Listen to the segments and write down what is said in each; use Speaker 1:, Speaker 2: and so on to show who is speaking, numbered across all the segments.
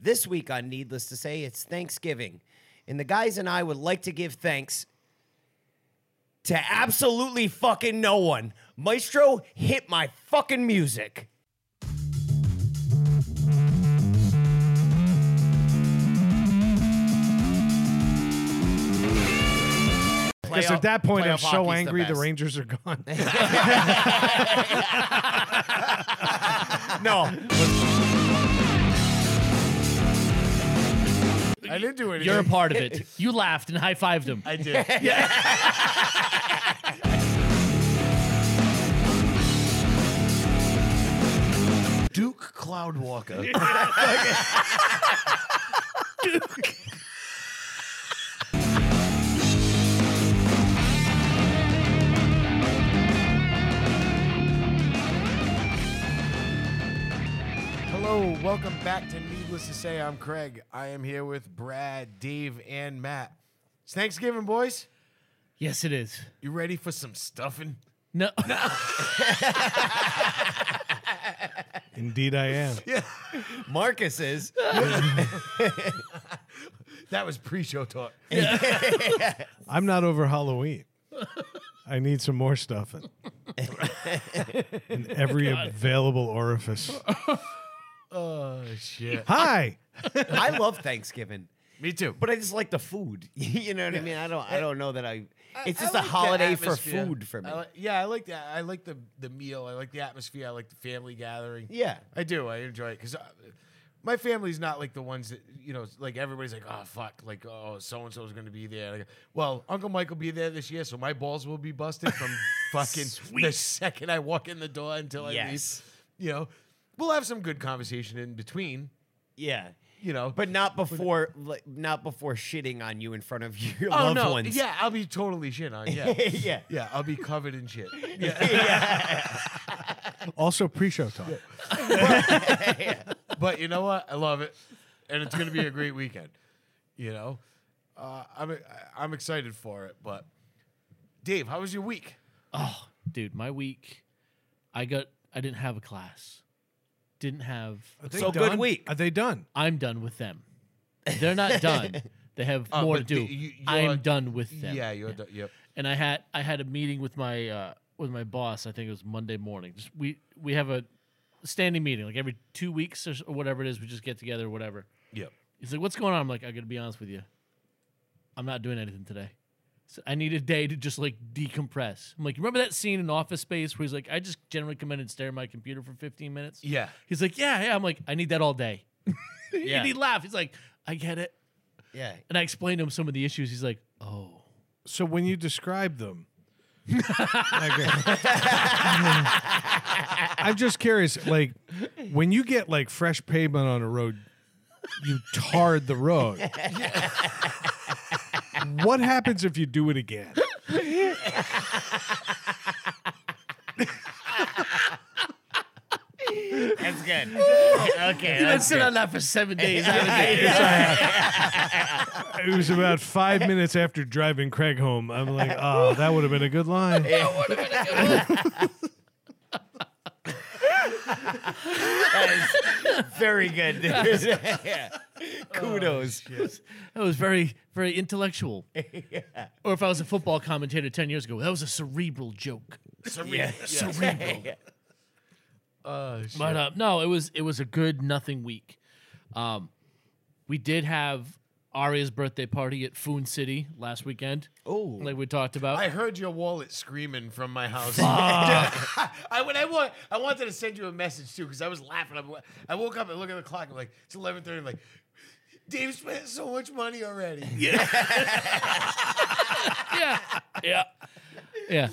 Speaker 1: This week on Needless to Say, it's Thanksgiving. And the guys and I would like to give thanks to absolutely fucking no one. Maestro, hit my fucking music.
Speaker 2: Because at that point,
Speaker 1: playoff
Speaker 2: I'm so
Speaker 1: hockey's
Speaker 2: angry the,
Speaker 1: best.
Speaker 2: Rangers are gone. no. I didn't do anything.
Speaker 3: You're a part of it. You laughed and high fived him.
Speaker 4: I did. Duke Cloudwalker.
Speaker 2: Hello.
Speaker 4: Welcome back to Needless to Say. I'm Craig. I am here with Brad, Dave, and Matt. It's Thanksgiving, boys.
Speaker 3: Yes, it is.
Speaker 4: You ready for some stuffing?
Speaker 3: No.
Speaker 2: Indeed, I am.
Speaker 1: Marcus is.
Speaker 4: That was pre-show talk.
Speaker 2: I'm not over Halloween. I need some more stuffing in every available orifice.
Speaker 4: Oh shit.
Speaker 2: Hi.
Speaker 1: I love Thanksgiving.
Speaker 4: Me too.
Speaker 1: But I just like the food. you know what I mean? I don't. I don't know that I. It's
Speaker 4: I
Speaker 1: just
Speaker 4: like
Speaker 1: a
Speaker 4: the
Speaker 1: holiday for
Speaker 4: atmosphere.
Speaker 1: food for me.
Speaker 4: I li- yeah, I like that. I like the the meal. I like the atmosphere. I like the family gathering.
Speaker 1: yeah.
Speaker 4: I do. I enjoy it because my family's not like the ones that you know. Like everybody's like, oh fuck, like oh so and so's going to be there. Like, well, Uncle Mike will be there this year, so my balls will be busted from fucking the second I walk in the door until I
Speaker 1: Yes.
Speaker 4: leave. You know, we'll have some good conversation in between.
Speaker 1: Yeah.
Speaker 4: You know,
Speaker 1: But not before, like, not before shitting on you in front of your
Speaker 4: oh
Speaker 1: loved
Speaker 4: no,
Speaker 1: ones.
Speaker 4: yeah, I'll be totally shit on. Yeah,
Speaker 1: yeah.
Speaker 4: yeah, I'll be covered in shit. Yeah.
Speaker 2: Also, pre-show talk.
Speaker 4: but you know what? I love it, and it's going to be a great weekend. You know, uh, I'm I'm excited for it. But Dave, how was your week?
Speaker 3: oh, dude, my week. I got. I didn't have a class. Didn't have.
Speaker 2: Are they
Speaker 1: So good
Speaker 2: done?
Speaker 1: week.
Speaker 2: Are they done?
Speaker 3: I'm done with them. They're not done. They have
Speaker 4: Uh,
Speaker 3: more to
Speaker 4: but
Speaker 3: do.
Speaker 4: the- you-
Speaker 3: I
Speaker 4: you're-
Speaker 3: am done with them.
Speaker 4: Yeah, you're d- yep.
Speaker 3: and I had I had a meeting with my uh, with my boss. I think it was Monday morning. Just we we have a standing meeting like every two weeks or, s- or whatever it is. We just get together, or whatever.
Speaker 4: Yep.
Speaker 3: He's like, "What's going on?" I'm like, "I got to be honest with you, I'm not doing anything today. So I need a day to just like decompress." I'm like, "You "Remember that scene in Office Space where he's like, I just generally come in and stare at my computer for 15 minutes?"
Speaker 4: Yeah.
Speaker 3: He's like, "Yeah, yeah." I'm like, "I need that all day."
Speaker 1: Yeah.
Speaker 3: And he laughed. He's like, "I get it."
Speaker 1: yeah.
Speaker 3: And I explained to him some of the issues. He's like, "Oh."
Speaker 2: So when you describe them, like, uh, I'm just curious. Like when you get like fresh pavement on a road, you tarred the road. what happens if you do it again?
Speaker 1: That's good. okay.
Speaker 3: I'd
Speaker 1: That's
Speaker 3: sit
Speaker 1: good.
Speaker 3: on that for seven days. I haven't
Speaker 2: It was about five minutes after driving Craig home. I'm like, oh, that would have been a good line.
Speaker 1: That is very good. yeah.
Speaker 4: Oh,
Speaker 1: Kudos.
Speaker 3: That was very, very intellectual. Or if I was a football commentator 10 years ago, that was a cerebral joke.
Speaker 1: yeah.
Speaker 3: Cerebral.
Speaker 4: Oh shit.
Speaker 3: but uh, no, it was it was a good nothing week. Um, we did have Aria's birthday party at Foon City last weekend.
Speaker 1: Ooh.
Speaker 3: Like we talked about.
Speaker 4: I heard your wallet screaming from my house. I when I want I wanted to send you a message too because I was laughing. I'm, I woke up and look at the clock. I'm like it's 11:30. I'm like Dave spent so much money already.
Speaker 3: yeah. Yeah. Yeah.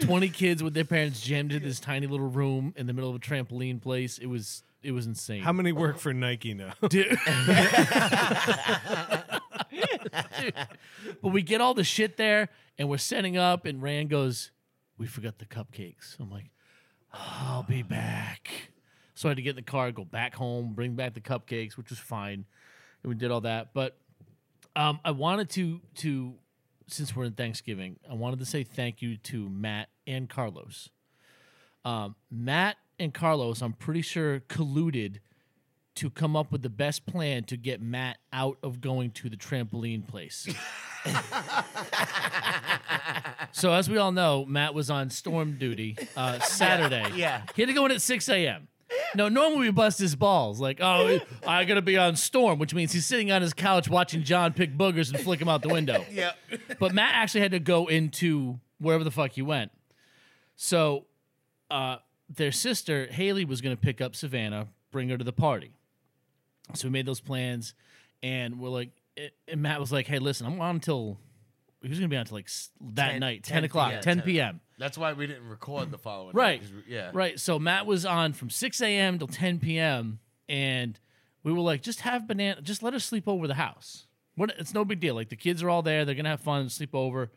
Speaker 3: 20 kids with their parents jammed in this tiny little room in the middle of a trampoline place. It was it was insane.
Speaker 2: How many work for Nike now?
Speaker 3: Dude. but we get all the shit there and we're setting up and Rand goes, We forgot the cupcakes. I'm like, I'll be back. So I had to get in the car, go back home, bring back the cupcakes, which was fine. And we did all that. But um, I wanted to to since we're in Thanksgiving, I wanted to say thank you to Matt and Carlos. Um, Matt and Carlos, I'm pretty sure colluded to come up with the best plan to get Matt out of going to the trampoline place. so, as we all know, Matt was on storm duty uh, Saturday.
Speaker 4: Yeah.
Speaker 3: He had to go in at 6 a.m. No, normally we bust his balls. Like, oh, I gotta be on storm, which means he's sitting on his couch watching John pick boogers and flick him out the window.
Speaker 4: Yeah.
Speaker 3: But Matt actually had to go into wherever the fuck he went. So uh, their sister, Haley, was going to pick up Savannah, bring her to the party. So we made those plans and we're like, and Matt was like, hey, listen, I'm on until, he was going to be on until like s- that
Speaker 1: 10
Speaker 3: night, 10,
Speaker 1: 10
Speaker 3: o'clock,
Speaker 1: p.m.,
Speaker 3: 10
Speaker 4: 10.
Speaker 3: p.m.
Speaker 4: That's why we didn't record the following.
Speaker 3: Right.
Speaker 4: night, 'cause we- yeah.
Speaker 3: Right. So Matt was on from 6 a.m. till 10 p.m. and we were like, just have banana, just let us sleep over the house. What? It's no big deal. Like the kids are all there. They're gonna have fun, sleep over,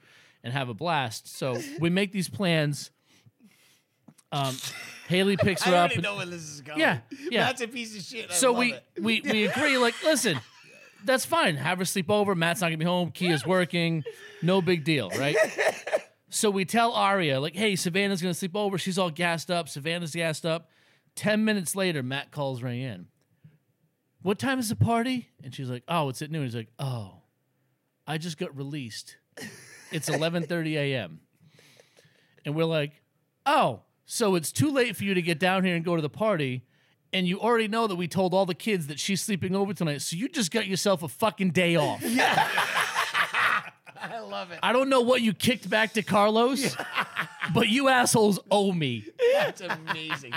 Speaker 3: and have a blast. So we make these plans. Um, Haley picks her
Speaker 4: I
Speaker 3: up.
Speaker 4: already
Speaker 3: and-
Speaker 4: know where this is going.
Speaker 3: Yeah, yeah.
Speaker 4: That's a piece of shit. I
Speaker 3: so
Speaker 4: love
Speaker 3: we,
Speaker 4: it.
Speaker 3: we we agree. Like, listen, that's fine. Have her sleep over. Matt's not gonna be home. Kia's working. No big deal, right? So we tell Aria, like, hey, Savannah's gonna sleep over. She's all gassed up. Savannah's gassed up. Ten minutes later, Matt calls Rayanne. What time is the party? And she's like, oh, it's at noon. He's like, oh, I just got released. It's 11:30 a.m. And we're like, oh, so it's too late for you to get down here and go to the party. And you already know that we told all the kids that she's sleeping over tonight. So you just got yourself a fucking day off.
Speaker 4: I love it.
Speaker 3: I don't know what you kicked back to Carlos, but you assholes owe me.
Speaker 4: That's amazing.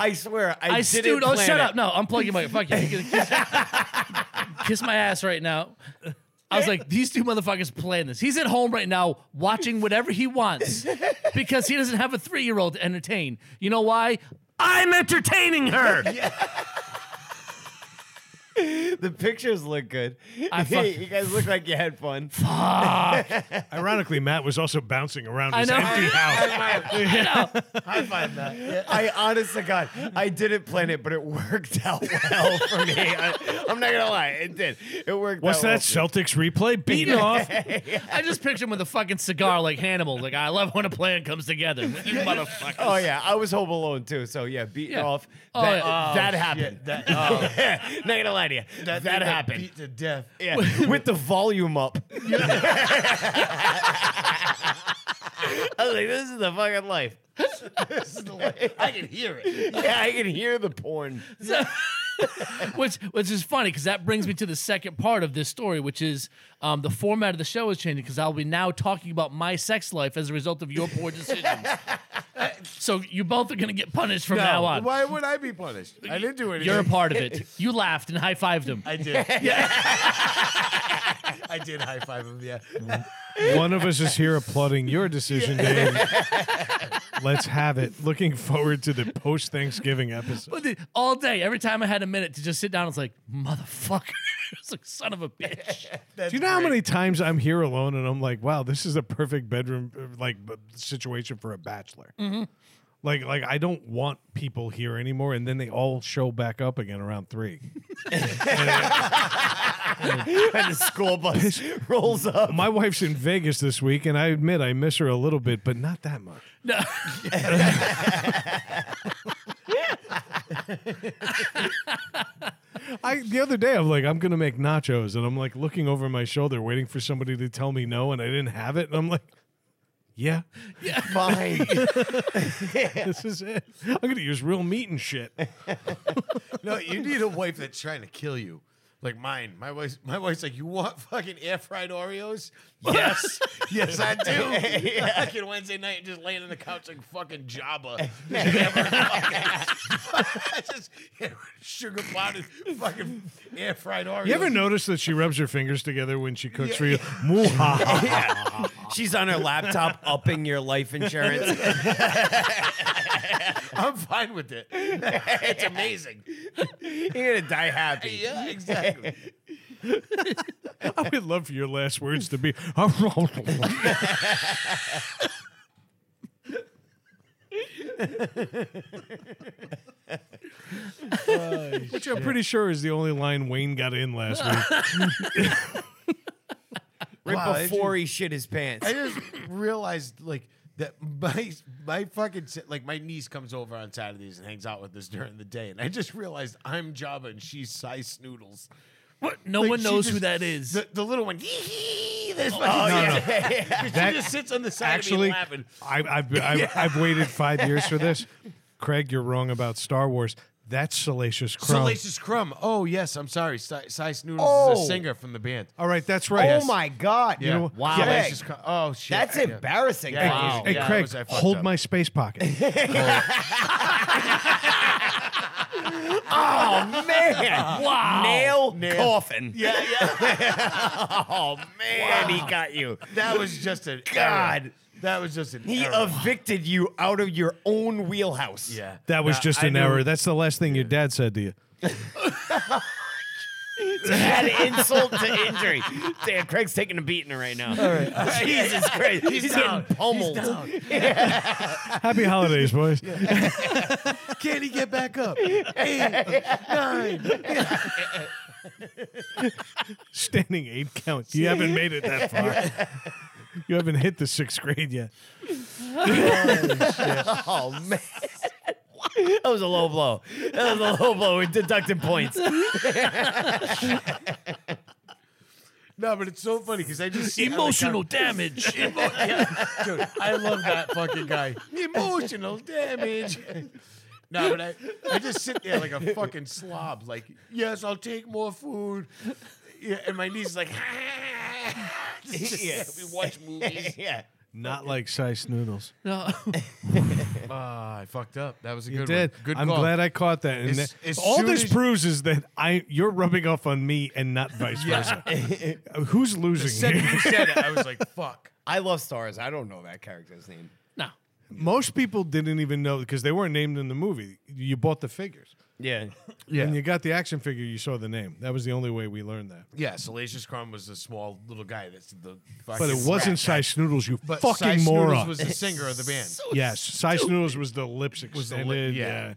Speaker 1: I swear, I,
Speaker 3: I,
Speaker 1: didn't
Speaker 3: stewed. Oh,
Speaker 1: plan
Speaker 3: shut
Speaker 1: it.
Speaker 3: up. No, I'm plugging my. Fuck you. You can Kiss, kiss my ass right now. I was like, these two motherfuckers playing this. He's at home right now watching whatever he wants because he doesn't have a three year old to entertain. You know why? I'm entertaining her.
Speaker 1: The pictures look good.
Speaker 3: I fuck-
Speaker 1: you guys look like you had fun.
Speaker 2: Ironically, Matt was also bouncing around
Speaker 3: I
Speaker 2: his
Speaker 3: know.
Speaker 2: empty house.
Speaker 4: High five, Matt. Yeah.
Speaker 1: I honest to God, I didn't plan it, but it worked out well for me. I, I'm not gonna lie, it did. It worked.
Speaker 2: What's
Speaker 1: out well
Speaker 2: that
Speaker 1: for me.
Speaker 2: Celtics replay? Beaten off.
Speaker 3: I just picture him with a fucking cigar like Hannibal. Like, I love when a plan comes together. You motherfuckers.
Speaker 1: Oh yeah, I was home alone too. So yeah, beating
Speaker 3: Yeah.
Speaker 1: off.
Speaker 3: Oh,
Speaker 1: that,
Speaker 3: yeah.
Speaker 1: that
Speaker 4: Yeah,
Speaker 1: happened.
Speaker 4: that, oh,
Speaker 1: not gonna lie to you. That,
Speaker 4: thing got
Speaker 1: happened.
Speaker 4: Beat to death.
Speaker 1: yeah, with the volume up. I was like, this is the fucking life.
Speaker 4: This is the way- I can hear it.
Speaker 1: Yeah, I can hear the porn.
Speaker 3: which which is funny because that brings me to the second part of this story, which is um, the format of the show is changing because I'll be now talking about my sex life as a result of your poor decisions. Uh, so you both are gonna get punished from now on.
Speaker 4: Why would I be punished? I didn't do anything.
Speaker 3: You're a part of it. You laughed and high fived him.
Speaker 4: I did. Yeah. I did high five him. Yeah.
Speaker 2: One of us is here applauding your decision, Dave. Let's have it. Looking forward to the post Thanksgiving episode.
Speaker 3: But the- All day, every time I had a minute to just sit down, it's like motherfucker. it's like son of a bitch.
Speaker 4: That's
Speaker 2: Do you know how
Speaker 4: great.
Speaker 2: many times I'm here alone and I'm like, wow, this is a perfect bedroom uh, like b- situation for a bachelor.
Speaker 1: Mm-hmm.
Speaker 2: Like, like I don't want people here anymore, and then they all show back up again around three.
Speaker 1: and the school bus rolls up.
Speaker 2: My wife's in Vegas this week, and I admit I miss her a little bit, but not that much.
Speaker 3: No.
Speaker 2: I the other day I'm like, I'm gonna make nachos, and I'm like looking over my shoulder, waiting for somebody to tell me no, and I didn't have it, and I'm like, yeah,
Speaker 1: Fine.
Speaker 2: this is it. I'm gonna use real meat and shit.
Speaker 4: No, you need a wife that's trying to kill you. Like mine, my wife's my wife's like, you want fucking air fried Oreos? Yes, yes, I do. Fucking Wednesday night, just laying on the couch like fucking Jabba, just sugar powdered fucking air fried Oreos.
Speaker 2: You ever notice that she rubs her fingers together when she cooks for you? Mwah.
Speaker 1: She's on her laptop upping your life insurance.
Speaker 4: I'm fine with it. it's amazing.
Speaker 1: You're gonna die happy.
Speaker 4: Yeah, exactly.
Speaker 2: I would love for your last words to be. Which I'm pretty sure is the only line Wayne got in last week.
Speaker 1: Right
Speaker 4: Wow, I
Speaker 1: before he shit his pants.
Speaker 4: I just realized like that my my fucking si- like my niece comes over on Saturdays and hangs out with us during the day, and I just realized I'm Java and she's Size Snoodles.
Speaker 3: What? No
Speaker 4: Like,
Speaker 3: one
Speaker 4: she
Speaker 3: knows who
Speaker 4: just-
Speaker 3: that is.
Speaker 4: The, the little one. This fucking
Speaker 1: Oh,
Speaker 4: no,
Speaker 1: yeah.
Speaker 2: That-
Speaker 4: she just sits on the side
Speaker 2: Actually,
Speaker 4: of me laughing.
Speaker 2: I, I've, I've, I've waited five years for this. Craig, you're wrong about Star Wars. That's Salacious Crumb.
Speaker 4: Salacious Crumb. Oh yes, I'm sorry. Si- Size Snoodles is
Speaker 1: Oh.
Speaker 4: a singer from the band.
Speaker 2: All right, that's right.
Speaker 1: Oh my God.
Speaker 4: Yeah.
Speaker 2: know what?
Speaker 1: Wow.
Speaker 2: Yeah.
Speaker 1: Craig,
Speaker 4: Salacious Crumb. Oh shit.
Speaker 1: that's
Speaker 4: Yeah.
Speaker 1: embarrassing.
Speaker 4: Yeah.
Speaker 1: Wow.
Speaker 2: Hey,
Speaker 4: Yeah,
Speaker 2: Craig,
Speaker 4: that was- I fucked
Speaker 2: hold
Speaker 4: up.
Speaker 2: my space pocket.
Speaker 1: Oh, man.
Speaker 3: Wow.
Speaker 1: Nail,
Speaker 4: Nail.
Speaker 1: coffin.
Speaker 4: Yeah, yeah.
Speaker 1: Oh, man. He got you.
Speaker 4: That was just an
Speaker 1: God.
Speaker 4: error. That was just an
Speaker 1: He
Speaker 4: error.
Speaker 1: evicted you out of your own wheelhouse.
Speaker 4: yeah.
Speaker 2: That was
Speaker 4: Nah,
Speaker 2: just
Speaker 4: I
Speaker 2: an
Speaker 4: knew-
Speaker 2: error. That's the last thing your dad said to you.
Speaker 1: Add insult to injury. Damn, Craig's taking a beating right now. Jesus Christ. He's,
Speaker 4: down.
Speaker 1: getting pummeled.
Speaker 2: Happy holidays, boys.
Speaker 4: Can he get back up? Eight, nine.
Speaker 2: Standing eight count. You haven't made it that far. you haven't hit the sixth grade yet.
Speaker 1: Oh, man. That was a low blow. That was a low blow. We deducted points.
Speaker 4: No, but it's so funny because I just see
Speaker 3: Emotional damage.
Speaker 4: Dude, I love that fucking guy. Emotional damage. No, but I, I just sit there like a fucking slob. Like, yes, I'll take more food. Yeah, and my niece is like, Just-
Speaker 1: Yeah.
Speaker 4: we watch movies.
Speaker 1: yeah.
Speaker 2: Not like size noodles.
Speaker 3: no.
Speaker 4: Ah, I fucked up. That was a
Speaker 2: You
Speaker 4: good
Speaker 2: did.
Speaker 4: one. Good
Speaker 2: I'm
Speaker 4: call.
Speaker 2: glad I caught that. And
Speaker 4: As-
Speaker 2: that-
Speaker 4: as
Speaker 2: all
Speaker 4: soon
Speaker 2: this
Speaker 4: as-
Speaker 2: proves is that I you're rubbing off on me and not vice versa. Who's losing
Speaker 4: Second
Speaker 2: here?
Speaker 4: you said it, I was like, fuck.
Speaker 1: I love stars. I don't know that character's name.
Speaker 3: No.
Speaker 2: Most people didn't even know because they weren't named in the movie. You bought the figures.
Speaker 1: Yeah.
Speaker 2: Yeah. When you got the action figure, you saw the name. That was the only way we learned that.
Speaker 4: Yeah, Salacious Crumb was the small little guy that's the fucking
Speaker 2: But it wasn't
Speaker 4: rat.
Speaker 2: Size Noodles, you
Speaker 4: But
Speaker 2: fucking
Speaker 4: Size Noodles
Speaker 2: moron.
Speaker 4: was the singer of the band.
Speaker 2: yes, Size Noodles was the lips extended.
Speaker 4: the lip- yeah.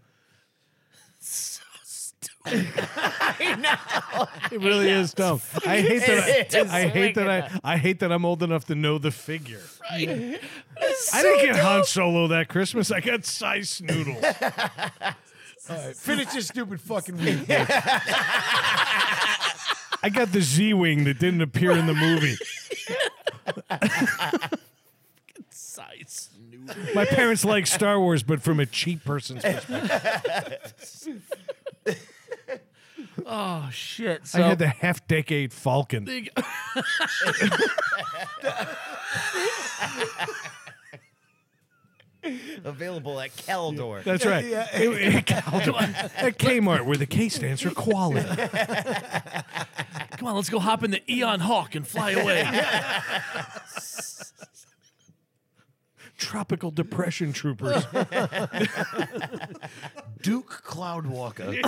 Speaker 2: yeah.
Speaker 1: I know.
Speaker 2: It really is dumb. I hate that.
Speaker 1: It's
Speaker 2: I, I hate that. I, I hate that I'm old enough to know the figure. I didn't get Han Solo that Christmas. I got size noodles.
Speaker 4: Finish your stupid fucking week.
Speaker 2: I got the Z wing that didn't appear in the movie.
Speaker 3: Size.
Speaker 2: My parents like Star Wars, but from a cheap person's perspective.
Speaker 3: Oh shit.
Speaker 2: I
Speaker 3: So
Speaker 2: had the half decade Falcon.
Speaker 3: Big-
Speaker 1: Available at Keldor.
Speaker 2: That's right. It- it- at Kmart, where the K stands for quality.
Speaker 3: Come on, let's go hop in the Eon Hawk and fly away.
Speaker 2: Tropical Depression Troopers.
Speaker 4: Duke Cloudwalker.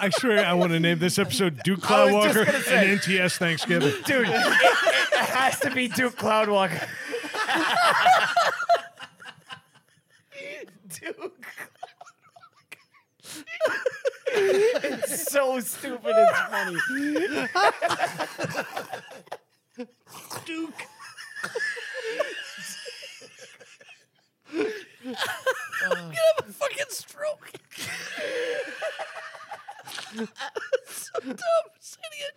Speaker 2: I swear I want to name this episode Duke
Speaker 1: I was just
Speaker 2: Cloudwalker
Speaker 1: gonna say.
Speaker 2: and NTS Thanksgiving. Oh,
Speaker 1: Dude, it, it has to be Duke Cloudwalker. Duke Cloudwalker. it's so stupid, it's funny.
Speaker 3: Duke. I'm gonna have a fucking stroke. so dumb, this idiot.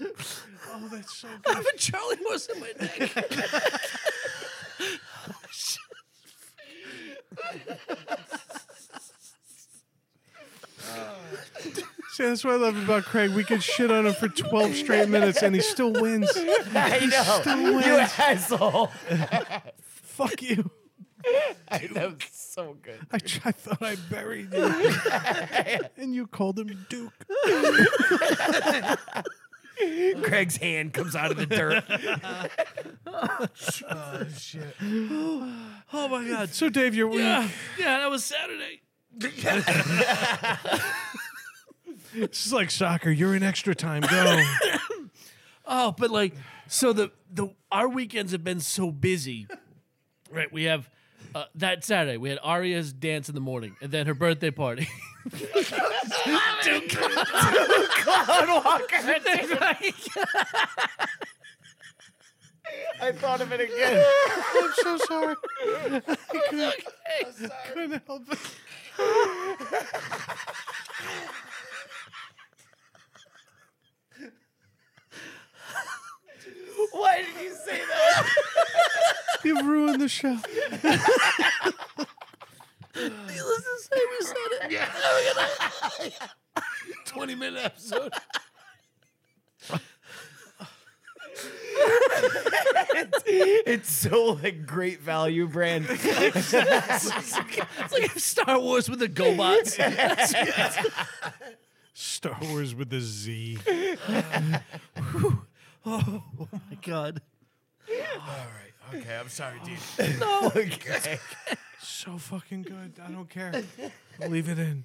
Speaker 2: Oh, that's so
Speaker 3: I have a Charlie horse in my neck.
Speaker 2: See, that's what I love about Craig. We could shit on him for 12 straight minutes and he still wins.
Speaker 1: I know. You asshole.
Speaker 2: Fuck you.
Speaker 1: That was so good.
Speaker 2: I, tr- I thought I buried you. and you called him Duke.
Speaker 1: Craig's hand comes out of the dirt.
Speaker 4: Oh, shit.
Speaker 3: Oh my god.
Speaker 2: So, Dave, you're
Speaker 3: Yeah, yeah, that was Saturday.
Speaker 2: It's just like soccer. You're in extra time. Go.
Speaker 3: Oh, but like, so the the our weekends have been so busy, right? We have uh, that Saturday we had Aria's dance in the morning, and then her birthday party.
Speaker 1: I thought of it again.
Speaker 2: I'm so sorry. I couldn't, couldn't help it.
Speaker 1: Why did you say that?
Speaker 2: You've ruined the show.
Speaker 4: Twenty minute episode.
Speaker 1: it's so like great value brand.
Speaker 3: it's like Star Wars with the GoBots.
Speaker 2: Star Wars with a Z.
Speaker 3: oh my god!
Speaker 4: All right. Okay. I'm sorry, dude.
Speaker 1: okay.
Speaker 2: So fucking good. I don't care. Leave it in.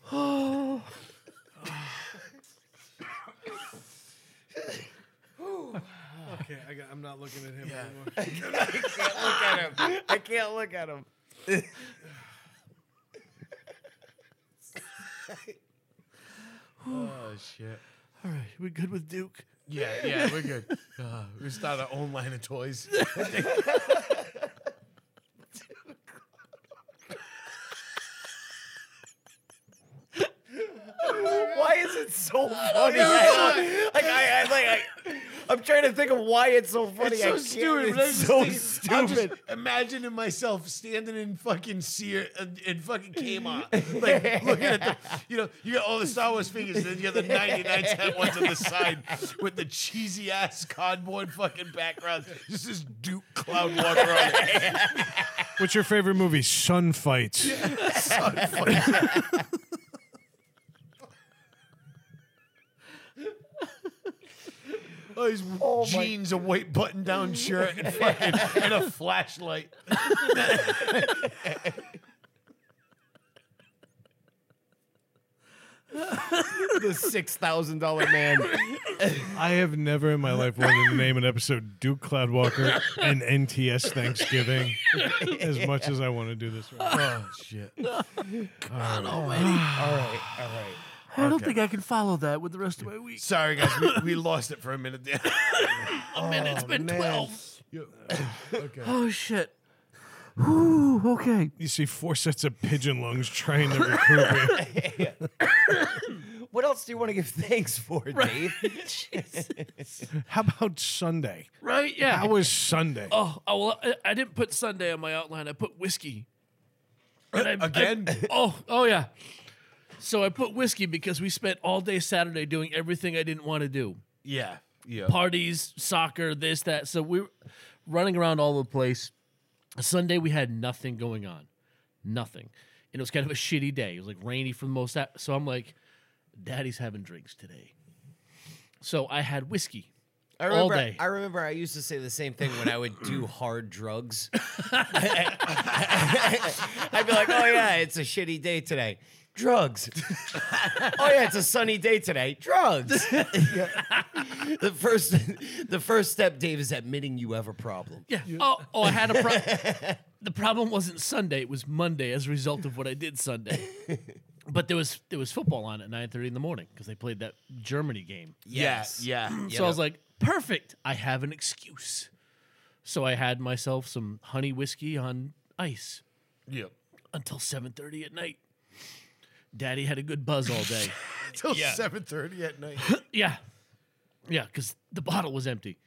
Speaker 2: okay, I got, I'm not looking at him anymore.
Speaker 1: Look at him. I can't look at him.
Speaker 4: Oh shit.
Speaker 3: All right, we're good with Duke.
Speaker 4: Yeah. Yeah. We're good. Uh, we start our own line of toys.
Speaker 1: Why is it so funny? I, like I, I like I, am trying to think of why it's so funny.
Speaker 4: It's
Speaker 1: I
Speaker 4: so
Speaker 1: can't-
Speaker 4: stupid. but I'm
Speaker 1: It's
Speaker 4: just
Speaker 1: so
Speaker 4: thinking- I'm
Speaker 1: stupid.
Speaker 4: just imagining myself standing in fucking Sear in, in fucking Kmart, like looking at the, you know, you got all the Star Wars figures, and then you got the 99 cent ones on the side with the cheesy ass cardboard fucking backgrounds. Just this Duke cloud walking around.
Speaker 2: What's your favorite movie? Sun Fights.
Speaker 4: Oh, his jeans, a white button-down shirt, and fucking and a flashlight.
Speaker 1: the six thousand dollar man.
Speaker 2: I have never in my life wanted to name an episode Duke Cloudwalker and NTS Thanksgiving as much as I want to do this. Right. now.
Speaker 4: Oh shit!
Speaker 1: all right, all right.
Speaker 3: I don't think I can follow that with the rest of my week.
Speaker 4: Sorry guys, we, we lost it for a minute there.
Speaker 3: A minute's been
Speaker 1: man.
Speaker 3: twelve.
Speaker 4: okay.
Speaker 3: Oh shit. Whew, okay.
Speaker 2: You see four sets of pigeon lungs trying to recruit me.
Speaker 1: What else do you want to give thanks for, Dave?
Speaker 2: How about Sunday?
Speaker 3: Right? Yeah.
Speaker 2: How was Sunday?
Speaker 3: Oh, oh well, I, I didn't put Sunday on my outline. I put whiskey. And I- I-
Speaker 4: Again?
Speaker 3: oh, oh yeah. So I put whiskey because we spent all day Saturday doing everything I didn't want to do:
Speaker 4: Yeah. Yeah.
Speaker 3: parties, soccer, this, that. So we were running around all over the place. Sunday we had nothing going on, nothing, and it was kind of a shitty day. It was like rainy for the most. a- So I'm like, Daddy's having drinks today. So I had whiskey.
Speaker 1: I remember,
Speaker 3: day.
Speaker 1: I remember I used to say the same thing when I would do hard drugs. I'd be like, oh, yeah, it's a shitty day today. Drugs. oh yeah, it's a sunny day today. Drugs. the first, the first step, Dave, is admitting you have a problem.
Speaker 3: Yeah. Oh, oh, I had a problem. the problem wasn't Sunday; it was Monday as a result of what I did Sunday. but there was there was football on at nine thirty in the morning because they played that Germany game.
Speaker 1: Yes.
Speaker 4: Yeah. Yeah.
Speaker 3: So I was like, perfect. I have an excuse. So I had myself some honey whiskey on ice
Speaker 4: yeah.
Speaker 3: until seven thirty at night. Daddy had a good buzz all day.
Speaker 4: Till seven thirty at night.
Speaker 3: Yeah. Yeah, because the bottle was empty.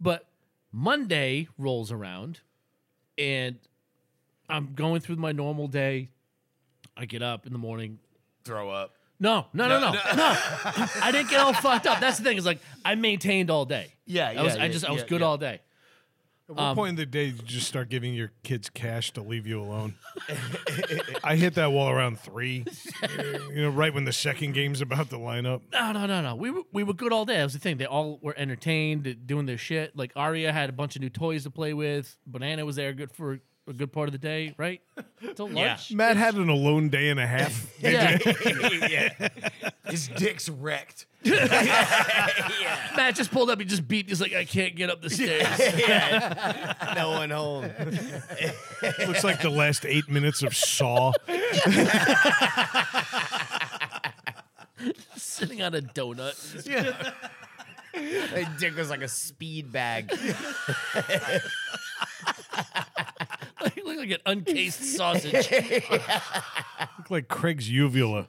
Speaker 3: But Monday rolls around and I'm going through my normal day. I get up in the morning.
Speaker 4: Throw up.
Speaker 3: No, no, no, no, no. I didn't get all fucked up. That's the thing, is like I maintained all day.
Speaker 4: Yeah,
Speaker 3: I was
Speaker 4: yeah,
Speaker 3: I
Speaker 4: yeah,
Speaker 3: just I was
Speaker 4: yeah,
Speaker 3: good
Speaker 4: yeah.
Speaker 3: all day.
Speaker 2: At what point in the day did you just start giving your kids cash to leave you alone? I hit that wall around three, you know, right when the second game's about to line up.
Speaker 3: No, no, no, no. We were, we were good all day. That was the thing. They all were entertained, doing their shit. Like Aria had a bunch of new toys to play with. Banana was there, good for a good part of the day, right? Till lunch.
Speaker 2: Matt had an alone day and a half.
Speaker 3: Yeah.
Speaker 1: yeah.
Speaker 4: His dick's wrecked.
Speaker 3: Matt just pulled up. He just beat. He's like, I can't get up the stairs.
Speaker 1: yeah, no one home.
Speaker 2: Looks like the last eight minutes of Saw.
Speaker 3: Sitting on a donut.
Speaker 1: My dick was like a speed bag.
Speaker 3: Like, look like an uncased sausage.
Speaker 2: Look like Craig's uvula.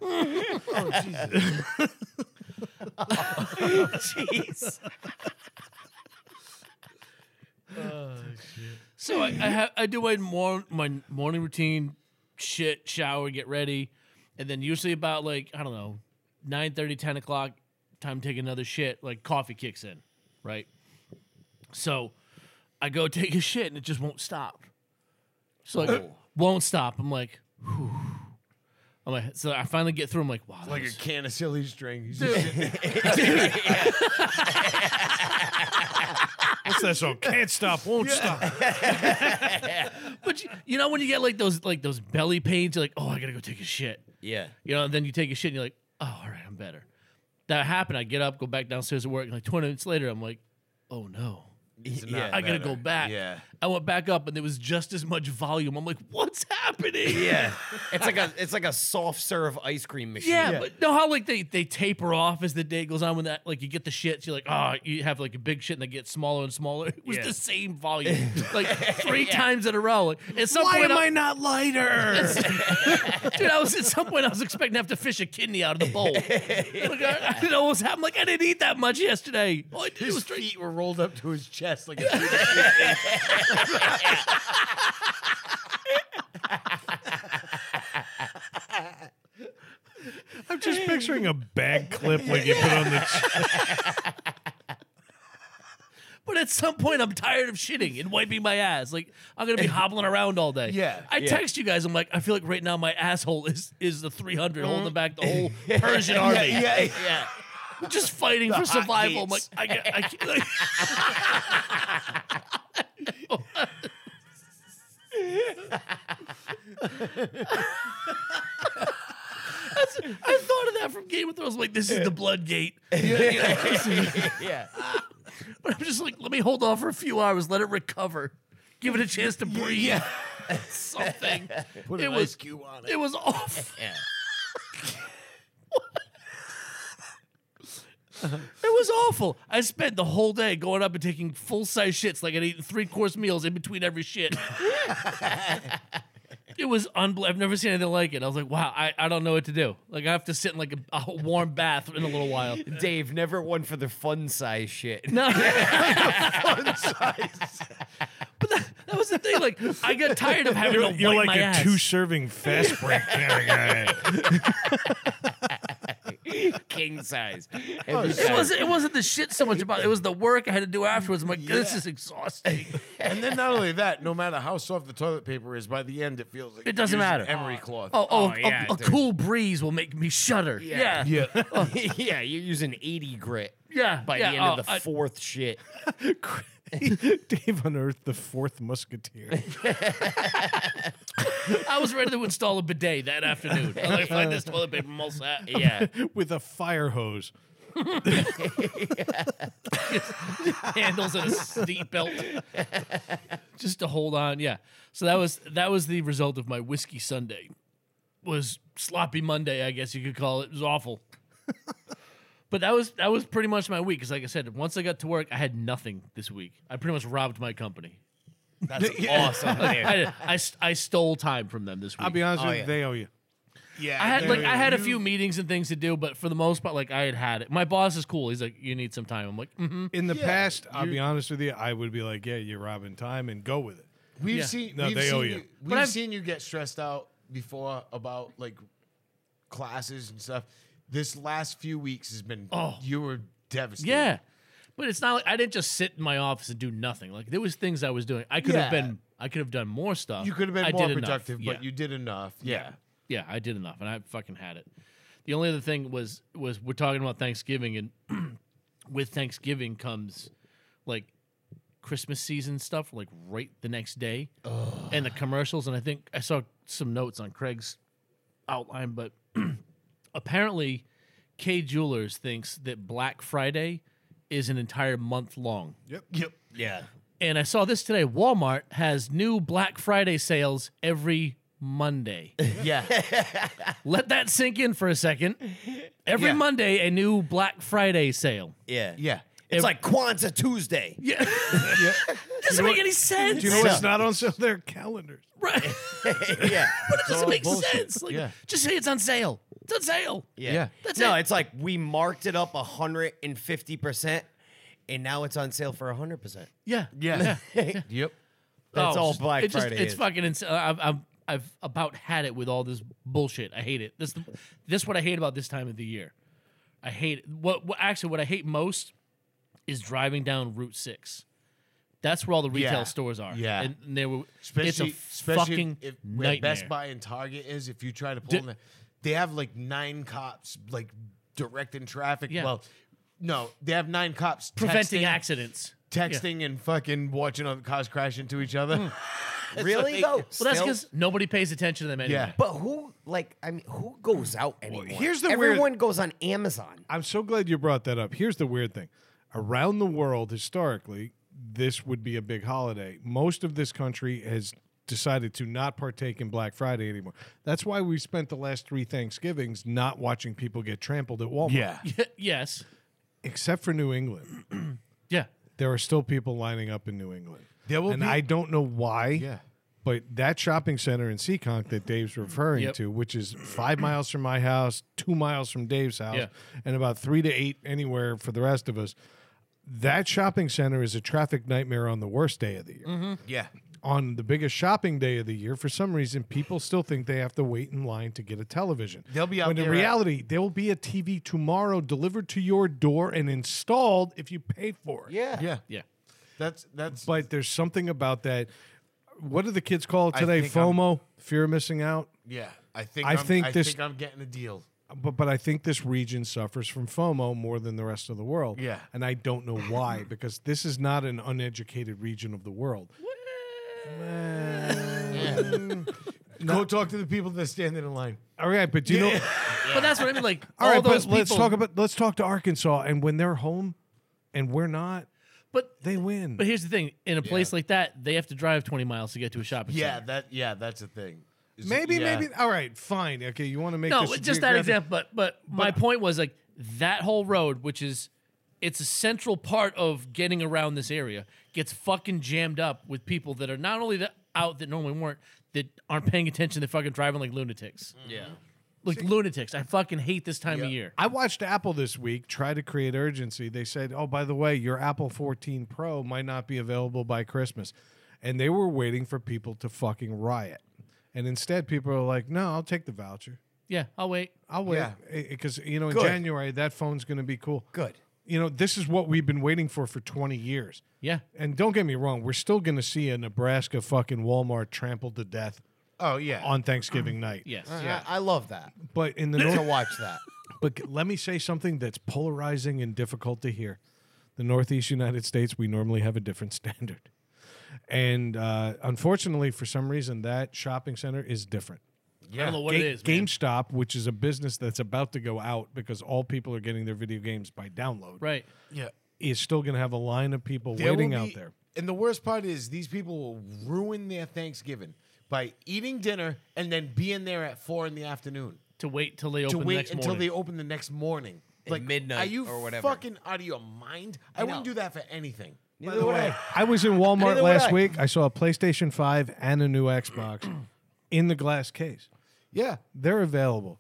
Speaker 1: Jeez.
Speaker 3: So I I, ha- I do my, mor- my morning routine, shit, shower, get ready, and then usually about like I don't know, 9, 10 o'clock, time to take another shit. Like coffee kicks in, right? So I go take a shit and it just won't stop. So like
Speaker 4: Oh.
Speaker 3: won't stop. I'm like, whew. I'm like, so I finally get through. I'm like, wow, that
Speaker 4: Like a
Speaker 3: was-
Speaker 4: can of silly string. He's just sitting-
Speaker 2: What's that song? "Oh, Can't stop, won't stop.
Speaker 3: but you, you know when you get like those like those belly pains, you're like, oh, I gotta go take a shit.
Speaker 1: Yeah.
Speaker 3: You know, and then you take a shit and you're like, oh, all right, I'm better. That happened. I get up, go back downstairs to work, and like 20 minutes later, I'm like, oh no.
Speaker 1: He's
Speaker 4: not
Speaker 3: I
Speaker 1: yeah.
Speaker 3: gotta
Speaker 4: better.
Speaker 3: go back.
Speaker 4: Yeah.
Speaker 3: I went back up and there was just as much volume. I'm like, what's happening?
Speaker 1: Yeah. It's like a it's like a soft serve ice cream machine.
Speaker 3: Yeah, but know how like they, they taper off as the day goes on when that like you get the shits, you're like, oh, you have like a big shit and they get smaller and smaller. It was
Speaker 2: Yeah.
Speaker 3: the same volume. Like three times in a row. Like at some
Speaker 2: Why
Speaker 3: point
Speaker 2: am
Speaker 3: I-
Speaker 2: I not lighter?
Speaker 3: Dude, I was at some point I was expecting to have to fish a kidney out of the bowl. like, I, I didn't know what was happening. Like I didn't eat that much yesterday. All I did
Speaker 4: his
Speaker 3: was drink.
Speaker 4: feet were rolled up to his chest like a
Speaker 2: I'm just picturing a bag clip like you put on the. Ch-
Speaker 3: But at some point, I'm tired of shitting and wiping my ass. Like I'm gonna be hobbling around all day.
Speaker 4: Yeah,
Speaker 3: I text you guys. I'm like, I feel like right now my asshole is is the 300
Speaker 4: Mm-hmm.
Speaker 3: holding back the whole Persian army.
Speaker 1: yeah, yeah.
Speaker 3: We're just fighting for
Speaker 1: hot
Speaker 3: survival. I'm like,
Speaker 1: gates.
Speaker 3: I, get- I can't. Like, That's- I thought of that from Game of Thrones. I'm like, this is the blood gate.
Speaker 1: yeah.
Speaker 3: But I'm just like, let me hold off for a few hours, let it recover, give it a chance to breathe. Something.
Speaker 4: put
Speaker 3: It
Speaker 4: an
Speaker 3: was-
Speaker 4: ice cube on it.
Speaker 3: It was off.
Speaker 1: Yeah.
Speaker 3: It was awful. I spent the whole day going up and taking full size shits, like I'd eaten three course meals in between every shit. it was unbelievable. I've never seen anything like it. I was like, wow, I, I don't know what to do. Like, I have to sit in like a, a warm bath in a little while.
Speaker 1: Dave never one for the fun size shit.
Speaker 3: No. But that, that was the thing. Like, I got tired of having
Speaker 2: you're
Speaker 3: to
Speaker 2: you're
Speaker 3: wipe
Speaker 2: like
Speaker 3: my
Speaker 2: a
Speaker 3: ass.
Speaker 2: two serving fast break kind of guy.
Speaker 1: King size.
Speaker 3: It wasn't. It wasn't the shit so much about. It It was the work I had to do afterwards. I'm like, this is exhausting.
Speaker 4: and then not only that, no matter how soft the toilet paper is, by the end it feels like
Speaker 3: It doesn't
Speaker 4: you're
Speaker 3: matter.
Speaker 4: using Emery cloth.
Speaker 3: Oh, oh,
Speaker 1: Oh,
Speaker 3: a-
Speaker 1: yeah,
Speaker 3: a,
Speaker 1: dude.
Speaker 3: cool breeze will make me shudder. Yeah, yeah,
Speaker 4: yeah.
Speaker 1: yeah, you're using 80 grit
Speaker 3: yeah.
Speaker 1: by the end
Speaker 3: oh,
Speaker 1: of the
Speaker 3: I-
Speaker 1: fourth shit.
Speaker 2: Dave unearthed the fourth musketeer.
Speaker 3: I, was ready to install a bidet that afternoon. I'm like, find this toilet paper, I'm all set. Yeah,
Speaker 2: with a fire hose.
Speaker 3: handles and a seat belt just to hold on. Yeah. So that was that was the result of my whiskey Sunday. Was sloppy Monday, I guess you could call it. It was awful. but that was that was pretty much my week. Because like I said, once I got to work, I had nothing this week. I pretty much robbed my company.
Speaker 1: That's awesome. dude.
Speaker 3: I, I, st- I stole time from them this week. Uh,
Speaker 2: I'll be honest
Speaker 1: Oh,
Speaker 2: with you,
Speaker 1: yeah.
Speaker 2: they owe you.
Speaker 4: Yeah.
Speaker 3: I had
Speaker 4: there
Speaker 3: like
Speaker 4: we
Speaker 3: I
Speaker 4: go.
Speaker 3: had a
Speaker 4: You-
Speaker 3: few meetings and things to do, but for the most part, like I had had it. My boss is cool. He's like, "You need some time." I'm like, mm-hmm.
Speaker 2: In the past, I'll be honest with you, I would be like, yeah, you're robbing time and go with it.
Speaker 4: We've
Speaker 3: Yeah.
Speaker 4: seen.
Speaker 2: No,
Speaker 4: we've
Speaker 2: they
Speaker 4: seen
Speaker 2: owe you.
Speaker 3: But
Speaker 4: We've
Speaker 3: I've-
Speaker 4: seen you get stressed out before about like classes and stuff. This last few weeks has been.
Speaker 3: Oh.
Speaker 4: you were devastated.
Speaker 3: "Yeah," but it's not like I didn't just sit in my office and do nothing. Like there was things I was doing. I could have
Speaker 4: Yeah.
Speaker 3: been. I could have done more stuff.
Speaker 4: you could have been
Speaker 3: I
Speaker 4: more
Speaker 3: did enough.
Speaker 4: productive,
Speaker 3: Yeah.
Speaker 4: but you did enough. Yeah.
Speaker 3: Yeah, I did enough, and I fucking had it. The only other thing was was we're talking about Thanksgiving, and with Thanksgiving comes like Christmas season stuff, like right the next day, and the commercials. And I think I saw some notes on Craig's outline, but apparently K Jewelers thinks that Black Friday is an entire month long.
Speaker 2: Yep.
Speaker 4: Yep.
Speaker 1: Yeah.
Speaker 3: And I saw this today. Walmart has new Black Friday sales every Monday.
Speaker 4: Yeah.
Speaker 3: Let that sink in for a second. Every
Speaker 4: Yeah.
Speaker 3: Monday, a new Black Friday sale.
Speaker 1: Yeah.
Speaker 4: Yeah.
Speaker 1: It's like Kwanzaa Tuesday.
Speaker 3: Yeah. doesn't make any sense.
Speaker 2: Do you know what's not on sale? Their calendars.
Speaker 3: right.
Speaker 1: yeah.
Speaker 3: but it doesn't
Speaker 4: all
Speaker 3: make
Speaker 4: bullshit.
Speaker 3: sense. Like,
Speaker 4: Yeah.
Speaker 3: Just say it's on sale. It's on sale.
Speaker 1: Yeah.
Speaker 4: Yeah.
Speaker 3: That's
Speaker 1: no,
Speaker 3: it.
Speaker 1: it's like we marked it up 150% and now it's on sale for 100%.
Speaker 3: Yeah.
Speaker 4: Yeah. Yep.
Speaker 1: That's
Speaker 3: Oh,
Speaker 1: all
Speaker 3: just-
Speaker 1: Black
Speaker 3: it just-
Speaker 1: Friday
Speaker 3: It's
Speaker 1: is.
Speaker 3: fucking insane. I've, I've, I've about had it with all this bullshit. I hate it. This this what I hate about this time of the year. I hate it. What, what actually what I hate most is driving down Route Six. That's where all the retail
Speaker 4: Yeah.
Speaker 3: stores are.
Speaker 4: Yeah.
Speaker 3: and, and they were.
Speaker 4: Especially,
Speaker 3: it's a
Speaker 4: especially
Speaker 3: fucking
Speaker 4: if where
Speaker 3: nightmare.
Speaker 4: Best Buy and Target is, if you try to pull in, the, they have like nine cops like directing traffic.
Speaker 3: Yeah.
Speaker 4: Well, no, they have nine cops
Speaker 3: preventing
Speaker 4: texting,
Speaker 3: accidents.
Speaker 4: texting and fucking watching other cars crash into each other.
Speaker 3: Mm.
Speaker 1: really
Speaker 4: like-
Speaker 1: though?
Speaker 4: Well,
Speaker 3: Well, that's
Speaker 1: Still?
Speaker 3: because nobody pays attention to them anyway.
Speaker 4: Yeah.
Speaker 1: But who like I mean who goes out anymore?
Speaker 2: here's the weird-
Speaker 1: Everyone goes on Amazon.
Speaker 2: I'm so glad you brought that up. Here's the weird thing. Around the world, historically, this would be a big holiday. Most of this country has decided to not partake in Black Friday anymore. That's why we spent the last three Thanksgivings not watching people get trampled at Walmart.
Speaker 3: yes.
Speaker 2: Except for New England.
Speaker 3: Yeah.
Speaker 2: There are still people lining up in New England.
Speaker 4: There will
Speaker 2: and
Speaker 4: be-
Speaker 2: I don't know why.
Speaker 4: Yeah. Mm.
Speaker 2: But that shopping center in Seekonk that Dave's referring
Speaker 3: Yep.
Speaker 2: to, which is five miles from my house, two miles from Dave's house,
Speaker 3: Yeah.
Speaker 2: and about three to eight anywhere for the rest of us, that shopping center is a traffic nightmare on the worst day of the year.
Speaker 4: Yeah.
Speaker 2: On the biggest shopping day of the year, for some reason, people still think they have to wait in line to get a television.
Speaker 4: They'll be out
Speaker 2: when in
Speaker 4: there at-
Speaker 2: reality, there will be a TV tomorrow delivered to your door and installed if you pay for it.
Speaker 1: Yeah.
Speaker 4: Yeah.
Speaker 3: Yeah.
Speaker 4: That's that's
Speaker 2: But there's something about that. What do the kids call it today?
Speaker 4: think I'm-
Speaker 2: FOMO, fear of missing out.
Speaker 4: yeah. I think
Speaker 2: I
Speaker 4: I'm,
Speaker 2: think
Speaker 4: I
Speaker 2: this-
Speaker 4: think I'm getting a deal.
Speaker 2: But but I think this region suffers from FOMO more than the rest of the world.
Speaker 4: Yeah.
Speaker 2: and I don't know why because this is not an uneducated region of the world. Uh,
Speaker 4: Go talk to the people that are standing in line.
Speaker 2: All right, but do you know?
Speaker 3: But that's what I mean. Like
Speaker 2: All
Speaker 3: all
Speaker 2: right,
Speaker 3: those
Speaker 2: but let's
Speaker 3: people-
Speaker 2: talk about let's talk to Arkansas and when they're home, and we're not,
Speaker 3: But
Speaker 2: they win.
Speaker 3: But here's the thing: in a place like that, they have to drive 20 miles to get to a shopping
Speaker 4: Yeah,
Speaker 3: center.
Speaker 4: that yeah, that's a thing. Is it-
Speaker 2: maybe
Speaker 4: yeah.
Speaker 2: maybe. All right, fine. Okay, you want to make
Speaker 3: No,
Speaker 2: this
Speaker 3: but just that
Speaker 2: geographic-
Speaker 3: example. But, but my point was like that whole road, which is it's a central part of getting around this area, gets fucking jammed up with people that are not only the, out that normally weren't that aren't paying attention. They're fucking driving like lunatics. Yeah. Like lunatics, I fucking hate this time of year.
Speaker 2: I watched Apple this week try to create urgency. They said, "Oh, by the way, your Apple 14 Pro might not be available by Christmas," and they were waiting for people to fucking riot. And instead, people are like, "No, I'll take the voucher.
Speaker 3: Yeah, I'll wait.
Speaker 2: I'll wait
Speaker 4: Yeah.
Speaker 2: because you know in
Speaker 1: Good.
Speaker 2: January that phone's going to be cool."
Speaker 1: Good.
Speaker 2: You know, this is what we've been waiting for for 20 years.
Speaker 3: Yeah,
Speaker 2: And don't get me wrong, we're still going to see a Nebraska fucking Walmart trampled to death
Speaker 4: Oh yeah.
Speaker 2: on Thanksgiving night.
Speaker 3: yes.
Speaker 4: Uh-huh.
Speaker 1: Yeah. I, I love that.
Speaker 2: But in the
Speaker 1: To
Speaker 2: North
Speaker 1: watch that.
Speaker 2: But c- let me say something that's polarizing and difficult to hear. The Northeast United States, we normally have a different standard. And uh, unfortunately, for some reason, that shopping center is different.
Speaker 4: yeah.
Speaker 3: I don't know what
Speaker 2: Ga-
Speaker 3: it is. man.
Speaker 2: GameStop, which is a business that's about to go out because all people are getting their video games by download,
Speaker 3: Right.
Speaker 4: yeah.
Speaker 2: is still going to have a line of people
Speaker 4: There will
Speaker 2: waiting out
Speaker 4: be-
Speaker 2: there.
Speaker 4: And the worst part is these people will ruin their Thanksgiving by eating dinner and then being there at four in the afternoon
Speaker 3: To wait till they
Speaker 4: to
Speaker 3: open the
Speaker 4: wait
Speaker 3: next
Speaker 4: until
Speaker 3: morning.
Speaker 4: they open the next morning.
Speaker 1: At midnight
Speaker 4: are you
Speaker 1: or whatever.
Speaker 4: fucking out of your mind? I, wouldn't
Speaker 1: know.
Speaker 4: do that for anything.
Speaker 2: By the way, I was in Walmart
Speaker 1: Neither would
Speaker 2: last
Speaker 1: I.
Speaker 2: week. I saw a PlayStation 5 and a new Xbox in the glass case.
Speaker 4: Yeah,
Speaker 2: they're available.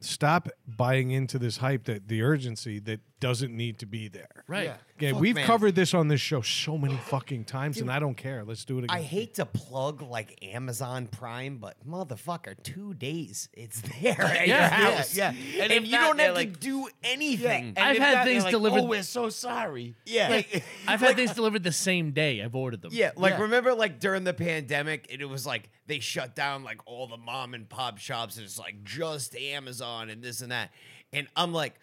Speaker 2: Stop buying into this hype that the urgency that doesn't need to be there.
Speaker 3: Right.
Speaker 4: Yeah.
Speaker 2: Again,
Speaker 1: Fuck,
Speaker 2: we've
Speaker 1: man.
Speaker 2: covered this on this show so many fucking times, and I don't care. Let's do it again.
Speaker 1: I hate to plug like Amazon Prime, but motherfucker, two days it's there at
Speaker 3: Yeah,
Speaker 1: your
Speaker 4: yeah,
Speaker 1: house.
Speaker 4: yeah. And
Speaker 1: and,
Speaker 4: if
Speaker 1: you
Speaker 4: not,
Speaker 1: don't
Speaker 4: they're
Speaker 1: have
Speaker 4: like-
Speaker 1: to do anything.
Speaker 3: I've
Speaker 4: if
Speaker 3: had
Speaker 4: not, they're
Speaker 3: things
Speaker 4: like,
Speaker 3: delivered-
Speaker 4: Oh, we're so sorry.
Speaker 1: Yeah.
Speaker 4: Like,
Speaker 3: I've had things delivered the same day. I've ordered them.
Speaker 1: Yeah, like
Speaker 4: Yeah.
Speaker 1: remember, like during the pandemic, it, it was like they shut down like all the mom and pop shops, and it's like just Amazon and this and that. And I'm like,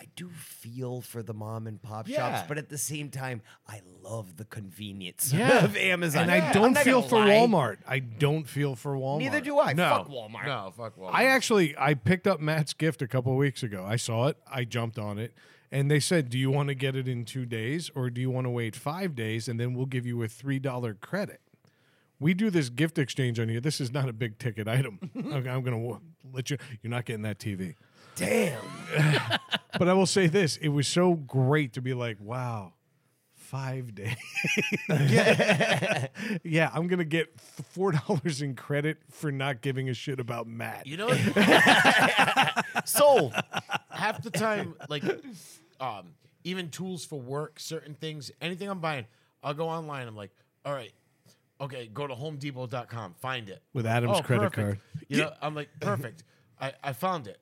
Speaker 1: I do feel for the mom and pop
Speaker 4: Yeah.
Speaker 1: shops, but at the same time, I love the convenience
Speaker 3: Yeah.
Speaker 1: of Amazon.
Speaker 2: And
Speaker 1: Yeah.
Speaker 2: I
Speaker 1: I'm
Speaker 2: don't
Speaker 1: not
Speaker 2: feel
Speaker 1: gonna
Speaker 2: for
Speaker 1: lie.
Speaker 2: Walmart. I don't feel for Walmart.
Speaker 1: Neither do I.
Speaker 2: No.
Speaker 1: Fuck Walmart.
Speaker 4: No, fuck Walmart.
Speaker 2: I actually I picked up Matt's gift a couple of weeks ago. I saw it. I jumped on it. And they said, "Do you want to get it in 2 days or do you want to wait 5 days and then we'll give you a $3 credit?" We do this gift exchange on here. This is not a big ticket item. okay, I'm going to let you you're not getting that TV.
Speaker 1: Damn.
Speaker 2: But I will say this, it was so great to be like, "Wow, 5 days." yeah. yeah, I'm going to get $4 in credit for not giving a shit about Matt.
Speaker 4: you know, what?
Speaker 1: Sold.
Speaker 4: half the time, like, um, even tools for work, certain things, anything I'm buying, I'll go online. I'm like, all right, okay, go to HomeDepot.com, find it Oh,
Speaker 2: With Adam's credit card.
Speaker 4: perfect. You know, I'm like, perfect. I, I found it,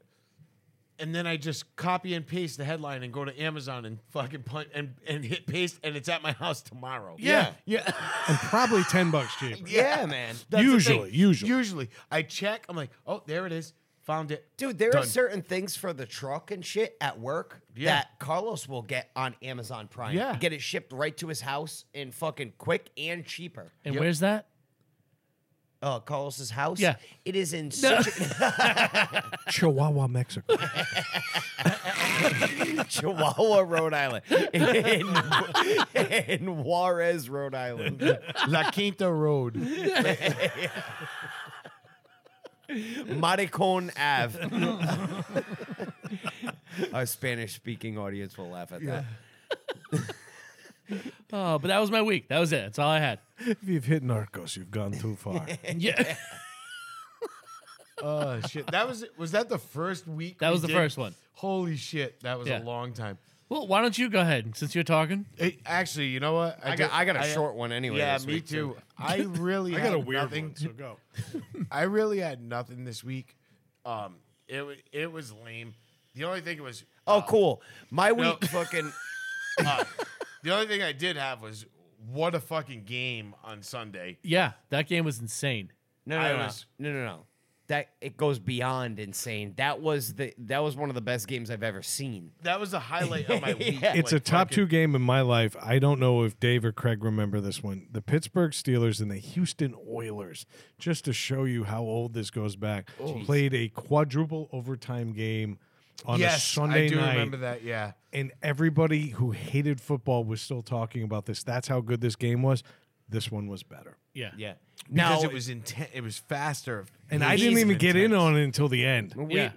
Speaker 4: and then I just copy and paste the headline and go to Amazon and fucking punch and and hit paste, and it's at my house tomorrow.
Speaker 2: Yeah.
Speaker 4: yeah.
Speaker 2: and probably 10 bucks cheaper.
Speaker 1: Yeah, man.
Speaker 4: That's the
Speaker 2: Usually,
Speaker 4: thing.
Speaker 2: usually.
Speaker 4: usually, I check. I'm like, oh, there it is. Found it.
Speaker 1: Dude, there are
Speaker 4: Done.
Speaker 1: certain things for the truck and shit at work
Speaker 4: Yeah.
Speaker 1: that Carlos will get on Amazon Prime.
Speaker 4: Yeah.
Speaker 1: Get it shipped right to his house and fucking quick and cheaper.
Speaker 3: And
Speaker 4: Yep.
Speaker 3: where's that?
Speaker 1: Uh, Carlos's house.
Speaker 3: Yeah.
Speaker 1: It is in such
Speaker 2: Chihuahua, Mexico.
Speaker 1: a Chihuahua, Rhode Island. In, in Juarez, Rhode Island.
Speaker 4: La Quinta Road.
Speaker 1: Maricon Ave. Our Spanish speaking audience will laugh at that.
Speaker 3: Oh, but that was my week. That was it. That's all I had.
Speaker 2: if you've hit Narcos, you've gone too far.
Speaker 3: Yeah,
Speaker 4: Oh shit! That was was that the first week?
Speaker 3: That
Speaker 4: we
Speaker 3: was the
Speaker 4: did?
Speaker 3: first one.
Speaker 4: Holy shit! That was
Speaker 3: Yeah.
Speaker 4: a long time.
Speaker 3: well, why don't you go ahead since you're talking?
Speaker 4: Hey, actually, you know what?
Speaker 1: I got,
Speaker 4: did-
Speaker 1: I got a short one anyway.
Speaker 4: Yeah,
Speaker 1: this
Speaker 4: me
Speaker 1: week,
Speaker 4: too. I really
Speaker 2: I got a
Speaker 4: had
Speaker 2: weird
Speaker 4: nothing.
Speaker 2: one, so go.
Speaker 4: I really had nothing this week. Um, it wa- it was lame. The only thing was
Speaker 1: Oh, cool. My week
Speaker 4: No.
Speaker 1: fucking.
Speaker 4: uh, the only thing I did have was what a fucking game on Sunday.
Speaker 3: Yeah, that game was insane.
Speaker 1: No, no,
Speaker 4: I
Speaker 1: no,
Speaker 4: was-
Speaker 1: no, no, no. That it goes beyond insane. That was the that was one of the best games I've ever seen.
Speaker 4: That was the highlight of my week.
Speaker 2: It's a
Speaker 4: like,
Speaker 2: top two
Speaker 4: fucking-
Speaker 2: game in my life. I don't know if Dave or Craig remember this one. The Pittsburgh Steelers and the Houston Oilers, just to show you how old this goes back,
Speaker 4: Oh,
Speaker 2: played a quadruple overtime game on a
Speaker 4: Yes,
Speaker 2: Sunday
Speaker 4: I do
Speaker 2: night.
Speaker 4: remember that. Yeah,
Speaker 2: and everybody who hated football was still talking about this. That's how good this game was. This one was better.
Speaker 3: Yeah,
Speaker 1: Yeah.
Speaker 4: because
Speaker 1: Now
Speaker 4: it was intense. It was faster,
Speaker 2: And I didn't even get in on it until the end.
Speaker 1: we,
Speaker 3: Yeah.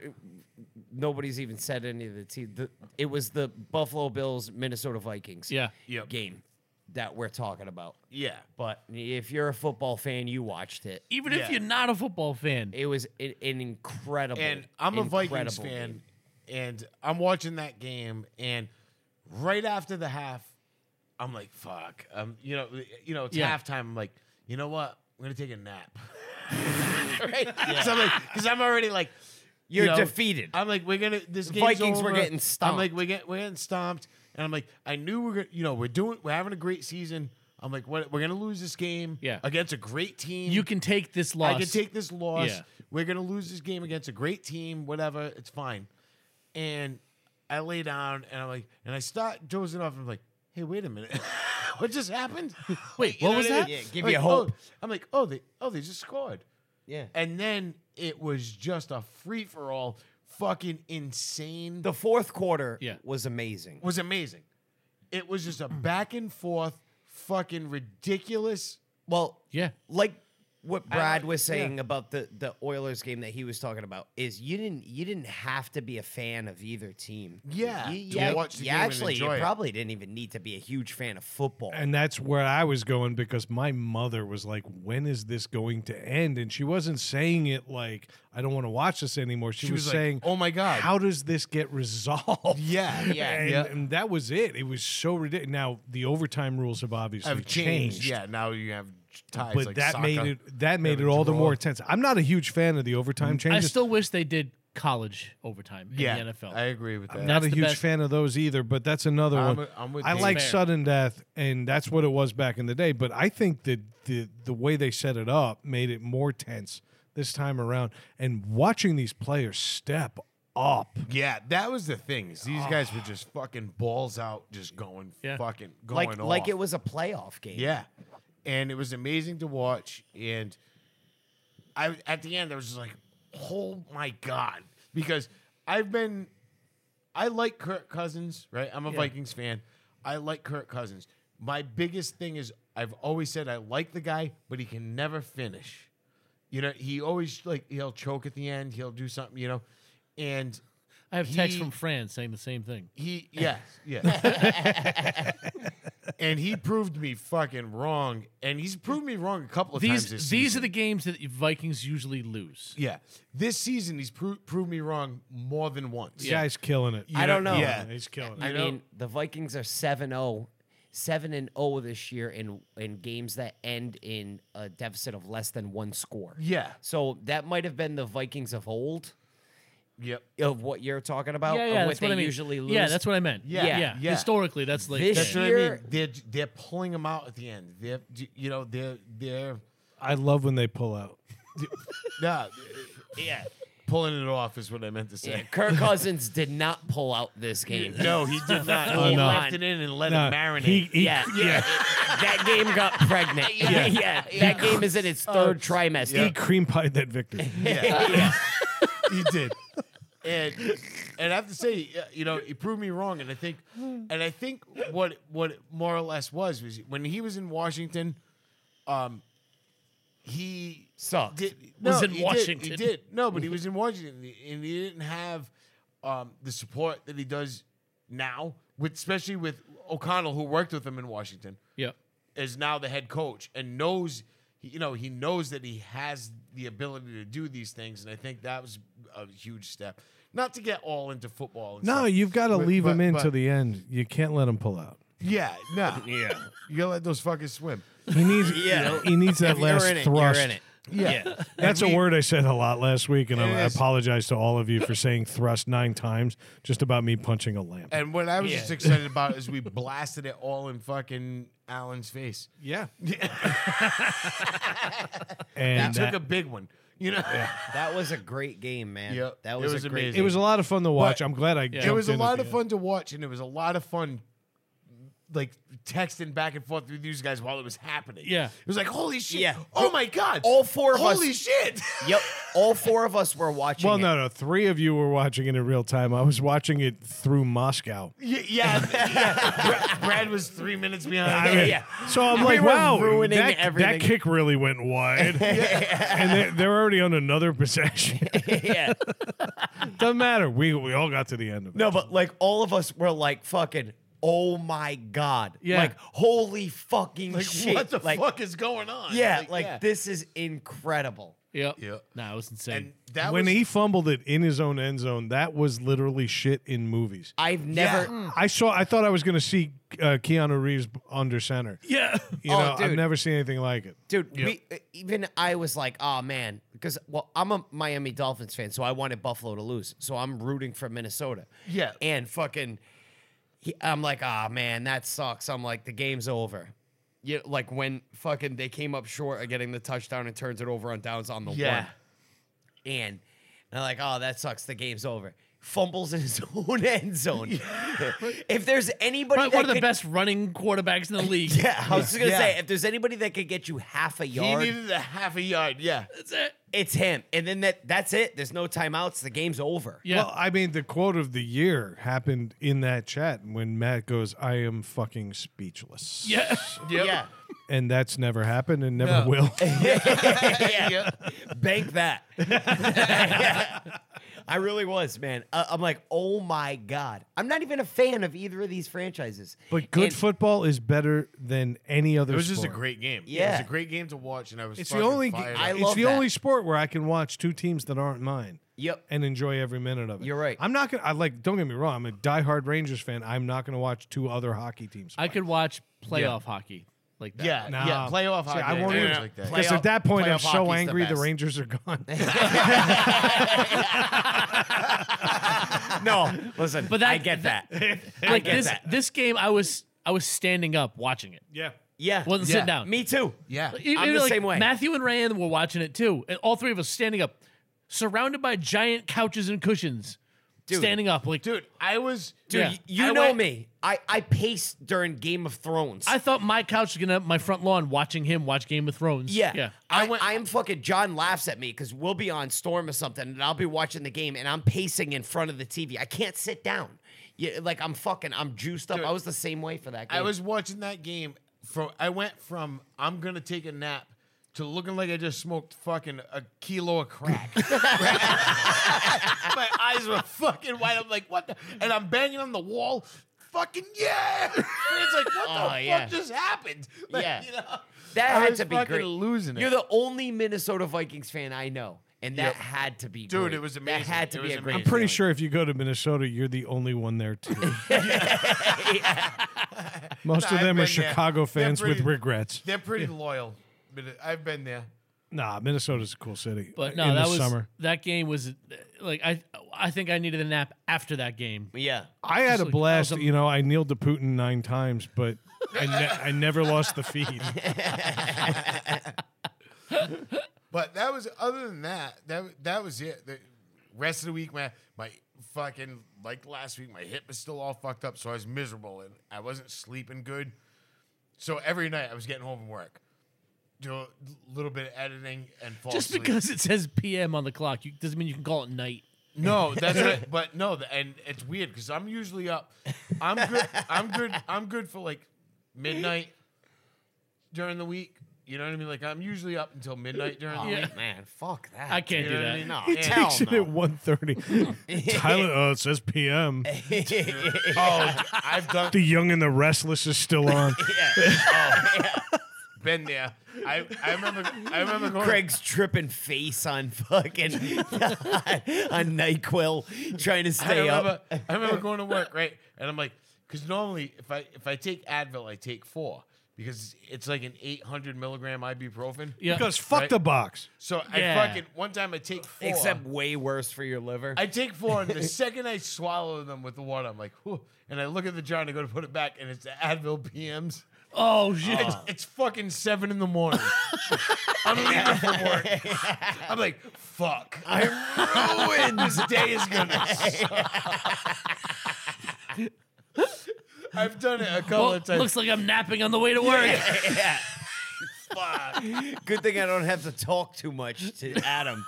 Speaker 1: nobody's even said any of the team. The, it was the Buffalo Bills Minnesota Vikings
Speaker 3: Yeah.
Speaker 4: Yep.
Speaker 1: game that we're talking about.
Speaker 4: Yeah,
Speaker 1: But if you're a football fan, you watched it.
Speaker 3: Even if
Speaker 4: Yeah.
Speaker 3: you're not a football fan,
Speaker 1: It was an, an incredible.
Speaker 4: and I'm a Vikings
Speaker 1: incredible
Speaker 4: fan,
Speaker 1: game.
Speaker 4: and I'm watching that game, and right after the half, I'm like, "Fuck," um, you know, you know, it's
Speaker 3: Yeah.
Speaker 4: halftime. I'm like, you know what? I'm gonna take a nap, right? Because I'm like, because I'm already like, you
Speaker 1: You're
Speaker 4: know,
Speaker 1: defeated.
Speaker 4: I'm like, we're gonna this game's
Speaker 1: Vikings were
Speaker 4: over.
Speaker 1: getting stomped.
Speaker 4: I'm like, we're getting we're getting stomped, and I'm like, I knew we're gonna, you know, we're doing, we're having a great season. I'm like, what? We're gonna lose this game,
Speaker 3: Yeah.
Speaker 4: against a great team.
Speaker 3: you can take this loss.
Speaker 4: I can take this loss.
Speaker 3: Yeah.
Speaker 4: We're gonna lose this game against a great team. Whatever, it's fine. And I lay down and I'm like, and I start dozing off. And I'm like, hey, wait a minute, what just happened?
Speaker 3: Wait,
Speaker 4: You
Speaker 3: what
Speaker 4: know
Speaker 3: was
Speaker 4: I mean?
Speaker 3: that?
Speaker 1: Yeah, give
Speaker 4: I'm
Speaker 1: you
Speaker 4: like,
Speaker 1: hope.
Speaker 4: "Oh," I'm like, oh, they, oh, they just scored.
Speaker 1: yeah.
Speaker 4: And then it was just a free for all, fucking insane.
Speaker 1: The fourth quarter
Speaker 3: Yeah.
Speaker 1: was amazing.
Speaker 4: was amazing. It was just a back and forth, fucking ridiculous.
Speaker 1: Well,
Speaker 3: Yeah.
Speaker 1: like what Brad
Speaker 4: like-
Speaker 1: was
Speaker 4: yeah.
Speaker 1: saying about the the Oilers game that he was talking about is you didn't you didn't have to be a fan of either team.
Speaker 4: Yeah,
Speaker 1: you,
Speaker 4: to
Speaker 1: yeah,
Speaker 4: watch
Speaker 1: you
Speaker 4: the game and
Speaker 1: actually you
Speaker 4: enjoy it.
Speaker 1: probably didn't even need to be a huge fan of football.
Speaker 2: And that's where I was going because my mother was like, When is this going to end? And she wasn't saying it like, I don't want to watch this anymore. She,
Speaker 4: She
Speaker 2: was,
Speaker 4: was like,
Speaker 2: saying,
Speaker 4: "Oh my God."
Speaker 2: How does this get resolved?
Speaker 4: Yeah,
Speaker 1: Yeah.
Speaker 2: And,
Speaker 4: Yeah.
Speaker 2: and that was it. It was so ridiculous. Now, the overtime rules have obviously
Speaker 4: have changed. Yeah, now you have ties.
Speaker 2: But
Speaker 4: like
Speaker 2: that
Speaker 4: soccer.
Speaker 2: made it that made it
Speaker 4: have a
Speaker 2: all the
Speaker 4: draw.
Speaker 2: more intense. I'm not a huge fan of the overtime
Speaker 3: I
Speaker 4: Mm.
Speaker 2: changes.
Speaker 3: still wish they did college overtime in
Speaker 4: yeah,
Speaker 3: the NFL.
Speaker 4: I agree with that.
Speaker 2: not
Speaker 3: That's
Speaker 2: a
Speaker 3: the
Speaker 2: huge
Speaker 3: best.
Speaker 2: fan of those either, but that's another
Speaker 4: I'm
Speaker 2: one.
Speaker 4: a- I'm with
Speaker 2: I
Speaker 4: Dave.
Speaker 2: like
Speaker 3: Fair.
Speaker 2: sudden death, and that's what it was back in the day. But I think that the the way they set it up made it more tense this time around. And watching these players step up.
Speaker 4: Yeah, that was the thing. Is
Speaker 2: Ah.
Speaker 4: these guys were just fucking balls out, just going
Speaker 3: Yeah.
Speaker 4: fucking going
Speaker 1: Like
Speaker 4: off.
Speaker 1: like it was a playoff game.
Speaker 4: Yeah, and it was amazing to watch. And I at the end I was just like, oh my god, because I've been, I like Kirk Cousins, right? I'm a Vikings fan. I like Kirk Cousins. My biggest thing is I've always said I like the guy, but he can never finish. You know, he always like he'll choke at the end. He'll do something, you know, and.
Speaker 3: I have text
Speaker 4: He-
Speaker 3: from friends saying the same thing.
Speaker 4: He yes, yes. and he proved me fucking wrong. And he's proved me wrong a couple of times
Speaker 3: These
Speaker 4: this
Speaker 3: these are
Speaker 4: season.
Speaker 3: the games that Vikings usually lose.
Speaker 4: Yeah. This season he's pro- proved me wrong more than once.
Speaker 3: Yeah.
Speaker 2: Guy's killing it.
Speaker 1: I don't know.
Speaker 4: Yeah.
Speaker 2: He's killing it.
Speaker 1: I
Speaker 4: You know-
Speaker 1: mean, the Vikings are 7-0, 7 and 0 this year in in games that end in a deficit of less than one score.
Speaker 4: Yeah.
Speaker 1: So that might have been the Vikings of old
Speaker 4: Yep.
Speaker 1: of what you're talking about
Speaker 3: yeah,
Speaker 1: of
Speaker 3: yeah,
Speaker 1: what
Speaker 3: that's
Speaker 1: they
Speaker 3: what I mean.
Speaker 1: usually lose.
Speaker 3: Yeah, that's what I meant.
Speaker 4: Yeah,
Speaker 3: yeah.
Speaker 4: yeah.
Speaker 3: Historically, that's like
Speaker 1: This
Speaker 3: that-
Speaker 4: That's
Speaker 1: year-
Speaker 4: what I
Speaker 1: Sure.
Speaker 4: mean. They're they're pulling him out at the end. They're you know, they're they're
Speaker 2: I love when they pull out.
Speaker 4: nah, yeah. Pulling it off is what I meant to
Speaker 1: Yeah,
Speaker 4: say.
Speaker 1: Kirk Cousins did not pull out this game.
Speaker 4: No, he did not.
Speaker 1: Oh,
Speaker 4: he
Speaker 1: no.
Speaker 4: left it in and let
Speaker 2: No,
Speaker 4: it marinate.
Speaker 2: he- he-
Speaker 1: Yeah, yeah. that game got pregnant. Yeah, yeah. That game is in its
Speaker 4: Oh,
Speaker 1: third trimester.
Speaker 2: He cream pied that victory.
Speaker 4: yeah.
Speaker 2: he did.
Speaker 4: and and I have to say, uh, you know, it proved me wrong. And I think, and I think what what it more or less was was when he was in Washington, um, he
Speaker 1: Sucked.
Speaker 4: Did,
Speaker 3: Was
Speaker 4: no,
Speaker 3: in
Speaker 4: he did,
Speaker 3: Washington.
Speaker 4: he did no, but he was in Washington, and he didn't have um, the support that he does now, with especially with O'Connell, who worked with him in Washington
Speaker 3: yeah.
Speaker 4: is now the head coach and knows he- you know he knows that he has the ability to do these things and i think that was a huge step not to get all into football and
Speaker 2: No,
Speaker 4: stuff.
Speaker 2: you've got to
Speaker 4: But-
Speaker 2: leave
Speaker 4: but-
Speaker 2: him in
Speaker 4: but-
Speaker 2: to the end. You can't let him pull out.
Speaker 4: yeah no yeah you gotta let those fuckers swim
Speaker 2: He needs. He needs that
Speaker 1: If you're
Speaker 2: last
Speaker 1: in it,
Speaker 2: thrust.
Speaker 1: you're in it.
Speaker 4: yeah,
Speaker 2: That's a word I said a lot last week, and I, I
Speaker 4: is.
Speaker 2: apologize to all of you for saying thrust nine times just about me punching a lamp.
Speaker 4: and what i was just excited about is we blasted it all in fucking alan's face
Speaker 2: yeah.
Speaker 4: he
Speaker 2: and
Speaker 4: took
Speaker 2: that-
Speaker 4: a big one you know
Speaker 1: That was a great game, man.
Speaker 4: Yep.
Speaker 1: That
Speaker 4: It
Speaker 1: was,
Speaker 4: was
Speaker 1: a great
Speaker 4: amazing.
Speaker 2: it was a lot of fun to watch.
Speaker 4: But
Speaker 2: I'm glad I. Jumped
Speaker 4: it was a
Speaker 2: in at
Speaker 4: lot
Speaker 2: the
Speaker 4: of
Speaker 2: end.
Speaker 4: fun to watch and it was a lot of fun like texting back and forth with these guys while it was happening.
Speaker 3: Yeah.
Speaker 4: It was like, holy shit.
Speaker 1: Yeah.
Speaker 4: Oh my God.
Speaker 1: All four of
Speaker 4: holy
Speaker 1: us-
Speaker 4: shit.
Speaker 1: Yep. All four of us were watching.
Speaker 2: Well,
Speaker 1: it.
Speaker 2: no, no. Three of you were watching it in real time. I was watching it through Moscow.
Speaker 4: Y- yeah. yeah. Bra- Brad was three minutes behind.
Speaker 2: I mean,
Speaker 1: yeah.
Speaker 2: So I'm
Speaker 1: We
Speaker 2: like,
Speaker 1: were
Speaker 2: wow,
Speaker 1: ruining
Speaker 2: that,
Speaker 1: everything.
Speaker 2: that kick really went wide. And they, they're already on another possession.
Speaker 1: yeah.
Speaker 2: Doesn't matter. We we all got to the end of it.
Speaker 1: No, but like all of us were like fucking. Oh my god!
Speaker 3: Yeah.
Speaker 1: Like holy fucking
Speaker 4: Like,
Speaker 1: shit!
Speaker 4: what the
Speaker 1: like,
Speaker 4: fuck is going on?
Speaker 1: Yeah, like,
Speaker 4: yeah.
Speaker 1: this is incredible.
Speaker 3: Yep.
Speaker 4: Yeah.
Speaker 3: Nah, it was insane.
Speaker 4: And that
Speaker 2: when
Speaker 4: was,
Speaker 2: he fumbled it in his own end zone, that was literally shit in movies.
Speaker 1: I've never.
Speaker 4: Hmm.
Speaker 2: I saw. I thought I was going to see uh, Keanu Reeves under center.
Speaker 3: yeah.
Speaker 2: You
Speaker 1: Oh,
Speaker 2: know, I've
Speaker 1: dude.
Speaker 2: never seen anything like it.
Speaker 1: dude. We, even I was like, oh man, because well, I'm a Miami Dolphins fan, so I wanted Buffalo to lose, so I'm rooting for Minnesota.
Speaker 4: Yeah.
Speaker 1: and fucking, he, I'm like, oh man, that sucks. I'm like, the game's over. Yeah, like when fucking they came up short of getting the touchdown and turns it over on downs on the
Speaker 4: Yeah.
Speaker 1: one, and they're like, oh, that sucks. The game's over. Fumbles in his own end zone. if there's anybody,
Speaker 3: Probably
Speaker 1: that
Speaker 3: one of the
Speaker 1: could-
Speaker 3: best running quarterbacks in the league.
Speaker 1: Yeah, I was just gonna
Speaker 4: Yeah.
Speaker 1: say, if there's anybody that could get you half a
Speaker 4: he
Speaker 1: yard,
Speaker 4: needed a half a yard. Yeah.
Speaker 3: That's it.
Speaker 1: it's him. And then that that's it. There's no timeouts. The game's over.
Speaker 3: Yeah.
Speaker 2: Well, I mean, the quote of the year happened in that chat when Matt goes, "I am fucking speechless."
Speaker 3: yeah.
Speaker 1: Yeah.
Speaker 2: and that's never happened and never
Speaker 4: No.
Speaker 2: will.
Speaker 4: yeah.
Speaker 1: Bank that. I really was, man. I- I'm like, oh my God. I'm not even a fan of either of these franchises.
Speaker 2: But good
Speaker 1: And-
Speaker 2: football is better than any other.
Speaker 4: It was just a
Speaker 2: sport.
Speaker 4: great game. It
Speaker 1: Yeah.
Speaker 4: was a great game to watch, and I was.
Speaker 2: It's the
Speaker 4: fucking
Speaker 2: only.
Speaker 4: Fired
Speaker 1: I
Speaker 4: up.
Speaker 2: it's
Speaker 1: love
Speaker 2: the
Speaker 1: that.
Speaker 2: only sport where I can watch two teams that aren't mine.
Speaker 1: Yep.
Speaker 2: and enjoy every minute of it.
Speaker 1: You're right.
Speaker 2: I'm not gonna. I like. Don't get me wrong. I'm a diehard Rangers fan. I'm not gonna watch two other hockey teams.
Speaker 3: I could watch playoff
Speaker 4: Yeah.
Speaker 3: hockey like that.
Speaker 4: Yeah.
Speaker 2: Nah.
Speaker 4: Yeah. Playoff
Speaker 2: See,
Speaker 4: hockey.
Speaker 2: I won't
Speaker 4: games
Speaker 2: even-
Speaker 4: like that.
Speaker 1: play-
Speaker 2: Because at that point, I'm
Speaker 1: playoff hockey's
Speaker 2: so
Speaker 1: the
Speaker 2: angry. The,
Speaker 1: best.
Speaker 2: Rangers are gone.
Speaker 1: No, listen,
Speaker 3: But
Speaker 1: but
Speaker 3: that-
Speaker 1: I get that. I
Speaker 3: Like
Speaker 1: get
Speaker 3: this
Speaker 1: that.
Speaker 3: this game I was I was standing up watching it.
Speaker 2: yeah.
Speaker 1: Yeah.
Speaker 3: Wasn't
Speaker 4: Yeah.
Speaker 3: sitting down.
Speaker 1: Me too.
Speaker 4: Yeah.
Speaker 3: Even,
Speaker 1: I'm the
Speaker 3: like,
Speaker 1: same way.
Speaker 3: Matthew and Rand were watching it too. And all three of us standing up, surrounded by giant couches and cushions, standing up. Like,
Speaker 4: Dude, I was.
Speaker 1: Dude,
Speaker 3: Yeah.
Speaker 1: y- you
Speaker 4: I
Speaker 1: know
Speaker 4: went-
Speaker 1: me. I, I pace during Game of Thrones.
Speaker 3: I thought my couch was gonna my front lawn watching him watch Game of Thrones.
Speaker 1: yeah.
Speaker 3: yeah.
Speaker 1: I,
Speaker 4: I
Speaker 1: I,
Speaker 4: went-
Speaker 1: am fucking John laughs at me because we'll be on Storm or something and I'll be watching the game and I'm pacing in front of the TV. I can't sit down. Yeah, like I'm fucking I'm juiced up. I was the same way for that game.
Speaker 4: I was watching that game. From I went from I'm gonna take a nap to looking like I just smoked fucking a kilo of crack. My eyes were fucking wide. I'm like, what? the And I'm banging on the wall. Fucking yeah! And it's like, what the
Speaker 1: Oh,
Speaker 4: fuck
Speaker 1: yeah.
Speaker 4: just happened? Like,
Speaker 1: Yeah.
Speaker 4: you know?
Speaker 1: that
Speaker 4: I
Speaker 1: had
Speaker 4: was
Speaker 1: to be
Speaker 4: fucking
Speaker 1: great.
Speaker 4: Losing it.
Speaker 1: You're the only Minnesota Vikings fan I know. And that
Speaker 4: Yep.
Speaker 1: had to be
Speaker 4: Dude,
Speaker 1: great.
Speaker 4: it was
Speaker 1: That
Speaker 4: amazing.
Speaker 1: had to
Speaker 4: It
Speaker 1: be
Speaker 4: was
Speaker 1: a great
Speaker 4: amazing.
Speaker 2: I'm pretty
Speaker 1: feeling.
Speaker 2: sure if you go to Minnesota, you're the only one there too. Most
Speaker 4: Nah,
Speaker 2: of them are
Speaker 4: I've been there.
Speaker 2: Chicago
Speaker 4: They're
Speaker 2: fans with
Speaker 4: pretty-
Speaker 2: regrets.
Speaker 4: They're pretty loyal. But I've been there.
Speaker 2: Nah, Minnesota's a cool city. uh,
Speaker 3: But
Speaker 2: in
Speaker 3: no, that
Speaker 2: the
Speaker 3: was
Speaker 2: summer.
Speaker 3: that game was uh, like I I think I needed a nap after that game.
Speaker 1: Yeah.
Speaker 2: I had a
Speaker 3: like-
Speaker 2: blast.
Speaker 3: I was a-
Speaker 2: you know, I kneeled to Putin nine times, but I, ne- I never lost the feed.
Speaker 4: But that was other than that. That that was it. The rest of the week, man, my fucking like last week, my hip was still all fucked up, so I was miserable and I wasn't sleeping good. So every night I was getting home from work, do a little bit of editing and fall
Speaker 3: Just
Speaker 4: asleep.
Speaker 3: because it says PM on the clock you, doesn't mean you can call it night.
Speaker 4: No, that's it. But no, the, and it's weird because I'm usually up. I'm good. I'm good. I'm good for like midnight during the week. You know what I mean? Like I'm usually up until midnight during the
Speaker 3: Yeah.
Speaker 4: week.
Speaker 1: Oh, Man, fuck that.
Speaker 3: I can't
Speaker 4: You
Speaker 3: do
Speaker 4: know what
Speaker 3: that.
Speaker 4: I mean? No,
Speaker 1: He
Speaker 4: and-
Speaker 1: Hell
Speaker 2: Takes it
Speaker 1: no.
Speaker 2: at 1.30. Tyler, oh, it says PM.
Speaker 4: Oh, I've done
Speaker 2: The Young and the Restless is still on.
Speaker 4: been there. I, I remember I remember going
Speaker 1: Craig's tripping face on fucking on Nyquil, trying to
Speaker 4: I
Speaker 1: stay
Speaker 4: remember,
Speaker 1: up.
Speaker 4: I remember going to work, right? And I'm like, because normally if I if I take Advil, I take four because it's like an 800 milligram ibuprofen.
Speaker 3: Yeah.
Speaker 2: Because fuck
Speaker 4: Right.
Speaker 2: the box.
Speaker 4: So
Speaker 3: Yeah.
Speaker 4: I fucking one time I take four.
Speaker 1: Except way worse for your liver.
Speaker 4: I take four, and the second I swallow them with the water, I'm like, whew. and I look at the jar and I go to put it back, and it's the Advil PMs.
Speaker 3: oh shit.
Speaker 4: It's, it's fucking seven in the morning. I'm leaving for work. I'm like, fuck. I'm ruined. this day is gonna. suck. I've done it a couple
Speaker 3: Well,
Speaker 4: of times.
Speaker 3: looks like I'm napping on the way to work.
Speaker 1: yeah.
Speaker 4: Fuck.
Speaker 1: Good thing I don't have to talk too much to Adam.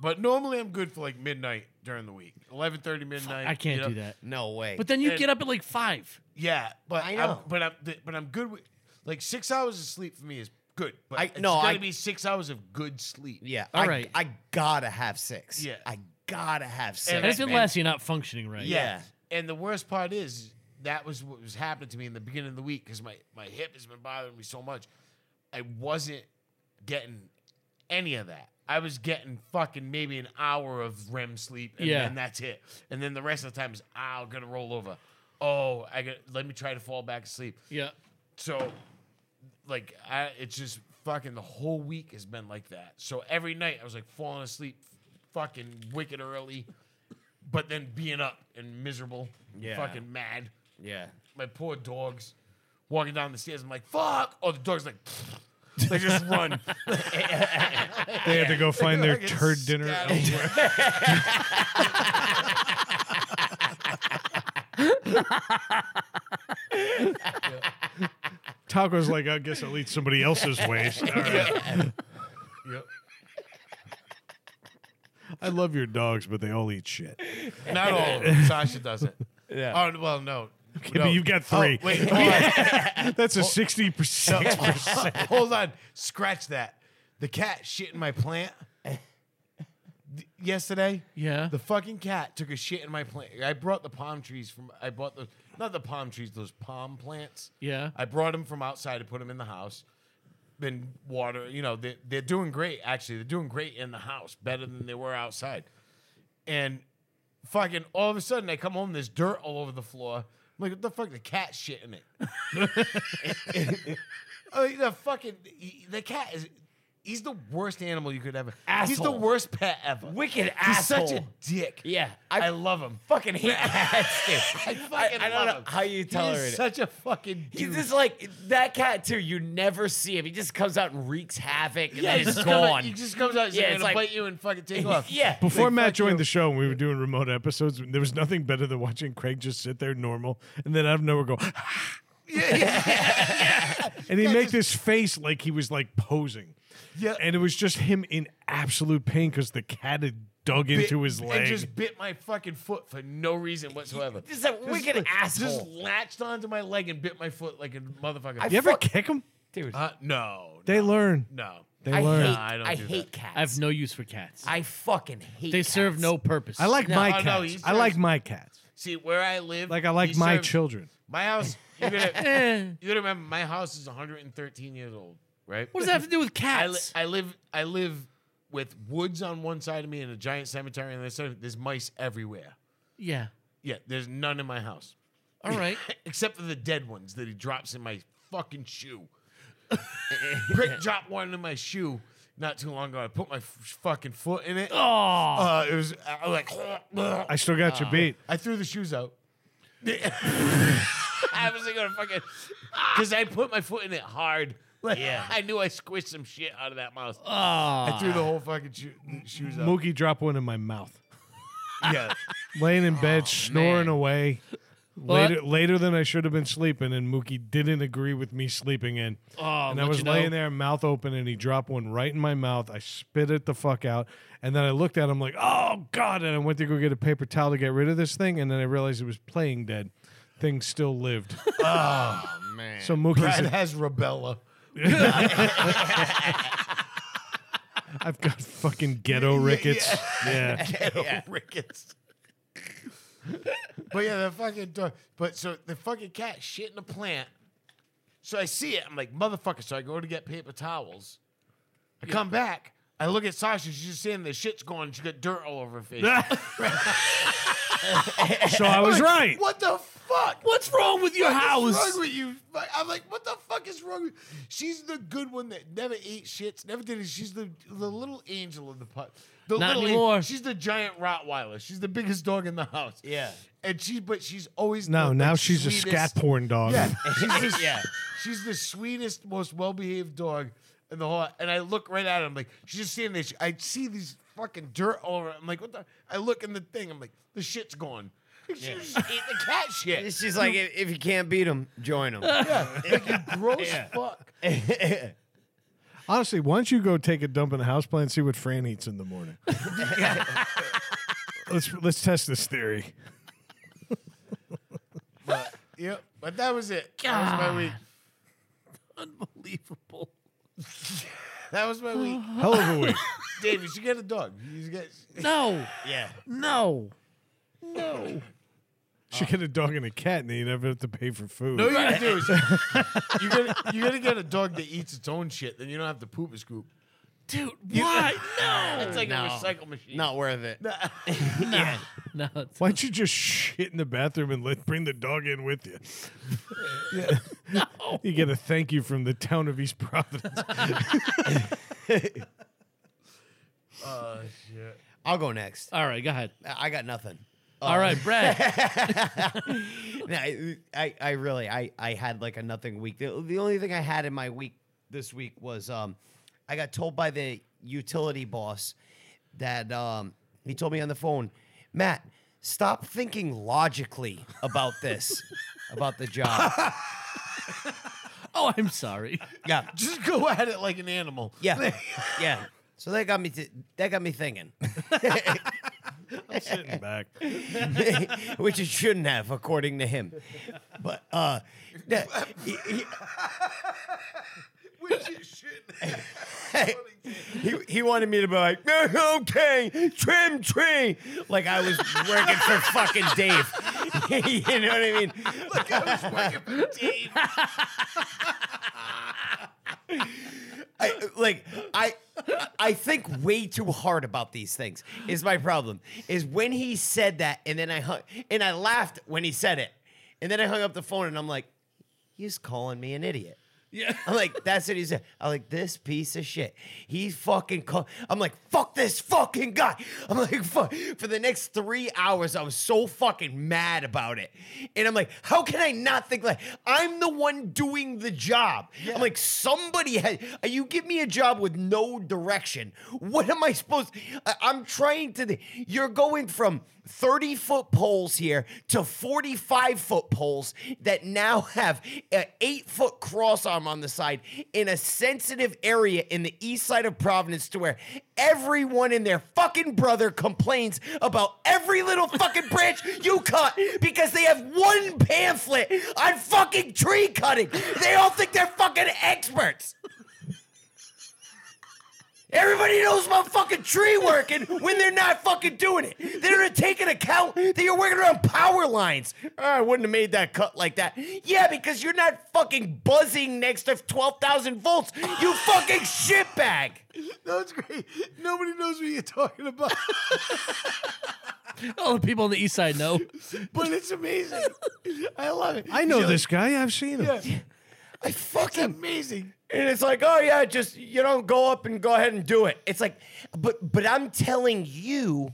Speaker 4: But normally I'm good for like midnight during the week, 11:30 midnight.
Speaker 3: I can't
Speaker 4: you know?
Speaker 3: do that.
Speaker 1: No way.
Speaker 3: But then you
Speaker 4: And-
Speaker 3: get up at like five.
Speaker 4: Yeah, but
Speaker 1: I
Speaker 4: I
Speaker 1: know.
Speaker 4: am but I'm th- but I'm good with like six hours of sleep for me is good. But
Speaker 1: I-
Speaker 4: it's
Speaker 1: no,
Speaker 4: gotta
Speaker 1: I-
Speaker 4: be six hours of good sleep.
Speaker 1: yeah,
Speaker 3: All
Speaker 1: I,
Speaker 3: right.
Speaker 1: I gotta have six.
Speaker 4: Yeah.
Speaker 1: I gotta have
Speaker 4: And
Speaker 1: six.
Speaker 4: it's-
Speaker 3: Anything
Speaker 4: man.
Speaker 3: less, you're not functioning right.
Speaker 4: Yeah.
Speaker 1: Yeah.
Speaker 4: And the worst part is that was what was happening to me in the beginning of the week because my, my hip has been bothering me so much. I wasn't getting any of that. I was getting fucking maybe an hour of REM sleep and
Speaker 3: Yeah.
Speaker 4: then that's it. And then the rest of the time is ah, I'm gonna roll over. Oh, I got let me try to fall back asleep.
Speaker 3: Yeah.
Speaker 4: So, like, I, it's just fucking the whole week has been like that. So every night I was like falling asleep, fucking wicked early, but then being up and miserable,
Speaker 1: Yeah.
Speaker 4: fucking mad.
Speaker 1: yeah.
Speaker 4: My poor dogs walking down the stairs. I'm like, fuck. Oh, the dog's like, they just run.
Speaker 2: They had to go find their
Speaker 4: Fucking
Speaker 2: turd dinner.
Speaker 4: scatter.
Speaker 2: elsewhere. Taco's like, I guess I'll eat somebody else's waste. All right.
Speaker 4: Yep.
Speaker 2: I love your dogs, but they all eat shit.
Speaker 4: Not all of them. Sasha doesn't.
Speaker 1: Yeah.
Speaker 4: Oh, well, no.
Speaker 2: but you've got three.
Speaker 4: Oh, wait, hold on.
Speaker 2: That's a 66%.
Speaker 4: Hold on. Scratch that. The cat shit in my plant Th- yesterday.
Speaker 3: Yeah.
Speaker 4: The fucking cat took a shit in my plant. I brought the palm trees from. I bought those. Not the palm trees. Those palm plants.
Speaker 3: Yeah.
Speaker 4: I brought them from outside to put them in the house. Been water. You know they they're doing great. Actually, they're doing great in the house. Better than they were outside. And fucking all of a sudden, I come home. There's dirt all over the floor. I'm like what the fuck? The cat shit in it. Oh, the fucking the cat is He's the worst animal you could ever. He's the
Speaker 1: Asshole.
Speaker 4: worst pet ever.
Speaker 1: Wicked
Speaker 4: He's
Speaker 1: asshole.
Speaker 4: such a dick.
Speaker 1: Yeah,
Speaker 4: I,
Speaker 1: I-
Speaker 4: love him.
Speaker 1: fucking hate cats, dude. I
Speaker 4: fucking
Speaker 1: I, don't
Speaker 4: love
Speaker 1: know
Speaker 4: him.
Speaker 1: how you tolerate
Speaker 4: He's
Speaker 1: it.
Speaker 4: such a fucking. Dude.
Speaker 1: He's just like that cat too. You never see him. He just comes out and wreaks havoc, and then
Speaker 4: he
Speaker 1: it's
Speaker 4: just comes out-
Speaker 1: gone.
Speaker 4: He just comes out. He's
Speaker 1: Yeah,
Speaker 4: like,
Speaker 1: it's
Speaker 4: gonna
Speaker 1: like-
Speaker 4: bite you and fucking take off.
Speaker 1: yeah.
Speaker 2: Before
Speaker 4: Like,
Speaker 2: Matt
Speaker 4: fuck you.
Speaker 2: joined the show and we were doing remote episodes, there was nothing better than watching Craig just sit there normal and then out of nowhere go,
Speaker 4: Yeah, yeah.
Speaker 2: and he'd make this face like he was like posing.
Speaker 4: Yeah.
Speaker 2: And it was just him in absolute pain because the cat had dug into his leg.
Speaker 4: and just bit my fucking foot for no reason whatsoever.
Speaker 1: Just a wicked
Speaker 4: like- Just
Speaker 1: asshole.
Speaker 4: latched onto my leg and bit my foot like a motherfucker.
Speaker 1: I
Speaker 2: you ever
Speaker 1: fuck-
Speaker 2: kick him?
Speaker 1: dude.
Speaker 4: Uh, no,
Speaker 2: They learn.
Speaker 4: no.
Speaker 2: They
Speaker 1: I
Speaker 2: learn.
Speaker 1: hate.
Speaker 4: I
Speaker 1: I,
Speaker 4: don't do
Speaker 1: hate cats.
Speaker 3: I have no use for cats.
Speaker 1: I fucking hate.
Speaker 3: they serve
Speaker 1: cats.
Speaker 3: no purpose.
Speaker 2: I like
Speaker 1: No,
Speaker 2: my
Speaker 4: oh, no,
Speaker 2: cats.
Speaker 4: he's
Speaker 2: I like
Speaker 4: just-
Speaker 2: my cats.
Speaker 4: See where I live.
Speaker 2: Like I like
Speaker 4: he
Speaker 2: my
Speaker 4: served-
Speaker 2: children.
Speaker 4: My house. You're gonna,
Speaker 3: Eh,
Speaker 4: you gotta remember, my house is 113 years old, right?
Speaker 3: what does that have to do with
Speaker 4: I, li-
Speaker 3: cats?
Speaker 4: I live. I live with woods on one side of me and a giant cemetery on the other side. There's mice everywhere.
Speaker 3: yeah.
Speaker 4: Yeah, there's none in my house
Speaker 3: All right.
Speaker 4: except for the dead ones that he drops in my fucking shoe. Brick dropped one in my shoe not too long ago. I put my f- fucking foot in it. Oh, uh, it was I was like
Speaker 2: I still got
Speaker 1: Uh,
Speaker 2: your beat.
Speaker 4: I threw the shoes out. I was like, "Oh, gonna fucking because I put my foot in it hard. Like,
Speaker 1: Yeah.
Speaker 4: I knew I squished some shit out of that mouse.
Speaker 3: Ah.
Speaker 4: I threw the whole fucking shoe, shoes out.
Speaker 2: Mookie dropped one in my mouth.
Speaker 4: yeah,
Speaker 2: Laying in
Speaker 4: Oh,
Speaker 2: bed, snoring away.
Speaker 3: But-
Speaker 2: Later, later than I should have been sleeping, and Mookie didn't agree with me sleeping in.
Speaker 3: Oh,
Speaker 2: and I
Speaker 3: let
Speaker 2: was
Speaker 3: you know.
Speaker 2: laying there, mouth open, and he dropped one right in my mouth. I spit it the fuck out, and then I looked at him like, "Oh God!" And I went to go get a paper towel to get rid of this thing, and then I realized it was playing dead. Thing still lived. oh man! So Mookie's,
Speaker 4: Brad has rubella.
Speaker 2: I've got fucking ghetto rickets. Yeah.
Speaker 4: yeah. rickets. but yeah, the fucking dog. But so the fucking cat shit in the plant. So I see it. I'm like, motherfucker. So I go to get paper towels. I come back. I look at Sasha. She's just saying the shit's gone. She got dirt all over her face.
Speaker 2: so I was right.
Speaker 4: What the fuck?
Speaker 3: What's wrong with your
Speaker 4: What's
Speaker 3: house?
Speaker 4: wrong with you? Like, I'm like, what the fuck is wrong with She's the good one that never ate shits, never did it. She's the the little angel of the pot. The
Speaker 3: Not
Speaker 4: little
Speaker 3: anymore.
Speaker 4: She's the giant Rottweiler. She's the biggest dog in the house.
Speaker 1: Yeah.
Speaker 4: And she, but she's always
Speaker 2: No,
Speaker 4: the,
Speaker 2: now
Speaker 4: like,
Speaker 2: she's a scat
Speaker 4: sweetest-
Speaker 2: porn dog.
Speaker 4: Yeah, she's the,
Speaker 1: Yeah.
Speaker 4: she's the sweetest, most well behaved dog in the whole. And I look right at him like she's just standing there. She- I see these fucking dirt all over. I'm like, what the? I look in the thing. I'm like, the shit's gone. She just ate the cat shit.
Speaker 1: She's like, if, if you can't beat them, join them.
Speaker 4: gross fuck.
Speaker 2: Honestly, why don't you go take a dump in the houseplant and see what Fran eats in the morning? let's let's test this theory.
Speaker 4: But, yep. But that was it. That was my week.
Speaker 3: Unbelievable.
Speaker 4: That was my week.
Speaker 2: Hell of a week.
Speaker 4: Dave, you should get a dog. You should get.
Speaker 3: No.
Speaker 1: yeah.
Speaker 3: No. No.
Speaker 2: She get a dog and a cat, and you never have to pay for food.
Speaker 4: No, you gotta do is you're gonna you're gonna get a dog that eats its own shit. Then you don't have to poop a scoop.
Speaker 3: Dude, why? No.
Speaker 4: It's like
Speaker 1: No.
Speaker 4: a recycle machine.
Speaker 1: Not worth it.
Speaker 3: No. It's,
Speaker 2: Why don't you just shit in the bathroom and let bring the dog in with you? You get a thank you from the town of East Providence.
Speaker 4: Oh shit.
Speaker 1: I'll go next.
Speaker 3: all right, go ahead.
Speaker 1: I I got nothing.
Speaker 3: All right, Brad.
Speaker 1: No, I, I, I really, I, I had like a nothing week. The, the only thing I had in my week this week was um, I got told by the utility boss that um, he told me on the phone, Matt, stop thinking logically about this, about the job.
Speaker 3: Oh, I'm sorry.
Speaker 1: Yeah,
Speaker 4: Just go at it like an animal.
Speaker 1: yeah, yeah. So that got me to, that got me thinking,
Speaker 2: I'm sitting back.
Speaker 1: which it shouldn't have, according to him. But uh, that- he- he-
Speaker 4: Which is shit.
Speaker 1: He, he wanted me to be like, "No, okay, trim tree. Like I was working for fucking Dave. you know what I mean?
Speaker 4: like I was working for Dave.
Speaker 1: I, like I I think way too hard about these things is my problem. Is when he said that and then I hung and I laughed when he said it. And then I hung up the phone and I'm like, he's calling me an idiot.
Speaker 3: Yeah.
Speaker 1: I'm like, that's what he said. I'm like, this piece of shit. He's fucking. Co-. I'm like, fuck this fucking guy. I'm like, fuck. For the next three hours, I was so fucking mad about it. And I'm like, how can I not think like I'm the one doing the job? I'm like, somebody had. uh, You give me a job with no direction. What am I supposed? I, I'm trying to. thi- You're going from 30 foot poles here to 45 foot poles that now have an eight foot cross arm on the side in a sensitive area in the east side of Providence to where everyone and their fucking brother complains about every little fucking branch you cut because they have one pamphlet on fucking tree cutting. They all think they're fucking experts. Everybody knows about fucking tree work and when they're not fucking doing it. They don't take an account that you're working around power lines. Oh, I wouldn't have made that cut like that. Yeah, because you're not fucking buzzing next to 12,000 volts. You fucking shitbag.
Speaker 4: No, it's great. Nobody knows what you're talking about,
Speaker 3: All the people on the east side know.
Speaker 4: but it's amazing. I love it.
Speaker 2: I know this guy. I've seen him.
Speaker 1: I
Speaker 4: It's
Speaker 1: fucking
Speaker 4: amazing.
Speaker 1: And it's like, oh yeah, just you don't go up and go ahead and do it. It's like, but but I'm telling you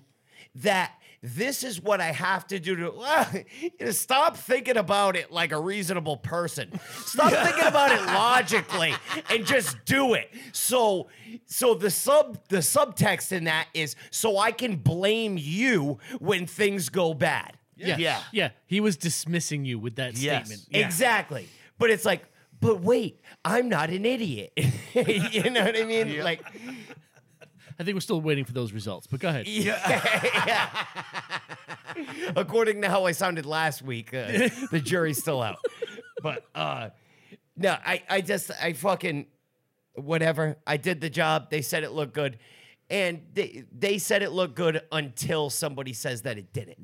Speaker 1: that this is what I have to do to You know, stop thinking about it like a reasonable person. Stop thinking about it logically and just do it. So so the sub the subtext in that is so I can blame you when things go bad.
Speaker 3: Yeah.
Speaker 4: Yeah.
Speaker 3: Yeah. He was dismissing you with that
Speaker 4: Yes.
Speaker 3: statement. Yeah.
Speaker 1: Exactly. But it's like, but wait, I'm not an idiot. you know what I mean? Like,
Speaker 3: I think we're still waiting for those results, but go ahead.
Speaker 1: yeah. According to how I sounded last week, uh, the jury's still out. But uh, no, I, I just, I fucking, whatever. I did the job. They said it looked good. And they, they said it looked good until somebody says that it didn't.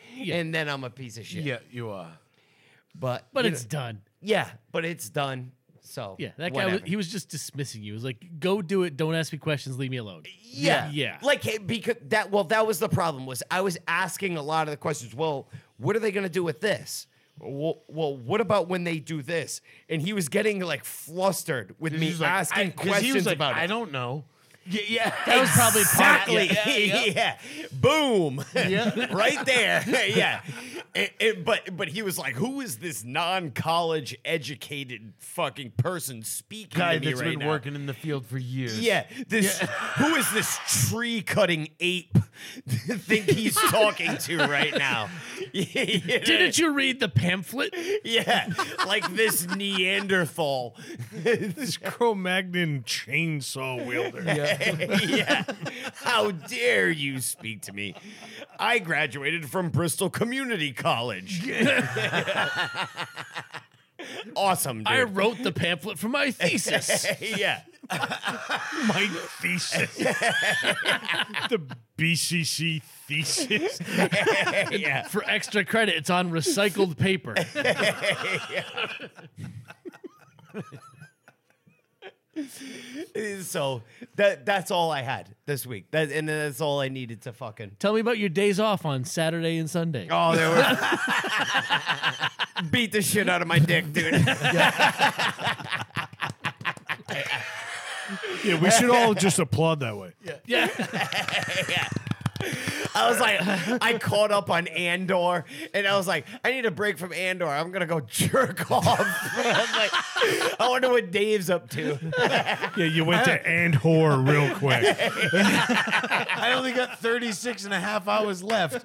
Speaker 1: Yeah. and then I'm a piece of shit.
Speaker 4: Yeah, you are.
Speaker 1: But,
Speaker 3: But
Speaker 1: you
Speaker 3: it's
Speaker 1: know,
Speaker 3: done.
Speaker 1: yeah, but it's done. So,
Speaker 3: Yeah. That guy,
Speaker 1: whatever.
Speaker 3: was, he was just dismissing you. He was like, go do it. Don't ask me questions. Leave me alone.
Speaker 1: Yeah.
Speaker 3: Yeah.
Speaker 1: Like hey, because that well that was the problem was I was asking a lot of the questions. Well, what are they going to do with this? Well, well, what about when they do this? And he was getting like flustered with me
Speaker 4: He's like, I-
Speaker 1: asking
Speaker 4: 'cause
Speaker 1: questions
Speaker 4: he was like,
Speaker 1: about it.
Speaker 4: I don't know. Yeah,
Speaker 3: That was probably part-
Speaker 1: exactly. yeah. Boom. right there. yeah. It- it- but but he was like, who is this non-college educated fucking person speaking
Speaker 4: guy
Speaker 1: to me
Speaker 4: that's
Speaker 1: right
Speaker 4: been
Speaker 1: now?
Speaker 4: working in the field for years.
Speaker 1: Yeah, this who is this tree cutting ape think he's talking to right now?
Speaker 3: Didn't you read the pamphlet?
Speaker 1: Yeah, like this Neanderthal.
Speaker 2: This Cro-Magnon chainsaw wielder.
Speaker 1: yeah, how dare you speak to me? I graduated from Bristol Community College. awesome,
Speaker 3: I
Speaker 1: dude.
Speaker 3: wrote the pamphlet for my thesis.
Speaker 1: yeah.
Speaker 2: My thesis. the BCC thesis.
Speaker 1: yeah.
Speaker 3: for extra credit, it's on recycled paper.
Speaker 1: So that that's all I had this week. That and that's all I needed to fucking
Speaker 3: Tell me about your days off on Saturday and Sunday.
Speaker 1: Oh, they were beat the shit out of my dick, dude.
Speaker 2: Yeah, we should all just applaud that way.
Speaker 3: Yeah.
Speaker 1: I was like, I caught up on Andor, and I was like, I need a break from Andor. I'm gonna go jerk off. I'm like, I wonder what Dave's up to.
Speaker 2: Yeah, you went to and whore real quick.
Speaker 4: I only got 36 and a half hours left.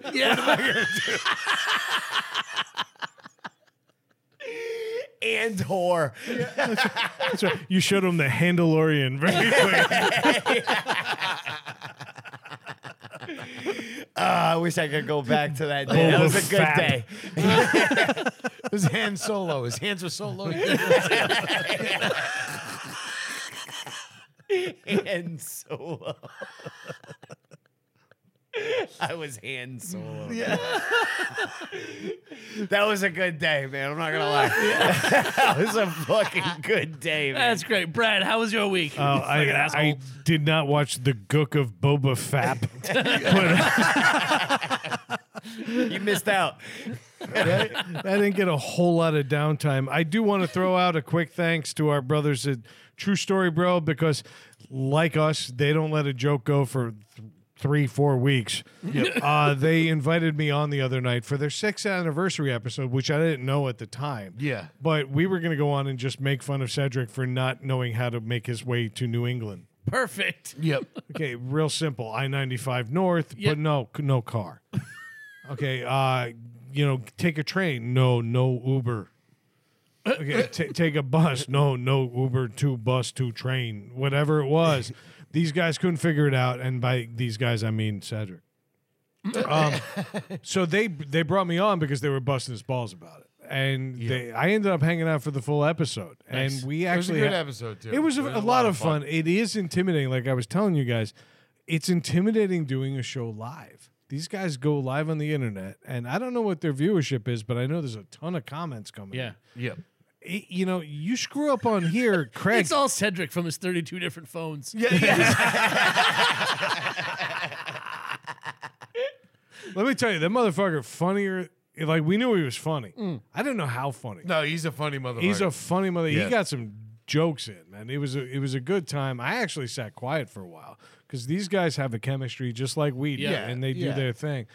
Speaker 1: Andor.
Speaker 2: That's right. You showed him the Handalorian very quick.
Speaker 1: Uh, I wish I could go back to that day. That was a good
Speaker 2: Boba Fett.
Speaker 1: day.
Speaker 4: It was hand solo. His hands were so low.
Speaker 1: Hand solo. I was hand solo. Yeah. that was a good day, man. I'm not gonna lie. that was a fucking good day, man.
Speaker 3: That's great. Brad, how was your week?
Speaker 2: Uh, I,
Speaker 3: Fucking asshole.
Speaker 2: I did not watch the gook of Boba uh, Fap. but,
Speaker 1: You missed out.
Speaker 2: that, that didn't get a whole lot of downtime. I do want to throw out a quick thanks to our brothers at True Story Bro because, like us, they don't let a joke go for th- three, four weeks. Uh, they invited me on the other night for their sixth anniversary episode, which I didn't know at the time.
Speaker 4: Yeah.
Speaker 2: But we were going to go on and just make fun of Cedric for not knowing how to make his way to New England.
Speaker 3: Perfect.
Speaker 4: Yep.
Speaker 2: Okay, real simple. I ninety five north,
Speaker 3: Yeah.
Speaker 2: but no, no car. okay, uh, you know, take a train. No, no Uber. Okay, ta take a bus. No, no Uber to bus to train. Whatever it was, these guys couldn't figure it out. And by these guys, I mean Cedric. Um, so they they brought me on because they were busting his balls about it, and they I ended up hanging out for the full episode,
Speaker 3: Nice.
Speaker 2: and we
Speaker 4: It was a
Speaker 2: actually
Speaker 4: good
Speaker 2: ha-
Speaker 4: episode too.
Speaker 2: it was a, a lot of fun. It is intimidating. Like I was telling you guys, it's intimidating doing a show live. These guys go live on the internet, and I don't know what their viewership is, but I know there's a ton of comments coming. in.
Speaker 3: Yeah.
Speaker 4: Yep.
Speaker 2: It- you know, you screw up on here, Craig.
Speaker 3: It's all Cedric from his 32 different phones.
Speaker 2: Let me tell you, that motherfucker funnier. Like we knew he was funny. I didn't know how funny.
Speaker 4: No, he's a funny motherfucker.
Speaker 2: He's a funny mother.
Speaker 4: Yeah.
Speaker 2: He got some jokes in, man. It was a, it was a good time. I actually sat quiet for a while because these guys have a chemistry just like we do,
Speaker 3: Yeah,
Speaker 2: and they do
Speaker 4: yeah.
Speaker 2: their thing.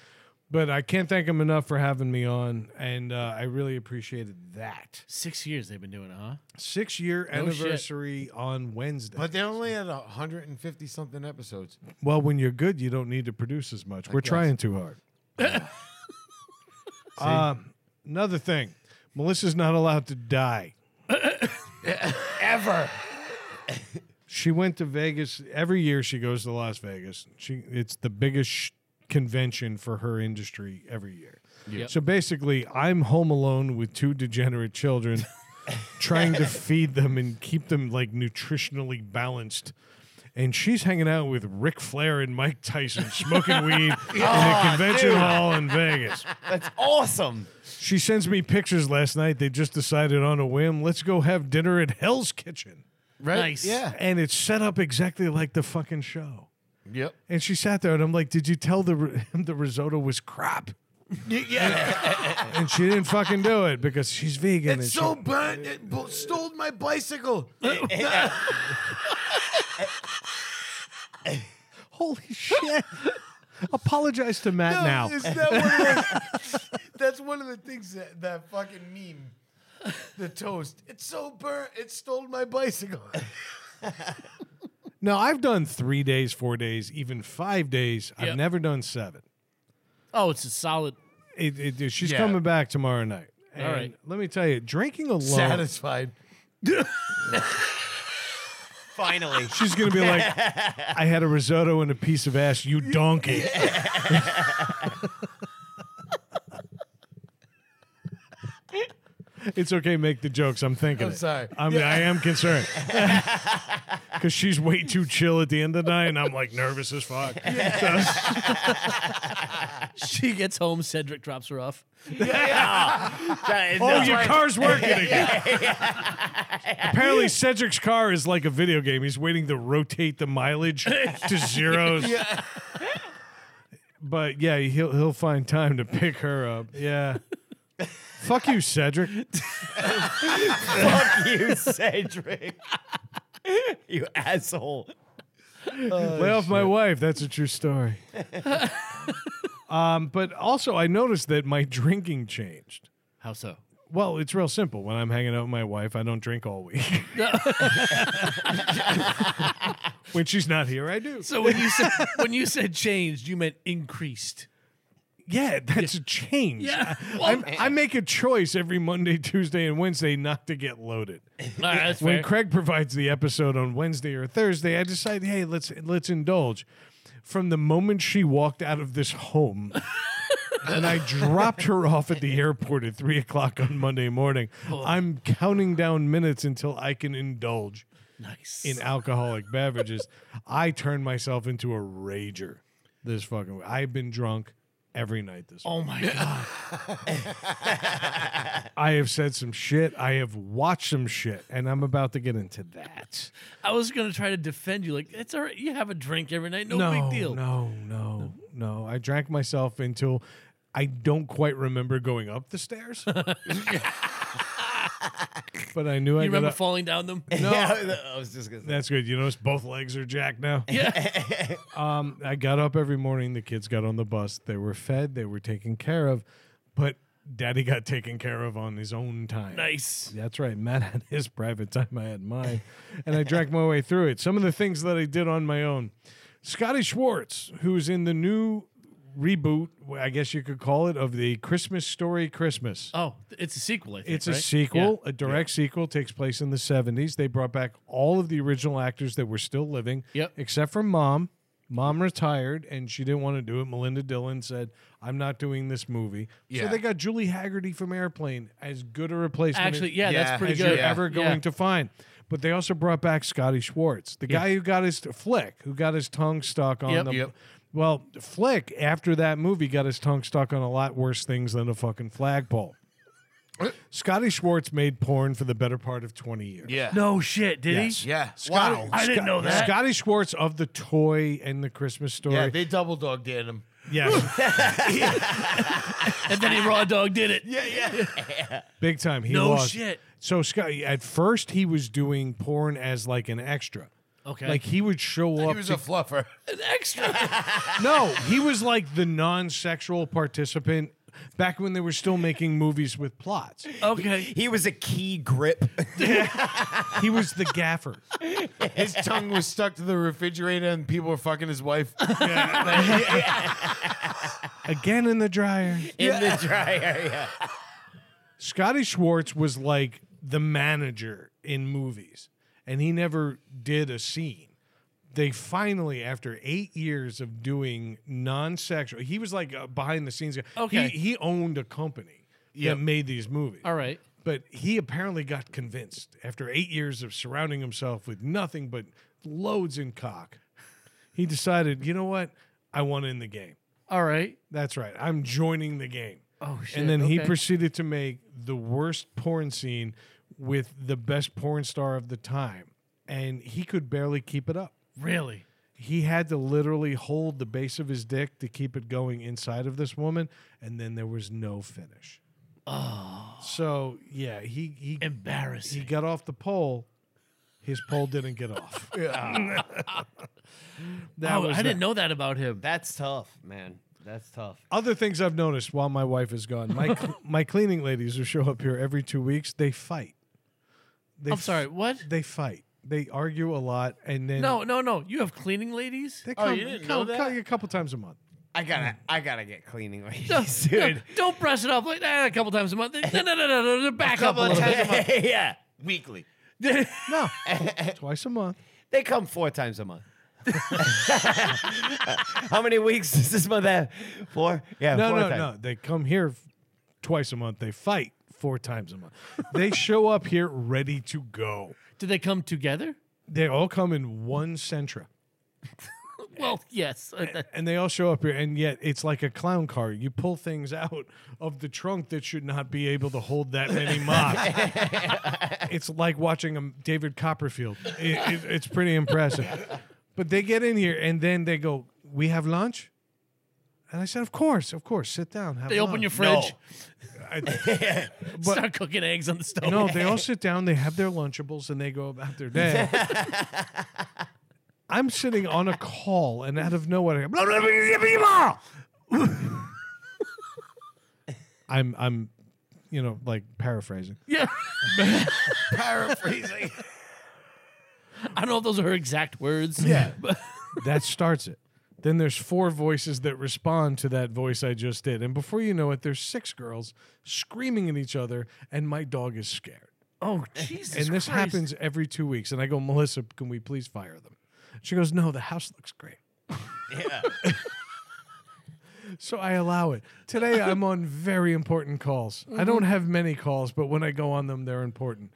Speaker 2: But I can't thank him enough for having me on, and uh, I really appreciated that.
Speaker 3: Six years they've been doing it, huh?
Speaker 2: Six year
Speaker 3: No shit.
Speaker 2: anniversary on Wednesday.
Speaker 4: But they only had hundred and fifty something episodes.
Speaker 2: well, when you're good, you don't need to produce as much. We're
Speaker 4: guess.
Speaker 2: trying too hard. um, another thing, Melissa's not allowed to die.
Speaker 1: Ever.
Speaker 2: she went to Vegas every year. She goes to Las Vegas. She it's the biggest sh- convention for her industry every year.
Speaker 3: Yep.
Speaker 2: So basically, I'm home alone with two degenerate children, trying to feed them and keep them like nutritionally balanced. And she's hanging out with Ric Flair and Mike Tyson smoking weed in a convention hall in Vegas.
Speaker 1: That's awesome.
Speaker 2: She sends me pictures last night. They just decided on a whim, let's go have dinner at Hell's Kitchen.
Speaker 4: Right?
Speaker 3: Nice.
Speaker 4: Yeah.
Speaker 2: And it's set up exactly like the fucking show.
Speaker 4: Yep.
Speaker 2: And she sat there, and I'm like, "Did you tell the ri- him the risotto was crap?" Yeah. and she didn't fucking do it because she's vegan. and
Speaker 4: It's so burnt. It bo- stole my bicycle.
Speaker 2: she- holy shit. Apologize to Matt now.
Speaker 4: Is that one of those- that's one of the things that, that fucking meme. The toast. It's so burnt. It stole my bicycle.
Speaker 2: No, I've done three days, four days, even five days.
Speaker 3: Yep.
Speaker 2: I've never done seven.
Speaker 3: Oh, it's a solid.
Speaker 2: It, it, it- she's
Speaker 4: Yeah.
Speaker 2: coming back tomorrow night. And
Speaker 3: right.
Speaker 2: Let me tell you, drinking alone.
Speaker 4: Satisfied.
Speaker 1: Finally.
Speaker 2: She's gonna be like, "I had a risotto and a piece of ass, you donkey." it's okay. Make the jokes. I'm thinking.
Speaker 4: I'm
Speaker 2: it.
Speaker 4: sorry.
Speaker 2: I mean, I am concerned because she's way too chill at the end of the night, and I'm like nervous as fuck.
Speaker 3: She gets home, Cedric drops her off.
Speaker 1: That-
Speaker 2: oh,
Speaker 1: that's
Speaker 2: your
Speaker 1: why-
Speaker 2: car's working again. Apparently, Cedric's car is like a video game. He's waiting to rotate the mileage to zeros. But yeah, he'll he'll find time to pick her up. Yeah. Fuck you, Cedric.
Speaker 1: Fuck you, Cedric. you asshole.
Speaker 2: Lay off my wife. That's a true story. um, but also, I noticed that my drinking changed.
Speaker 3: How so?
Speaker 2: Well, it's real simple. When I'm hanging out with my wife, I don't drink all week. when she's not here, I do.
Speaker 3: So when you said when you said changed, you meant increased.
Speaker 2: Yeah, that's a change.
Speaker 3: Yeah.
Speaker 2: I'm, I make a choice every Monday, Tuesday, and Wednesday not to get loaded.
Speaker 3: All right, that's
Speaker 2: When
Speaker 3: fair.
Speaker 2: Craig provides the episode on Wednesday or Thursday, I decide, hey, let's let's indulge. From the moment she walked out of this home, and I dropped her off at the airport at three o'clock on Monday morning, I'm counting down minutes until I can indulge
Speaker 3: nice.
Speaker 2: in alcoholic beverages. I turned myself into a rager. This fucking, I've been drunk every night this.
Speaker 3: oh my god.
Speaker 2: I have said some shit. I have watched some shit, and I'm about to get into that.
Speaker 3: I was gonna try to defend you. Like it's all right. You have a drink every night. No, big deal.
Speaker 2: No, no, no. I drank myself until I don't quite remember going up the stairs. but I knew I
Speaker 3: You
Speaker 2: got
Speaker 3: remember
Speaker 2: up.
Speaker 3: falling down them?
Speaker 1: Yeah, I was just gonna say.
Speaker 2: That's good. You notice both legs are jacked now.
Speaker 3: yeah.
Speaker 2: Um, I got up every morning. The kids got on the bus. They were fed. They were taken care of. But daddy got taken care of on his own time.
Speaker 3: Nice.
Speaker 2: That's right. Matt had his private time. I had mine. And I dragged my way through it. Some of the things that I did on my own. Scotty Schwartz, who's in the new reboot, I guess you could call it, of the Christmas Story Christmas.
Speaker 3: Oh, it's a sequel. I think,
Speaker 2: It's a
Speaker 3: right?
Speaker 2: sequel, a direct sequel, takes place in the 70s. They brought back all of the original actors that were still living,
Speaker 3: Yep.
Speaker 2: except for mom. Mom retired and she didn't want to do it. Melinda Dillon said, I'm not doing this movie. So
Speaker 4: Yeah.
Speaker 2: they got Julie Haggerty from Airplane as good a replacement
Speaker 3: Actually, yeah,
Speaker 4: Yeah,
Speaker 3: that's pretty
Speaker 2: as
Speaker 3: good.
Speaker 2: you're ever
Speaker 3: Yeah.
Speaker 2: going to find. But they also brought back Scotty Schwartz, the guy who got his Flick, who got his tongue stuck on
Speaker 3: Yep.
Speaker 2: the.
Speaker 4: Yep.
Speaker 2: Well, Flick after that movie got his tongue stuck on a lot worse things than a fucking flagpole. Scotty Schwartz made porn for the better part of twenty years.
Speaker 4: Yeah.
Speaker 3: No shit, did
Speaker 2: Yes.
Speaker 3: he?
Speaker 4: Yeah.
Speaker 2: Scotty-
Speaker 4: Wow.
Speaker 3: I didn't know
Speaker 2: Scott-
Speaker 3: that.
Speaker 2: Scotty Schwartz of the toy and the Christmas story.
Speaker 4: Yeah, they double dog did him.
Speaker 2: yes,
Speaker 3: And then he raw dog did it. Yeah.
Speaker 2: big time. He
Speaker 3: No
Speaker 2: lost.
Speaker 3: shit.
Speaker 2: So Scotty, at first he was doing porn as like an extra.
Speaker 3: Okay.
Speaker 2: Like he would show up.
Speaker 4: He was
Speaker 2: to
Speaker 4: a fluffer.
Speaker 3: an extra.
Speaker 2: No, he was like the non-sexual participant back when they were still making movies with plots.
Speaker 3: Okay.
Speaker 1: He was a key grip.
Speaker 2: He was the gaffer.
Speaker 4: His tongue was stuck to the refrigerator, and people were fucking his wife.
Speaker 2: Again in the dryer.
Speaker 1: in the dryer. Yeah.
Speaker 2: Scotty Schwartz was like the manager in movies, and he never did a scene. They finally, after eight years of doing non-sexual, he was like a behind the scenes guy.
Speaker 3: Okay.
Speaker 2: he, he owned a company
Speaker 4: Yep.
Speaker 2: that made these movies.
Speaker 3: All right.
Speaker 2: But he apparently got convinced after eight years of surrounding himself with nothing but loads in cock. He decided, you know what? I want in the game.
Speaker 3: All right.
Speaker 2: That's right. I'm joining the game.
Speaker 3: Oh shit.
Speaker 2: and then he
Speaker 3: okay.
Speaker 2: proceeded to make the worst porn scene with the best porn star of the time. And he could barely keep it up.
Speaker 3: really.
Speaker 2: He had to literally hold the base of his dick to keep it going inside of this woman. And then there was no finish.
Speaker 3: Ah.
Speaker 2: Oh. So, yeah, he, he he
Speaker 3: Embarrassing.
Speaker 2: got off the pole. His pole didn't get off. that
Speaker 3: Oh,
Speaker 2: was
Speaker 3: I didn't
Speaker 2: that.
Speaker 3: know that about him.
Speaker 1: That's tough, man. That's tough.
Speaker 2: Other things I've noticed while my wife is gone, my cl- my cleaning ladies who show up here every two weeks, they fight. They
Speaker 3: I'm
Speaker 2: f-
Speaker 3: sorry. What?
Speaker 2: They fight. They argue a lot, and then
Speaker 3: No, no, no. You have cleaning ladies?
Speaker 2: They
Speaker 4: Oh,
Speaker 2: come,
Speaker 4: you didn't
Speaker 2: come-
Speaker 4: know
Speaker 2: come
Speaker 4: that?
Speaker 2: a couple times a month.
Speaker 1: I gotta, I gotta get cleaning
Speaker 3: No,
Speaker 1: ladies,
Speaker 3: no,
Speaker 1: dude.
Speaker 3: don't brush it off like that a couple times a month. No, no, no, no, no. no, Back up a
Speaker 4: couple of
Speaker 3: little bit.
Speaker 1: yeah,
Speaker 4: Weekly.
Speaker 2: No, twice a month.
Speaker 1: they come four times a month. How many weeks does this month have? Four? Yeah,
Speaker 2: No,
Speaker 1: four
Speaker 2: no,
Speaker 1: times.
Speaker 2: no. They come here f- twice a month. They fight four times a month. they show up here ready to go.
Speaker 3: Did they come together?
Speaker 2: They all come in one Sentra.
Speaker 3: Well, yes. Uh, that-
Speaker 2: and they all show up here, and yet it's like a clown car. You pull things out of the trunk that should not be able to hold that many mops. it's like watching a David Copperfield. It, it, it's pretty impressive. But they get in here, and then they go, "We have lunch." And I said, "Of course, of course. Sit down. Have
Speaker 3: They open your
Speaker 2: lunch."
Speaker 3: fridge,
Speaker 2: No. But
Speaker 3: start cooking eggs on the stove.
Speaker 2: no, they all sit down, they have their Lunchables, and they go about their day. I'm sitting on a call, and out of nowhere, I go, I'm, I'm, you know, like paraphrasing.
Speaker 3: Yeah.
Speaker 4: Paraphrasing.
Speaker 3: I don't know if those are her exact words. but-
Speaker 2: That starts it. Then there's four voices that respond to that voice I just did, and before you know it, there's six girls screaming at each other, and my dog is scared.
Speaker 3: oh, Jesus.
Speaker 2: and this
Speaker 3: Christ.
Speaker 2: happens every two weeks. And I go, Melissa, can we please fire them? She goes, No, the house looks great. Yeah. so I allow it. Today I'm on very important calls. I don't have many calls, but when I go on them, they're important.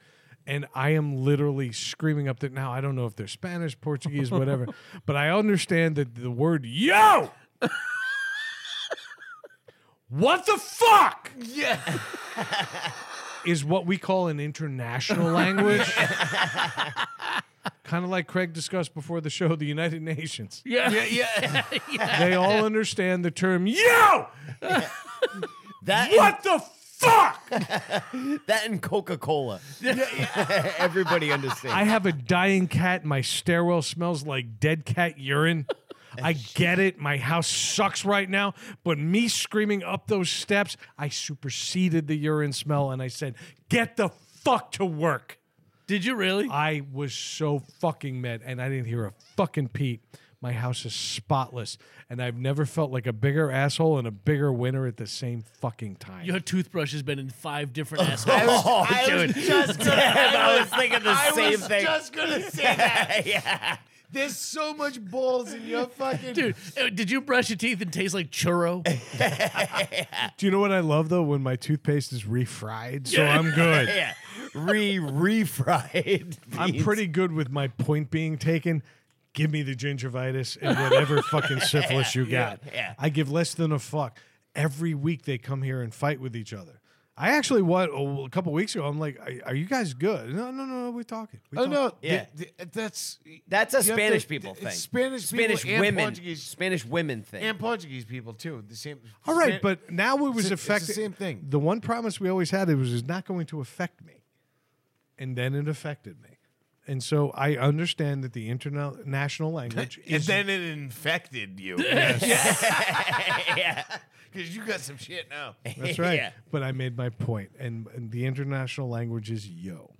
Speaker 2: And I am literally screaming up that now. I don't know if they're Spanish, Portuguese, whatever, but I understand that the word yo. what the fuck?
Speaker 4: yeah.
Speaker 2: is what we call an international language. Kind of like Craig discussed before the show, the United Nations.
Speaker 3: Yeah. Yeah.
Speaker 2: They all understand the term yo.
Speaker 1: That and-
Speaker 2: What the fuck?
Speaker 1: that and Coca Cola. Everybody understands.
Speaker 2: I have a dying cat. My stairwell smells like dead cat urine. I get it. My house sucks right now. But me screaming up those steps, I superseded the urine smell and I said, get the fuck to work.
Speaker 3: Did you really?
Speaker 2: I was so fucking mad and I didn't hear a fucking peep. My house is spotless and I've never felt like a bigger asshole and a bigger winner at the same fucking time.
Speaker 3: Your toothbrush has been in five different
Speaker 1: I
Speaker 3: assholes.
Speaker 1: was, I was just gonna, Oh, I was, thinking the
Speaker 4: I
Speaker 1: same
Speaker 4: was
Speaker 1: thing.
Speaker 4: just gonna say that.
Speaker 1: yeah.
Speaker 4: There's so much balls in your fucking.
Speaker 3: Dude, uh, did you brush your teeth and taste like churro?
Speaker 2: Do you know what I love though? When my toothpaste is refried, so I'm good.
Speaker 1: Yeah. Re refried.
Speaker 2: I'm
Speaker 1: beans.
Speaker 2: pretty good with my point being taken. Give me the gingivitis and whatever fucking syphilis you got.
Speaker 1: yeah.
Speaker 2: I give less than a fuck. Every week they come here and fight with each other. I actually what oh, a couple weeks ago I'm like, are, are you guys good? No, no, no, no. We're talking. We
Speaker 4: Oh
Speaker 2: talk.
Speaker 4: no!
Speaker 1: Yeah.
Speaker 4: th- th- that's
Speaker 1: That's a
Speaker 4: you have
Speaker 1: Spanish
Speaker 4: to-
Speaker 1: people
Speaker 4: it's
Speaker 1: thing.
Speaker 4: Spanish,
Speaker 1: Spanish
Speaker 4: people
Speaker 1: women.
Speaker 4: and Portuguese
Speaker 1: Spanish women thing.
Speaker 4: and Portuguese people too. The same.
Speaker 2: All right,
Speaker 4: Span-
Speaker 2: but now it was
Speaker 4: it's the
Speaker 2: affecting
Speaker 4: same thing.
Speaker 2: The one promise we always had it was it's not going to affect me, and then it affected me, and so I understand that the international language
Speaker 4: and
Speaker 2: is
Speaker 4: then it infected you because you got some shit now.
Speaker 2: That's right.
Speaker 1: Yeah.
Speaker 2: But I made my point, and, and the international language is yo.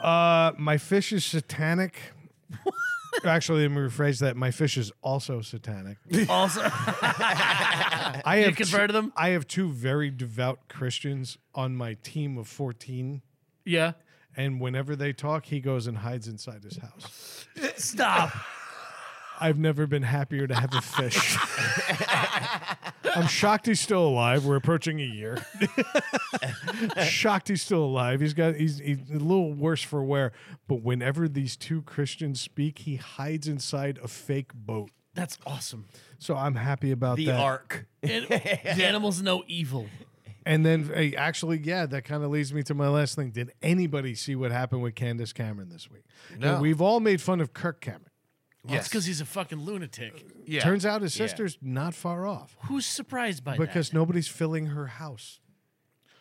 Speaker 2: uh, my fish is satanic. Actually, let me rephrase that. My fish is also satanic.
Speaker 3: also,
Speaker 2: I have
Speaker 3: converted
Speaker 2: two,
Speaker 3: them?
Speaker 2: I have two very devout Christians on my team of fourteen,
Speaker 3: yeah.
Speaker 2: and whenever they talk, he goes and hides inside his house.
Speaker 3: Stop.
Speaker 2: I've never been happier to have a fish. I'm shocked he's still alive. We're approaching a year. shocked he's still alive. He's got he's, he's a little worse for wear. But whenever these two Christians speak, he hides inside a fake boat.
Speaker 3: That's awesome.
Speaker 2: So I'm happy about
Speaker 1: the
Speaker 2: that.
Speaker 1: arc.
Speaker 3: An- Animals know evil.
Speaker 2: And then eh, actually, yeah, that kind of leads me to my last thing. Did anybody see what happened with Candace Cameron this week? Now,
Speaker 4: No.
Speaker 2: we've all made fun of Kirk Cameron.
Speaker 3: Well, It's because he's a fucking lunatic.
Speaker 4: Yeah.
Speaker 2: Turns out his sister's not far off.
Speaker 3: Who's surprised by
Speaker 2: Because nobody's filling her house.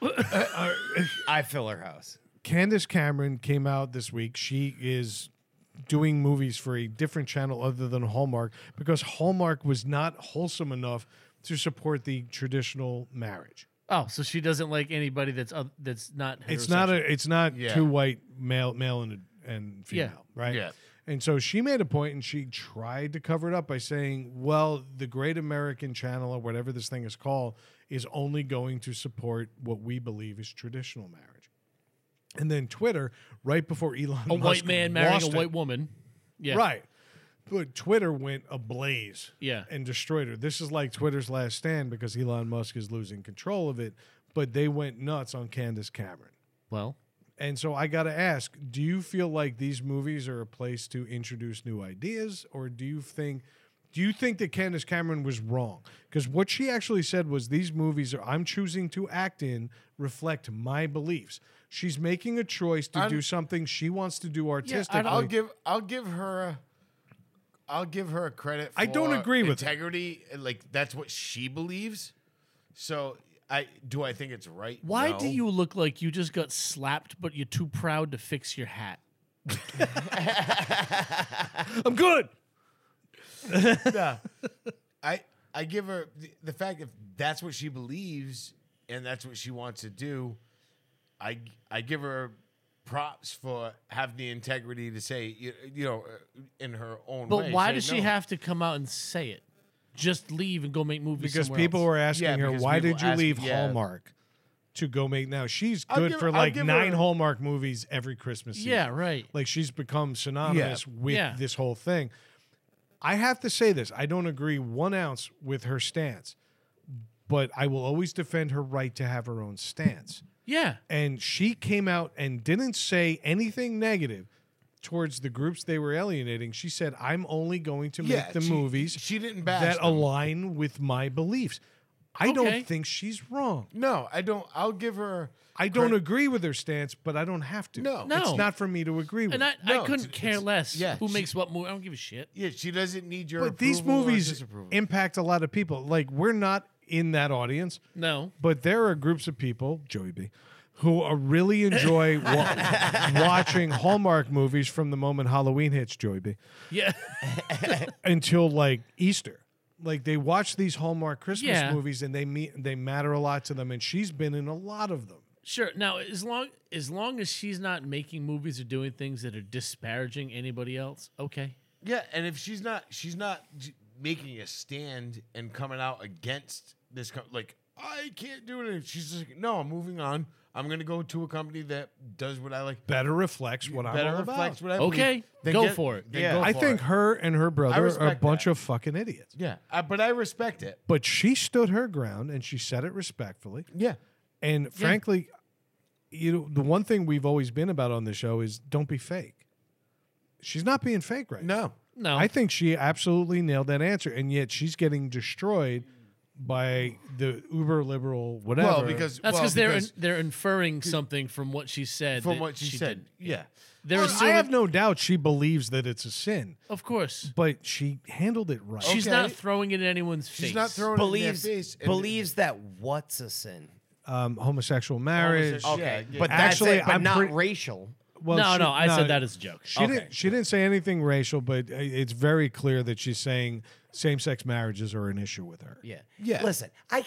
Speaker 1: I fill her house.
Speaker 2: Candace Cameron came out this week. She is doing movies for a different channel other than Hallmark because Hallmark was not wholesome enough to support the traditional marriage.
Speaker 3: that? Oh, so she doesn't like anybody that's oth- that's not.
Speaker 2: It's not
Speaker 3: heterosexual.
Speaker 2: a it's not
Speaker 4: Yeah.
Speaker 2: two white male male and and female,
Speaker 3: Yeah.
Speaker 2: right?
Speaker 4: Yeah.
Speaker 2: And so she made a point and she tried to cover it up by saying, well, the Great American Channel or whatever this thing is called is only going to support what we believe is traditional marriage. And then Twitter, right before Elon
Speaker 3: a white
Speaker 2: Musk
Speaker 3: man marrying
Speaker 2: lost
Speaker 3: a
Speaker 2: it-
Speaker 3: white woman. Yeah.
Speaker 2: Right. But Twitter went ablaze
Speaker 3: Yeah.
Speaker 2: and destroyed her. This is like Twitter's last stand because Elon Musk is losing control of it, but they went nuts on Candace Cameron.
Speaker 3: Well,
Speaker 2: And so I got to ask, do you feel like these movies are a place to introduce new ideas or do you think do you think that Candace Cameron was wrong? Cuz what she actually said was these movies are I'm choosing to act in reflect my beliefs. She's making a choice to do something she wants to do artistically.
Speaker 4: I'll give I'll give her a, I'll give her a credit. For
Speaker 2: I don't agree with it.
Speaker 4: integrity. and, Like that's what she believes. So I do. I think it's right.
Speaker 3: why
Speaker 4: No.
Speaker 3: do you look like you just got slapped, but you're too proud to fix your hat?
Speaker 2: I'm good.
Speaker 4: I I give her the, the fact if that's what she believes and that's what she wants to do. I I give her props for having the integrity to say you, you know uh, in her own
Speaker 3: But
Speaker 4: way.
Speaker 3: why
Speaker 4: say
Speaker 3: does she
Speaker 4: no.
Speaker 3: have to come out and say it? Just leave and go make movies.
Speaker 2: because
Speaker 3: somewhere
Speaker 2: people
Speaker 3: else.
Speaker 2: were asking
Speaker 4: Yeah,
Speaker 2: her
Speaker 4: because
Speaker 2: why
Speaker 4: people
Speaker 2: did you
Speaker 4: ask-
Speaker 2: leave
Speaker 4: yeah.
Speaker 2: hallmark to go make now she's
Speaker 4: I'll
Speaker 2: good
Speaker 4: give-
Speaker 2: for
Speaker 4: I'll
Speaker 2: like
Speaker 4: give
Speaker 2: nine
Speaker 4: her-
Speaker 2: hallmark movies every christmas season.
Speaker 3: Yeah. Right.
Speaker 2: like she's become synonymous with
Speaker 3: Yeah.
Speaker 2: this whole thing i have to say this i don't agree one ounce with her stance but i will always defend her right to have her own stance
Speaker 3: Yeah.
Speaker 2: and she came out and didn't say anything negative towards the groups they were alienating she said i'm only going to make
Speaker 4: Yeah,
Speaker 2: the
Speaker 4: she-
Speaker 2: movies
Speaker 4: She didn't bash
Speaker 2: that
Speaker 4: them.
Speaker 2: align with my beliefs. I
Speaker 3: Okay.
Speaker 2: don't think she's wrong.
Speaker 4: No, I don't. I'll give her.
Speaker 2: I don't agree with her stance, but I don't have to.
Speaker 4: No.
Speaker 3: No.
Speaker 2: It's not for me to agree with.
Speaker 3: And I,
Speaker 4: No,
Speaker 3: I couldn't
Speaker 4: it's-
Speaker 3: care
Speaker 4: it's-
Speaker 3: less
Speaker 4: yeah,
Speaker 3: who
Speaker 4: she-
Speaker 3: makes what movie. I don't give a shit.
Speaker 4: Yeah, she doesn't need your.
Speaker 2: but these
Speaker 4: approval or
Speaker 2: movies
Speaker 4: disapproval.
Speaker 2: impact a lot of people. Like, we're not in that audience.
Speaker 3: No.
Speaker 2: But there are groups of people, Joey B, who are really enjoy wa- watching Hallmark movies from the moment Halloween hits, Joey B,
Speaker 3: Yeah.
Speaker 2: until like Easter. Like they watch these Hallmark Christmas
Speaker 3: Yeah.
Speaker 2: movies and they meet, they matter a lot to them, and she's been in a lot of them.
Speaker 3: sure. Now, as long as long as she's not making movies or doing things that are disparaging anybody else, okay.
Speaker 4: Yeah, and if she's not, she's not j- making a stand and coming out against this. Co- like I can't do it. And she's just like, no, I'm moving on. I'm gonna go to a company that does what I like.
Speaker 2: Better reflects what
Speaker 4: better
Speaker 2: I'm all
Speaker 4: reflects
Speaker 2: about.
Speaker 4: what I
Speaker 3: Okay,
Speaker 4: believe, then
Speaker 3: go
Speaker 4: get-
Speaker 3: for it.
Speaker 4: then
Speaker 1: Yeah.
Speaker 4: go
Speaker 2: I
Speaker 4: for
Speaker 2: think
Speaker 4: it.
Speaker 2: her and her brother are a
Speaker 4: respect
Speaker 2: bunch
Speaker 4: that.
Speaker 2: of fucking idiots.
Speaker 4: Yeah, I, but I respect it.
Speaker 2: But she stood her ground and she said it respectfully.
Speaker 4: Yeah,
Speaker 2: And frankly, you know, the one thing we've always been about on the show is don't be fake. She's not being fake right
Speaker 4: no,
Speaker 3: No.
Speaker 2: I think she absolutely nailed that answer, and yet she's getting destroyed by the uber liberal whatever.
Speaker 4: well because
Speaker 3: that's
Speaker 4: well,
Speaker 3: cause they're
Speaker 4: because
Speaker 3: they're inferring something from what she said.
Speaker 4: from
Speaker 3: that
Speaker 4: what she, said.
Speaker 3: did.
Speaker 4: Yeah,
Speaker 3: They're
Speaker 2: I
Speaker 3: assuming,
Speaker 2: have no doubt she believes that it's a sin,
Speaker 3: of course.
Speaker 2: but she handled it right.
Speaker 3: She's
Speaker 4: Okay.
Speaker 3: not throwing it in anyone's face.
Speaker 4: she's not throwing
Speaker 1: believes
Speaker 4: it in their face. and-
Speaker 1: believes that what's a sin.
Speaker 2: um, homosexual marriage.
Speaker 4: Homosexual-
Speaker 1: Okay,
Speaker 4: yeah.
Speaker 1: but
Speaker 2: Actually,
Speaker 1: that's it, but
Speaker 2: I'm
Speaker 1: not
Speaker 2: pretty-
Speaker 1: racial.
Speaker 2: Well,
Speaker 3: no,
Speaker 2: she-
Speaker 3: no, I said that as a joke.
Speaker 2: She didn't. She didn't say anything racial, but i- it's very clear that she's saying same-sex marriages are an issue with her.
Speaker 1: Yeah.
Speaker 4: Yeah.
Speaker 1: Listen, I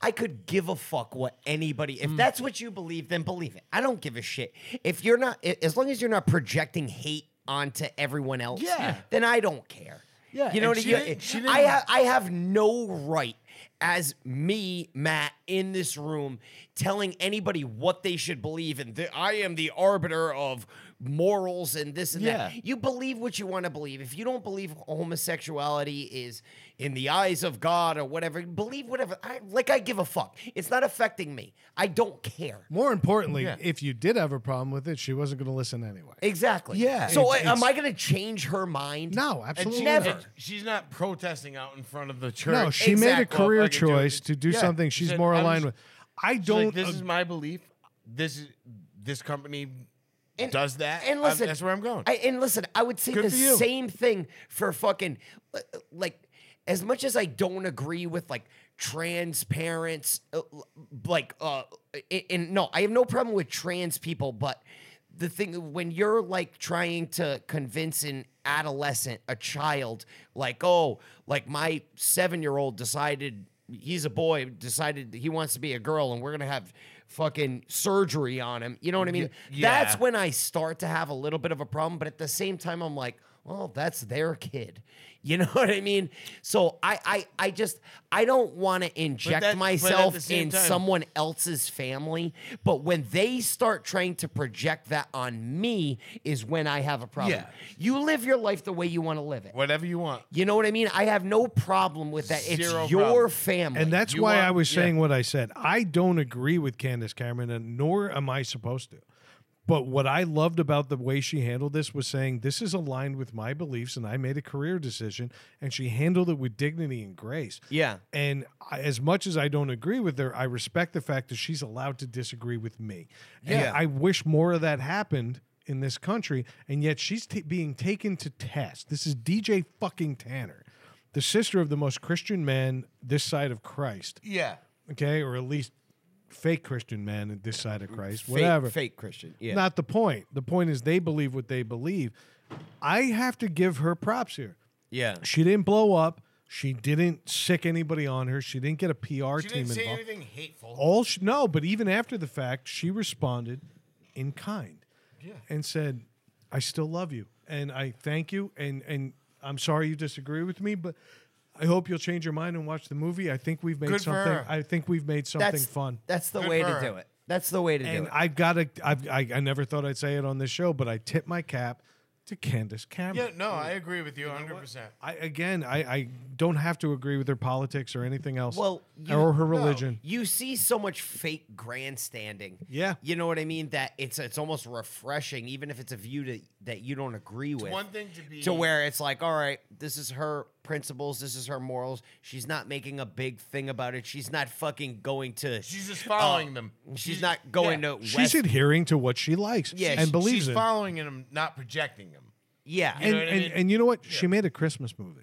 Speaker 1: I could give a fuck what anybody
Speaker 4: Mm.
Speaker 1: if that's what you believe, then believe it. I don't give a shit. If you're not a- as long as you're not projecting hate onto everyone else,
Speaker 4: Yeah.
Speaker 1: then I don't care.
Speaker 4: Yeah,
Speaker 1: You know
Speaker 4: and
Speaker 1: what I
Speaker 4: she
Speaker 1: mean?
Speaker 4: didn't- she
Speaker 1: I
Speaker 4: didn't-
Speaker 1: have I have no right as me, Matt, in this room, telling anybody what they should believe, and th- I am the arbiter of morals and this and
Speaker 4: Yeah.
Speaker 1: that. You believe what you want to believe. If you don't believe homosexuality is in the eyes of God or whatever, believe whatever. I, like I give a fuck. It's not affecting me. I don't care.
Speaker 2: More importantly,
Speaker 4: Yeah.
Speaker 2: if you did have a problem with it, she wasn't going to listen anyway.
Speaker 1: Exactly.
Speaker 4: Yeah.
Speaker 1: So
Speaker 2: It's-
Speaker 1: I- am
Speaker 2: it's-
Speaker 1: I going to change her mind?
Speaker 2: No,
Speaker 4: And
Speaker 2: absolutely
Speaker 4: she,
Speaker 1: Never.
Speaker 2: not.
Speaker 4: and she's not protesting out in front of the church.
Speaker 2: No, she made a
Speaker 1: Exactly.
Speaker 2: career
Speaker 4: Like a dude.
Speaker 2: choice to do
Speaker 4: Yeah.
Speaker 2: something
Speaker 4: She
Speaker 2: she's
Speaker 4: said,
Speaker 2: more
Speaker 4: I'm
Speaker 2: aligned
Speaker 4: just-
Speaker 2: with. I
Speaker 4: She's like,
Speaker 2: don't.
Speaker 4: this
Speaker 2: ag-
Speaker 4: is my belief. This is this company
Speaker 1: And-
Speaker 4: does that.
Speaker 1: And
Speaker 4: I'm-
Speaker 1: listen,
Speaker 4: that's where I'm going.
Speaker 1: I, and listen, I would say
Speaker 4: Good
Speaker 1: the
Speaker 4: for you.
Speaker 1: same thing for fucking uh, like as much as I don't agree with like trans parents, uh, l- like uh, and, and no, I have no problem with trans people, but the thing when you're like trying to convince an adolescent, a child, like oh, like my seven year old decided he's a boy, decided he wants to be a girl, and we're gonna have fucking surgery on him. You know what I mean? That's
Speaker 4: yeah.
Speaker 1: when I start to have a little bit of a problem, but at the same time, I'm like, well, that's their kid. You know what I mean? So I, I, I just, I don't want to inject
Speaker 4: that- but at the
Speaker 1: myself
Speaker 4: same
Speaker 1: in
Speaker 4: time-
Speaker 1: someone else's family. But when they start trying to project that on me, is when I have a problem.
Speaker 4: Yeah.
Speaker 1: You live your life the way you want to live it.
Speaker 4: Whatever you want.
Speaker 1: You know what I mean? I have no problem with that. It's
Speaker 4: Zero
Speaker 1: your
Speaker 4: problem.
Speaker 1: family.
Speaker 2: and that's
Speaker 4: you
Speaker 2: why
Speaker 4: want-
Speaker 2: I was
Speaker 4: yeah.
Speaker 2: saying what I said. I don't agree with Candace Cameron, and nor am I supposed to. But what I loved about the way she handled this was saying, This is aligned with my beliefs, and I made a career decision. And she handled it with dignity and grace.
Speaker 1: Yeah.
Speaker 2: And I, as much as I don't agree with her, I respect the fact that she's allowed to disagree with me. And
Speaker 1: Yeah.
Speaker 2: I wish more of that happened in this country. And yet she's t- being taken to task. This is DJ fucking Tanner, the sister of the most Christian man this side of Christ.
Speaker 4: Yeah.
Speaker 2: Okay. Or at least fake Christian man this side of Christ.
Speaker 1: Mm, Fake-
Speaker 2: whatever.
Speaker 1: fake Christian. Yeah.
Speaker 2: Not the point. The point is they believe what they believe. I have to give her props here.
Speaker 1: yeah.
Speaker 2: She didn't blow up. She didn't sick anybody on her. She didn't get a PR
Speaker 4: She
Speaker 2: team
Speaker 4: didn't say
Speaker 2: involved.
Speaker 4: anything hateful.
Speaker 2: All she, no, but even after the fact, she responded in kind. Yeah. And said, "I still love you, and I thank you, and and I'm sorry you disagree with me, but I hope you'll change your mind and watch the movie. I think we've made
Speaker 4: Good for
Speaker 2: something.
Speaker 4: her.
Speaker 2: I think we've made something fun.
Speaker 1: That's the
Speaker 4: Good
Speaker 1: way
Speaker 4: for
Speaker 1: to
Speaker 4: her.
Speaker 1: do it. That's the way to do
Speaker 2: And
Speaker 1: it.
Speaker 2: I've got to. I've, I I never thought I'd say it on this show, but I tip my cap to Candace Cameron.
Speaker 4: Yeah, no, I agree with you 100%.
Speaker 2: I again, I, I don't have to agree with her politics or anything else.
Speaker 1: Well, you-
Speaker 2: or her religion.
Speaker 1: you see so much fake grandstanding.
Speaker 2: Yeah.
Speaker 1: You know what I mean? That it's it's almost refreshing, even if it's a view to, that you don't agree with.
Speaker 4: one thing to be-
Speaker 1: to where it's like, all right, this is her principles. This is her morals. She's not making a big thing about it. She's not fucking going to. uh,
Speaker 4: She's just following them.
Speaker 1: Oh, She's not going
Speaker 4: yeah.
Speaker 1: to.
Speaker 2: She's
Speaker 1: West,
Speaker 2: adhering to what she likes
Speaker 1: Yeah,
Speaker 2: and
Speaker 1: she-
Speaker 2: believes
Speaker 4: She's
Speaker 2: in.
Speaker 4: following them, not projecting them.
Speaker 1: yeah.
Speaker 2: and,
Speaker 4: know what I
Speaker 2: and,
Speaker 4: mean?
Speaker 2: and you know what? She made a Christmas movie.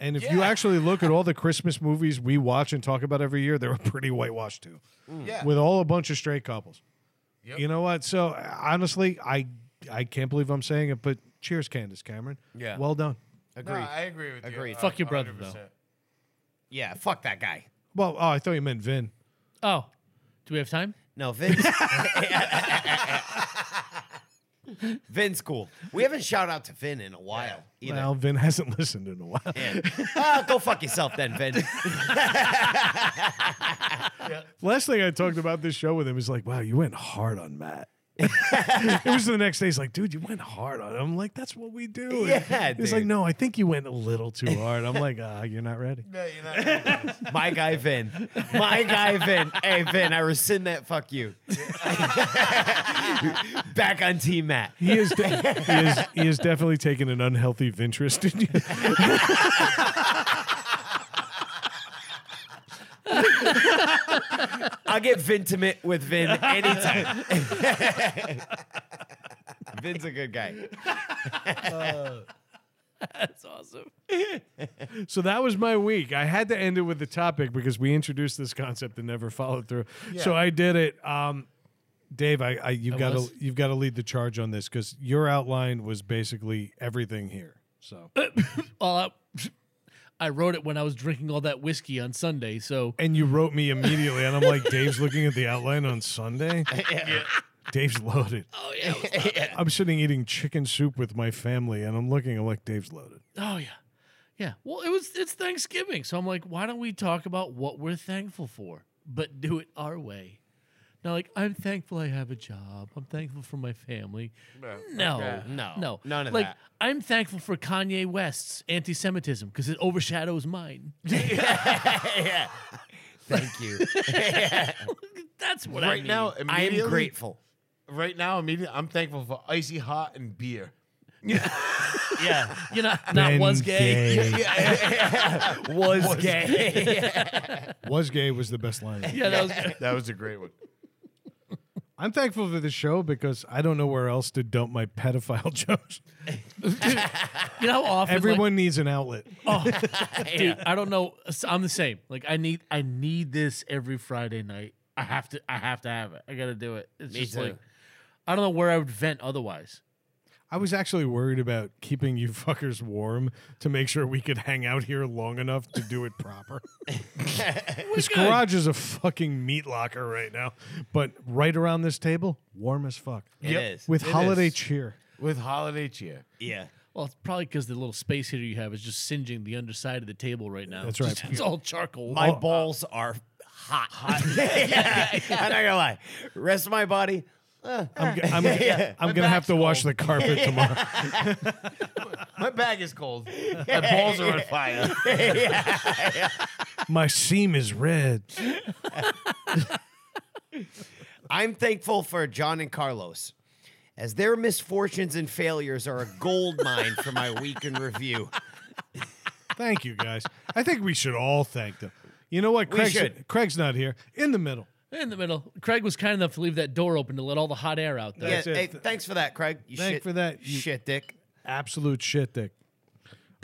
Speaker 2: And if you
Speaker 4: Yeah.
Speaker 2: actually look at all the Christmas movies we watch and talk about every year, they're pretty whitewashed too,
Speaker 4: Yeah.
Speaker 2: with all a bunch of straight couples.
Speaker 4: Mm. Yep.
Speaker 2: You know what? So honestly, I I can't believe I'm saying it, but cheers, Candace Cameron.
Speaker 1: Yeah.
Speaker 2: Well done.
Speaker 4: no,
Speaker 1: agreed.
Speaker 4: I agree with you.
Speaker 1: Agreed.
Speaker 4: uh,
Speaker 3: Fuck your brother, though.
Speaker 4: 100%.
Speaker 1: yeah. Fuck that guy.
Speaker 2: Well, oh, I thought you meant Vin.
Speaker 3: Oh, do we have time?
Speaker 1: No, Vince. Vin's cool. We haven't shout out to Vin in a while either.
Speaker 2: Well, Vin hasn't listened in a while.
Speaker 1: Ah, go fuck yourself then, Vin.
Speaker 2: Last thing I talked about this show with him is like, wow, you went hard on Matt. it was the next day. He's like, dude, you went hard on him. I'm like, that's what we do. And
Speaker 1: Yeah,
Speaker 2: he's like,
Speaker 1: dude.
Speaker 2: no, I think you went a little too hard. I'm like, ah, you're not ready.
Speaker 4: No, you're not.
Speaker 1: My guy Vin. My guy Vin. Hey Vin, I rescind that fuck you. Back on team Matt.
Speaker 2: He is, de- he is, he is definitely taking an unhealthy interest in you.
Speaker 1: I'll get Vintimate with Vin anytime. Vin's a good guy.
Speaker 3: That's awesome.
Speaker 2: So that was my week. I had to end it with the topic because we introduced this concept and never followed through. So I did it. Um, Dave, I, I you've got to
Speaker 3: was?
Speaker 2: you've got to lead the charge on this because your outline was basically everything here. So
Speaker 3: All up. I wrote it when I was drinking all that whiskey on Sunday, so
Speaker 2: and you wrote me immediately, and I'm like, Dave's looking at the outline on Sunday. Dave's loaded. Oh yeah, I'm sitting eating chicken soup with my family, and I'm looking. I'm like, Dave's loaded.
Speaker 3: oh yeah, yeah. Well, it was it's Thanksgiving, so I'm like, why don't we talk about what we're thankful for, but do it our way? Now, like, I'm thankful I have a job. I'm thankful for my family. No, no,
Speaker 1: No.
Speaker 3: no,
Speaker 1: None of
Speaker 3: like,
Speaker 1: that.
Speaker 3: I'm thankful for Kanye West's anti-Semitism because it overshadows mine.
Speaker 1: yeah. Thank you.
Speaker 3: That's what I
Speaker 4: right
Speaker 3: mean.
Speaker 4: now,
Speaker 1: I
Speaker 4: immediately,
Speaker 1: am grateful.
Speaker 4: Right now, immediately, I'm thankful for icy hot and beer.
Speaker 1: Yeah.
Speaker 3: you know, not was gay.
Speaker 1: Was, gay.
Speaker 2: was gay was the best line.
Speaker 3: Yeah, that was good.
Speaker 4: That was a great one.
Speaker 2: I'm thankful for the show because I don't know where else to dump my pedophile jokes.
Speaker 3: You know how often like-
Speaker 2: Everyone needs an outlet.
Speaker 3: Oh, dude, I don't know. S- I'm the same. Like I need I need this every Friday night. I have to I have to have it. I gotta do it. It's
Speaker 1: Me
Speaker 3: just
Speaker 1: too.
Speaker 3: like I don't know where I would vent otherwise.
Speaker 2: I was actually worried about keeping you fuckers warm to make sure we could hang out here long enough to do it proper. this garage is a fucking meat locker right now, but right around this table, warm as fuck.
Speaker 1: It Yep. is.
Speaker 2: With
Speaker 1: It
Speaker 2: holiday
Speaker 1: is.
Speaker 2: cheer.
Speaker 4: With holiday cheer.
Speaker 1: yeah.
Speaker 3: Well, it's probably because the little space heater you have is just singeing the underside of the table right now.
Speaker 2: That's
Speaker 3: It's just-
Speaker 2: right.
Speaker 3: it's all charcoal.
Speaker 1: My balls are hot. Oh, uh, Hot. I'm not gonna lie. Rest of my body.
Speaker 2: I'm, g- I'm, I'm gonna have
Speaker 4: back's
Speaker 2: to wash the carpet tomorrow.
Speaker 4: My bag is cold. My balls are on fire.
Speaker 2: My seam is red.
Speaker 1: I'm thankful for John and Carlos, as their misfortunes and failures are a gold mine for my week in review.
Speaker 2: Thank you guys. I think we should all thank them. You know what?
Speaker 1: We
Speaker 2: Craig's,
Speaker 1: should.
Speaker 2: Craig's not here. In the middle.
Speaker 3: In the middle. Craig was kind enough to leave that door open to let all the hot air out there.
Speaker 1: Yeah,
Speaker 2: That's it.
Speaker 1: hey, thanks for that, Craig. You
Speaker 2: Thank
Speaker 1: shit,
Speaker 2: for that, you-
Speaker 1: shit dick.
Speaker 2: absolute shit dick.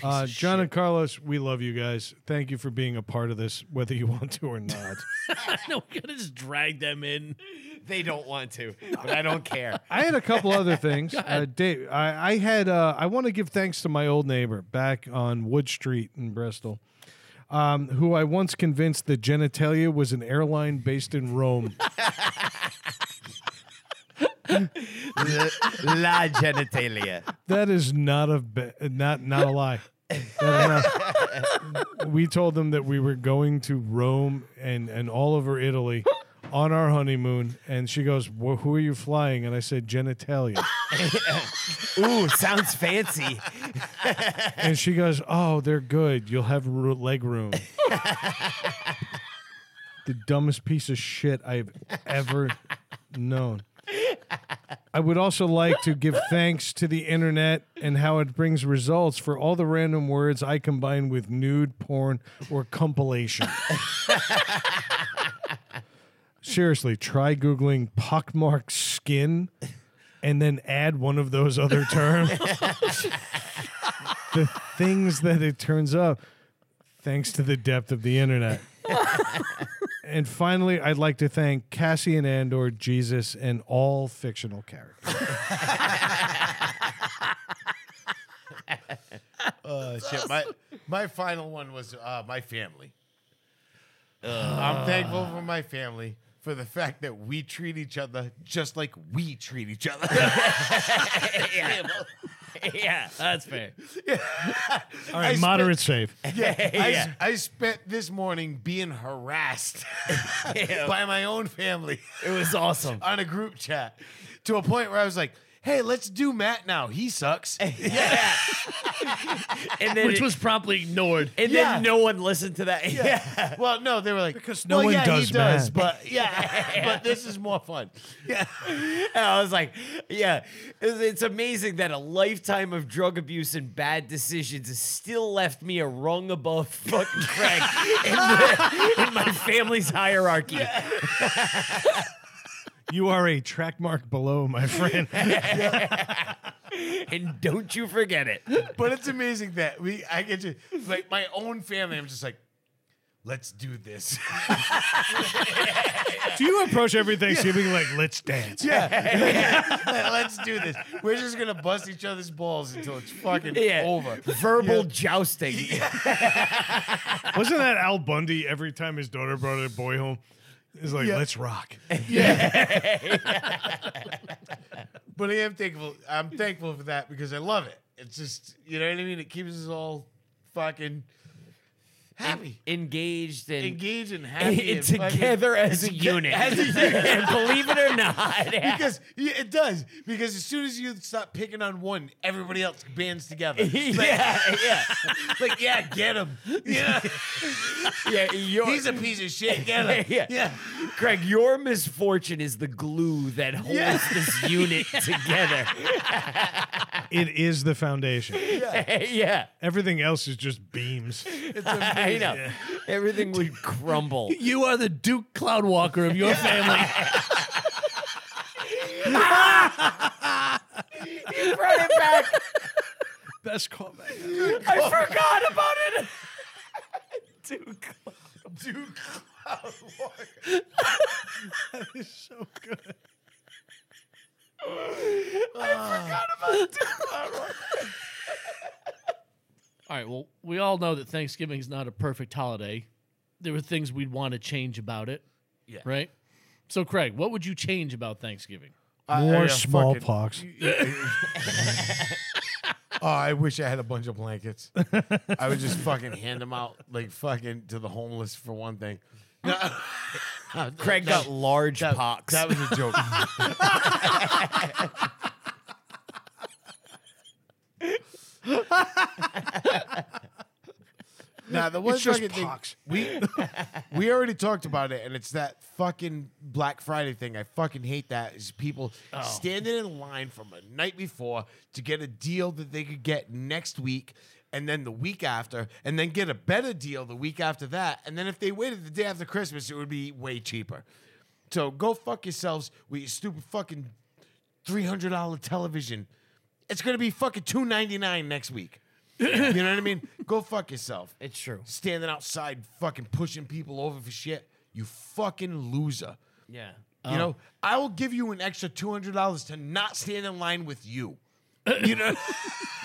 Speaker 2: Uh, John and Carlos, we love you guys. Thank you for being a part of this, whether you want to or not.
Speaker 3: no, we gotta just drag them in.
Speaker 1: They don't want to, but I don't care.
Speaker 2: I had a couple other things. Uh, Dave, I, I had. Uh, I want to give thanks to my old neighbor back on Wood Street in Bristol, um, who I once convinced that genitalia was an airline based in Rome.
Speaker 1: La genitalia.
Speaker 2: That is not a ba- not not a lie. That is not- we told them that we were going to Rome and and all over Italy on our honeymoon, and she goes, well, "Who are you flying?" And I said, "Genitalia,"
Speaker 1: Ooh, sounds fancy.
Speaker 2: and she goes, "Oh, they're good. You'll have r- leg room." the dumbest piece of shit I've ever known. I would also like to give thanks to the internet and how it brings results for all the random words I combine with nude porn or compilation. Seriously, try Googling pockmark skin and then add one of those other terms. the things that it turns up, thanks to the depth of the internet. And finally, I'd like to thank Cassian Andor, Jesus, and all fictional characters.
Speaker 4: Uh, shit, my my final one was uh, my family. Uh, I'm thankful for my family for the fact that we treat each other just like we treat each other.
Speaker 1: yeah. yeah.
Speaker 3: That's fair.
Speaker 2: All
Speaker 4: I
Speaker 2: right,
Speaker 4: spent-
Speaker 2: moderate save.
Speaker 4: I, s-
Speaker 1: Yeah.
Speaker 4: I spent this morning being harassed
Speaker 1: Yeah.
Speaker 4: by my own family
Speaker 1: It was awesome.
Speaker 4: on a group chat to a point where I was like, "Hey, let's do Matt now. He sucks."
Speaker 1: Yeah. and then
Speaker 3: Which
Speaker 1: it-
Speaker 3: was promptly ignored.
Speaker 1: and
Speaker 4: Yeah.
Speaker 1: then no one listened to that. Yeah.
Speaker 4: Well, no, they were like,
Speaker 2: Because no
Speaker 4: "Well,
Speaker 2: one
Speaker 4: yeah,
Speaker 2: does
Speaker 4: he does,
Speaker 2: Matt."
Speaker 4: but yeah, but this is more fun."
Speaker 1: yeah. And I was like, yeah, it's, it's amazing that a lifetime of drug abuse and bad decisions has still left me a rung above fucking Craig in, the- in my family's hierarchy.
Speaker 2: You are a track mark below, my friend.
Speaker 1: And don't you forget it.
Speaker 4: But it's amazing that we I get to like my own family. I'm just like, let's do this.
Speaker 2: Do you approach every Thanksgiving like, let's dance?
Speaker 4: let's do this. We're just gonna bust each other's balls until it's fucking
Speaker 1: Yeah.
Speaker 4: over.
Speaker 1: Verbal jousting.
Speaker 2: Wasn't that Al Bundy every time his daughter brought a boy home? He's like, let's rock.
Speaker 4: But I am thankful. I'm thankful for that because I love it. It's just you know what I mean. It keeps us all fucking happy,
Speaker 1: Engaged and.
Speaker 4: engaged, and
Speaker 1: and-
Speaker 4: happy,
Speaker 1: and
Speaker 4: and fucking-
Speaker 1: together as a unit, and believe it or not,
Speaker 4: Because yeah, it does. Because as soon as you stop picking on one, everybody else bands together.
Speaker 1: yeah, yeah,
Speaker 4: like, yeah, get him. Yeah,
Speaker 1: yeah. Your,
Speaker 4: he's a piece of shit. Get him.
Speaker 1: Yeah.
Speaker 4: yeah.
Speaker 1: Craig, your misfortune is the glue that holds
Speaker 4: Yeah.
Speaker 1: this unit together.
Speaker 2: It is the foundation.
Speaker 1: yeah,
Speaker 2: Everything else is just beams.
Speaker 1: I know. Everything would crumble.
Speaker 3: You are the Duke Cloudwalker of your family.
Speaker 1: you brought it back.
Speaker 2: Best callback.
Speaker 1: I forgot about it. Too close.
Speaker 4: Dude,
Speaker 2: It's so good.
Speaker 3: All right. Well, we all know that Thanksgiving is not a perfect holiday. There were things we'd want to change about it.
Speaker 4: Yeah.
Speaker 3: Right. So, Craig, what would you change about Thanksgiving?
Speaker 2: More smallpox.
Speaker 4: oh, I wish I had a bunch of blankets. I would just fucking hand them out, like fucking to the homeless for one thing. No,
Speaker 1: Craig got large
Speaker 4: that,
Speaker 1: pox.
Speaker 4: That was a joke. Now the one
Speaker 2: It's just
Speaker 4: fucking thing
Speaker 2: pox.
Speaker 4: we we already talked about it, and it's that fucking Black Friday thing. I fucking hate that. Is people standing in line from a night before to get a deal that they could get next week, and then the week after, and then get a better deal the week after that, and then if they waited the day after Christmas, it would be way cheaper. So go fuck yourselves with your stupid fucking three hundred dollar television. It's gonna be fucking two ninety nine next week. you know what I mean? Go fuck yourself
Speaker 1: it's true.
Speaker 4: standing outside fucking pushing people over for shit. You fucking loser.
Speaker 1: Yeah.
Speaker 3: Oh.
Speaker 4: You know, I will give you an extra $200 to not stand in line with you. You know?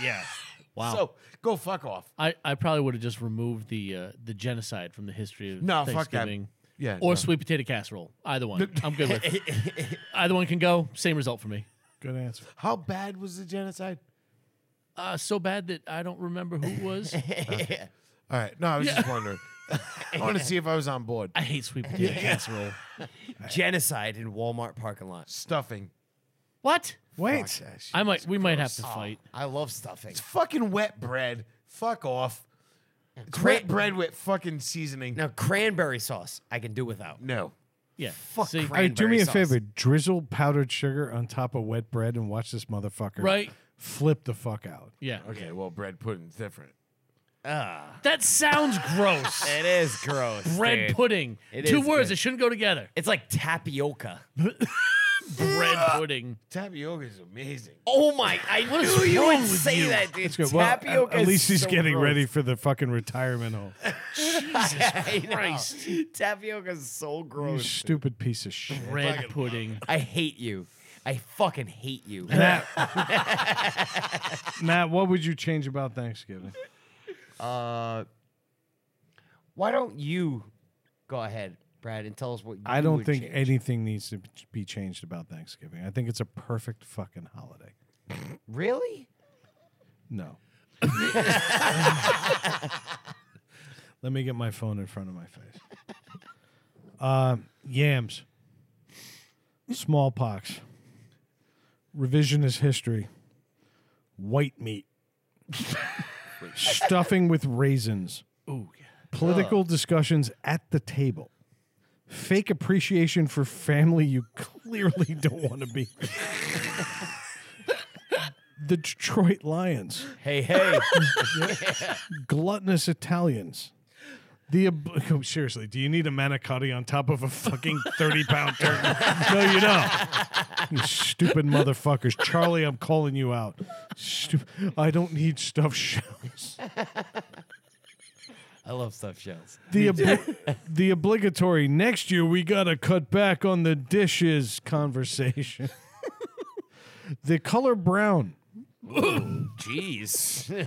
Speaker 1: Yeah. Wow.
Speaker 4: So go fuck off.
Speaker 3: I, I probably would have just removed the uh, the genocide from the history of
Speaker 4: No, fuck that.
Speaker 3: Thanksgiving.
Speaker 4: Yeah.
Speaker 3: Or
Speaker 4: no.
Speaker 3: sweet potato casserole. Either one. I'm good with. Either one can go. Same result for me.
Speaker 2: Good answer.
Speaker 4: How bad was the genocide?
Speaker 3: Uh, so bad that I don't remember who it was.
Speaker 4: All right. No, I was just wondering. I want to see if I was on board.
Speaker 3: I hate sweet potato casserole.
Speaker 1: Genocide in Walmart parking lot.
Speaker 4: Stuffing.
Speaker 3: What?
Speaker 2: Wait.
Speaker 4: Fuck that shit.
Speaker 3: I might. We might have to fight.
Speaker 1: I love stuffing.
Speaker 4: It's fucking wet bread. Fuck off. It's
Speaker 1: Cran-
Speaker 4: wet bread with fucking seasoning.
Speaker 1: now cranberry sauce. I can do without.
Speaker 4: No.
Speaker 3: Yeah.
Speaker 1: Fuck
Speaker 3: See,
Speaker 2: All right, do me
Speaker 1: Cranberry
Speaker 2: a
Speaker 1: sauce.
Speaker 2: favor. Drizzle powdered sugar on top of wet bread and watch this motherfucker
Speaker 3: Right.
Speaker 2: flip the fuck out.
Speaker 3: Yeah.
Speaker 4: Okay, well, bread pudding's different.
Speaker 1: Ah.
Speaker 3: That sounds gross.
Speaker 1: It is gross.
Speaker 3: Bread
Speaker 1: dude.
Speaker 3: pudding.
Speaker 1: It
Speaker 3: Two
Speaker 1: is good.
Speaker 3: words that shouldn't go together.
Speaker 1: It's like tapioca.
Speaker 3: Bread pudding.
Speaker 4: Tapioca is amazing.
Speaker 1: Oh my! I
Speaker 3: is
Speaker 1: knew you
Speaker 3: wrong
Speaker 1: would
Speaker 3: with
Speaker 1: say
Speaker 3: you?
Speaker 1: that, dude.
Speaker 2: It's good. Well, at,
Speaker 1: Tapioca.
Speaker 2: at
Speaker 1: is
Speaker 2: least he's
Speaker 1: so
Speaker 2: getting
Speaker 1: gross.
Speaker 2: ready for the fucking retirement home.
Speaker 1: I know.
Speaker 3: Christ.
Speaker 1: Tapioca's so
Speaker 2: You
Speaker 1: gross.
Speaker 2: stupid piece of shit.
Speaker 3: Bread pudding.
Speaker 1: I hate you. I fucking hate you.
Speaker 2: Matt, Matt, what would you change about Thanksgiving?
Speaker 1: Uh, why don't you go ahead, Brad, and tell us what you
Speaker 2: I don't
Speaker 1: would
Speaker 2: think
Speaker 1: change.
Speaker 2: anything needs to be changed about Thanksgiving. I think it's a perfect fucking holiday.
Speaker 1: Really?
Speaker 2: No. Let me get my phone in front of my face. Uh, yams, smallpox, revisionist history, white meat, stuffing with raisins,
Speaker 3: Ooh, yeah.
Speaker 2: political discussions at the table, fake appreciation for family you clearly don't want to be. the Detroit Lions
Speaker 1: Hey, hey.
Speaker 2: gluttonous Italians. The ab- oh, seriously, do you need a manicotti on top of a fucking thirty pound turkey? no, you don't. You stupid motherfuckers, Charlie. I'm calling you out. Stup- I don't need stuffed shells.
Speaker 1: I love stuffed shells.
Speaker 2: The obli- the obligatory. Next year we gotta cut back on the dishes conversation. the color brown.
Speaker 1: Jeez.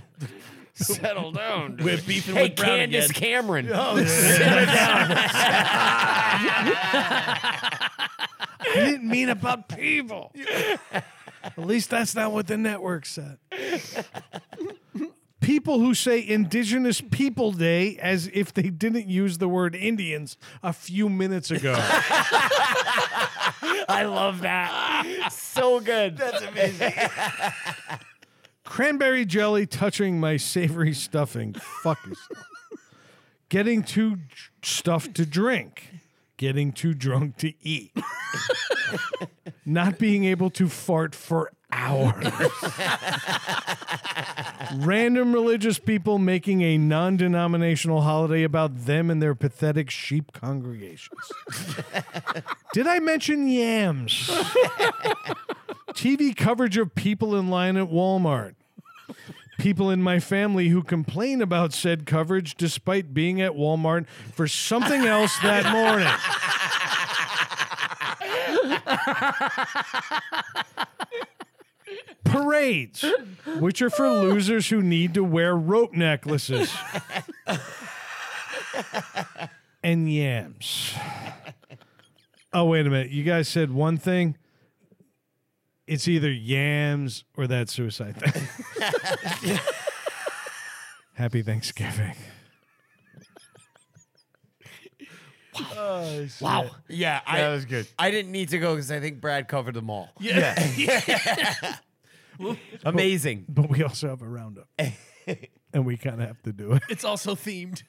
Speaker 1: Settle down.
Speaker 3: We're beefing
Speaker 1: Hey,
Speaker 3: with Brown
Speaker 1: Candace
Speaker 3: again.
Speaker 1: Cameron.
Speaker 2: I didn't mean about people. At least that's not what the network said. People who say Indigenous People Day as if they didn't use the word Indians a few minutes ago.
Speaker 1: I love that. so good. That's amazing.
Speaker 2: Cranberry jelly touching my savory stuffing. Fuck yourself. Getting too d- stuffed to drink. Getting too drunk to eat. Not being able to fart for hours. Random religious people making a non denominational holiday about them and their pathetic sheep congregations. Did I mention yams? TV coverage of people in line at Walmart. People in my family who complain about said coverage despite being at Walmart for something else that morning. Parades, which are for losers who need to wear rope necklaces. and yams. Oh, wait a minute. You guys said one thing it's either yams or that suicide thing. Happy Thanksgiving.
Speaker 1: Wow. Yeah, I,
Speaker 4: That was good.
Speaker 1: I didn't need to go because I think Brad covered them all.
Speaker 3: Yeah.
Speaker 1: Amazing.
Speaker 2: But we also have a roundup. and we kind of have to do it.
Speaker 3: it's also themed.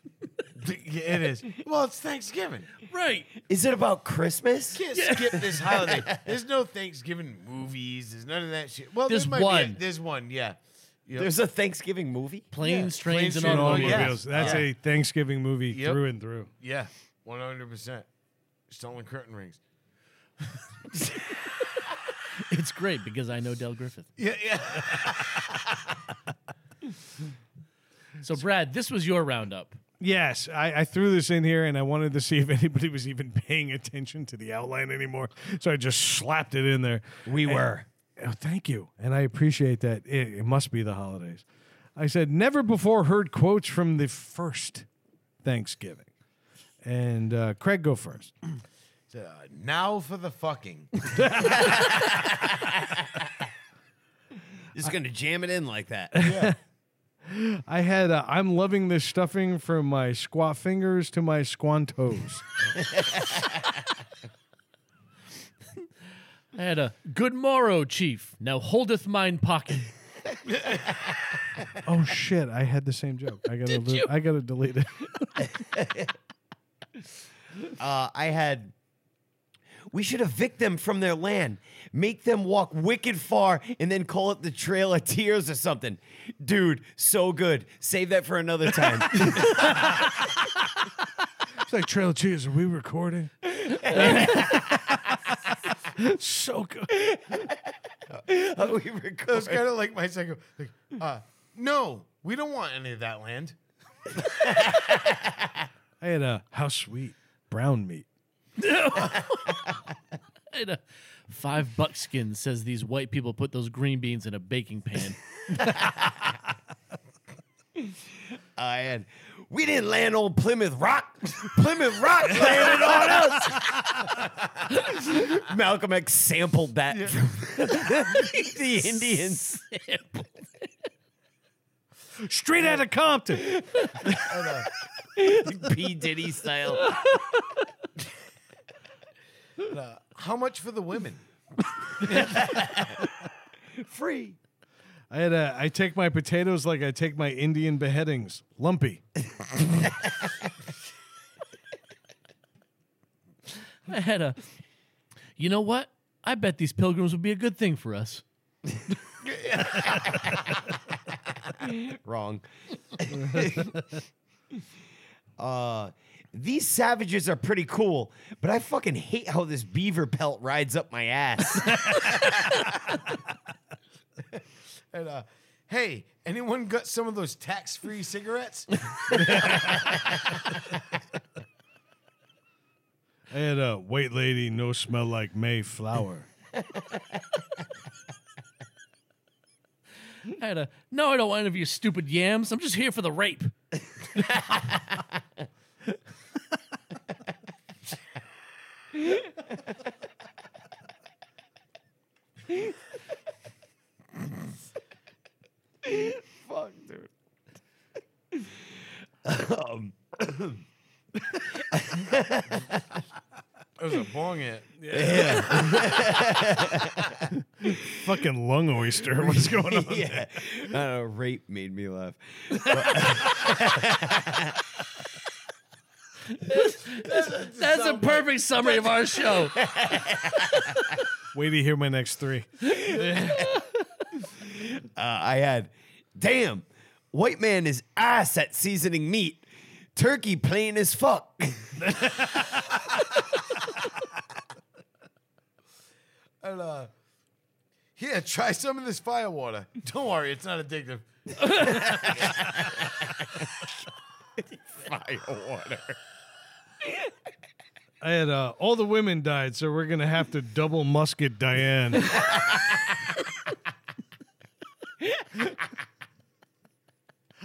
Speaker 4: Yeah, it is. Well, it's Thanksgiving.
Speaker 3: Right.
Speaker 1: Is it about Christmas?
Speaker 4: Can't skip this holiday. There's no Thanksgiving movies. There's none of that shit. Well,
Speaker 3: There's
Speaker 4: there might be a-
Speaker 3: one.
Speaker 4: there's one. Yeah. You know,
Speaker 1: There's a Thanksgiving movie?
Speaker 3: Planes, trains,
Speaker 4: Planes,
Speaker 3: and
Speaker 4: trains,
Speaker 3: automobiles.
Speaker 4: automobiles.
Speaker 2: That's
Speaker 4: Yeah.
Speaker 2: a Thanksgiving movie
Speaker 4: Yep.
Speaker 2: through and through.
Speaker 4: yeah. One hundred percent. Stolen curtain rings.
Speaker 3: It's great because I know Del Griffith.
Speaker 4: Yeah, yeah.
Speaker 3: So, Brad, this was your roundup.
Speaker 2: Yes, I, I threw this in here and I wanted to see if anybody was even paying attention to the outline anymore. So I just slapped it in there.
Speaker 1: We were.
Speaker 2: Oh, thank you. And I appreciate that. It, it must be the holidays. I said, never before heard quotes from the first Thanksgiving. And uh, Craig, go first.
Speaker 4: So, uh, now for the fucking.
Speaker 1: Just going to jam it in like that.
Speaker 2: I had, uh, I'm loving this stuffing from my squat fingers to my squantos.
Speaker 3: I had a good morrow, chief. Now holdeth mine pocket.
Speaker 2: oh shit! I had the same joke. I gotta, lo- I gotta delete it.
Speaker 1: Uh, I had We should evict them from their land, make them walk wicked far, and then call it the Trail of Tears or something. Dude, so good. Save that for another time.
Speaker 2: It's like Trail of Tears. Are we recording? so good.
Speaker 1: How we
Speaker 4: It was
Speaker 1: record.
Speaker 4: kind of like my second. Like, uh, no, we don't want any of that land.
Speaker 2: I had a how sweet brown meat.
Speaker 3: And, uh, Five buckskins says these white people put those green beans in a baking pan.
Speaker 1: I had. We didn't land on Plymouth Rock. Plymouth Rock landed on us. Malcolm X sampled that from the Indians.
Speaker 2: Straight out of Compton.
Speaker 1: P. Diddy style.
Speaker 4: How much for the women?
Speaker 1: Free.
Speaker 2: I had a I take my potatoes like I take my Indian beheadings. Lumpy.
Speaker 3: I had a, you know what? I bet these pilgrims would be a good thing for us.
Speaker 1: Wrong. uh, these savages are pretty cool, but I fucking hate how this beaver pelt rides up my ass.
Speaker 4: And uh, hey, anyone got some of those tax-free cigarettes?
Speaker 2: I had a white lady no smell like Mayflower.
Speaker 3: I had a, no, I don't want any of your stupid yams. I'm just here for the rape.
Speaker 1: Fuck, dude.
Speaker 4: It was a bong it.
Speaker 2: Fucking lung oyster. What's going on?
Speaker 1: yeah. I don't know, rape made me laugh.
Speaker 3: That's a perfect summary of our show.
Speaker 2: Wait to hear my next three.
Speaker 1: Uh, I had, damn, white man is ass at seasoning meat. Turkey plain as fuck.
Speaker 4: And uh, here, try some of this fire water. Don't worry, it's not addictive.
Speaker 1: Fire water.
Speaker 2: I had uh, all the women died, so we're gonna have to double musket Diane.